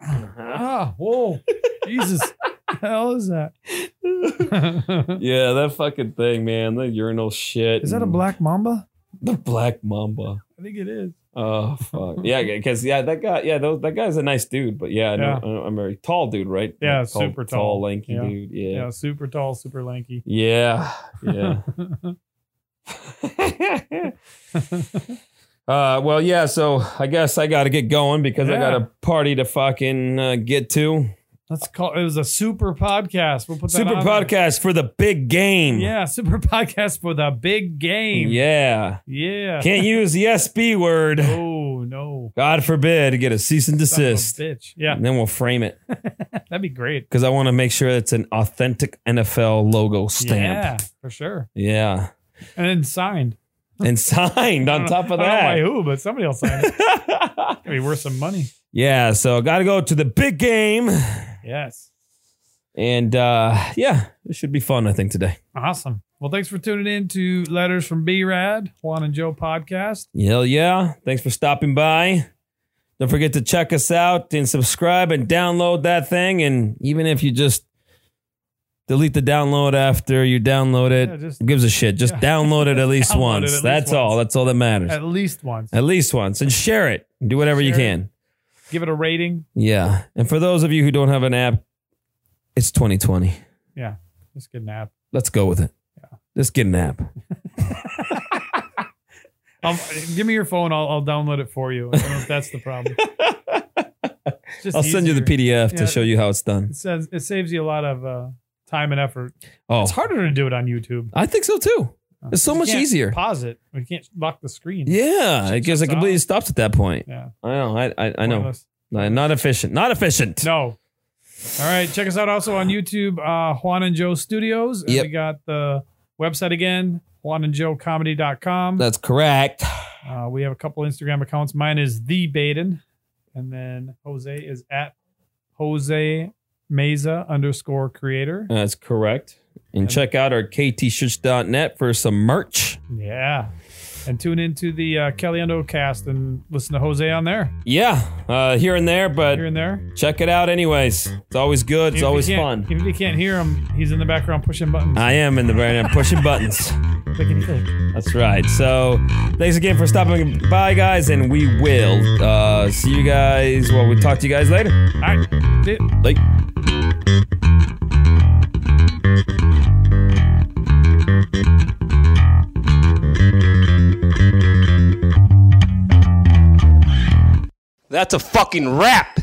Ah, whoa, Jesus, the hell is that? <laughs> is Yeah, that fucking thing, man. The urinal shit. that a and black mamba? The black mamba. I think it is. Oh fuck. Yeah, <laughs> because yeah, that guy. Yeah, those, that guy's a nice dude, but yeah, I know, Yeah. I know, I'm very tall dude, right? Yeah, Like, super tall. tall, lanky Yeah. dude. Yeah, Yeah, super tall, super lanky. yeah, yeah. <laughs> <laughs> uh, well, yeah. So I guess I got to get going because I Yeah. got a party to fucking uh, get to. Let's call it was a super podcast. We'll put that Super on there. podcast for the big game. Yeah, super <laughs> podcast for the big game. yeah. yeah. Can't use the SB <laughs> word. Oh no. God forbid. Get a cease and Son of a desist. bitch. Yeah, And then we'll frame it that'd be great. because I want to make sure it's an authentic NFL logo stamp. Yeah, for sure. Yeah. And then signed. And <laughs> signed <laughs> I on don't- top of I that. don't know by who, but somebody else signed it. <laughs> It'd be worth some money. yeah. So got to go to the big game. Yes. And uh, yeah, it should be fun, I think, today. Awesome. Well, thanks for tuning in to Letters from B Rad, Juan and Joe podcast. Hell yeah. Thanks for stopping by. Don't forget to check us out and subscribe and download that thing. And even if you just delete the download after you download it, Yeah, just- who gives a shit. Just yeah. download <laughs> it at least Download it once. at least That's all. once. That's all that matters. At, At least once. least once. And share it. Do whatever you Share it. can. Give it a rating. Yeah. And for those of you who don't have an app, it's 2020. Yeah. Just get an app. Let's go with it. Let's get an app. I'll, Um, give me your phone. I'll, I'll download it for you. I don't know if that's <laughs> the problem. It's just I'll send you the easier. PDF Yeah. to show you how it's done. It, says, it saves you a lot of uh, time and effort. Oh, It's harder to do it on YouTube. I think so too. It's so You much can't easier. Pause it. We can't lock the screen. Yeah, Shit it gives it shuts completely off. stops at that point. Yeah. I know. I I, I know. Pointless. No, Not efficient. Not efficient. No. All right. Check us out also on YouTube, uh, Juan and Joe Studios. And Yep. We got the website again, juanandjoecomedy.com. That's correct. Uh, we have a couple Instagram accounts. Mine is The Baden. And then Jose is at Jose Meza underscore creator. That's correct. And check out our ktshirts.net for some merch. Yeah. And tune into the uh, Caliendo cast and listen to Jose on there, Yeah, uh, here and there, but here and there. check it out anyways. It's always good. It's Even if you always can't- fun. Even if you can't hear him, he's in the background pushing buttons. I am in the <laughs> brain. I'm pushing buttons. Clickety click. That's right. So thanks again for stopping by, guys, and we will uh, see you guys. Well, we'll talk to you guys later. All right. That's it. Like. That's a fucking rap.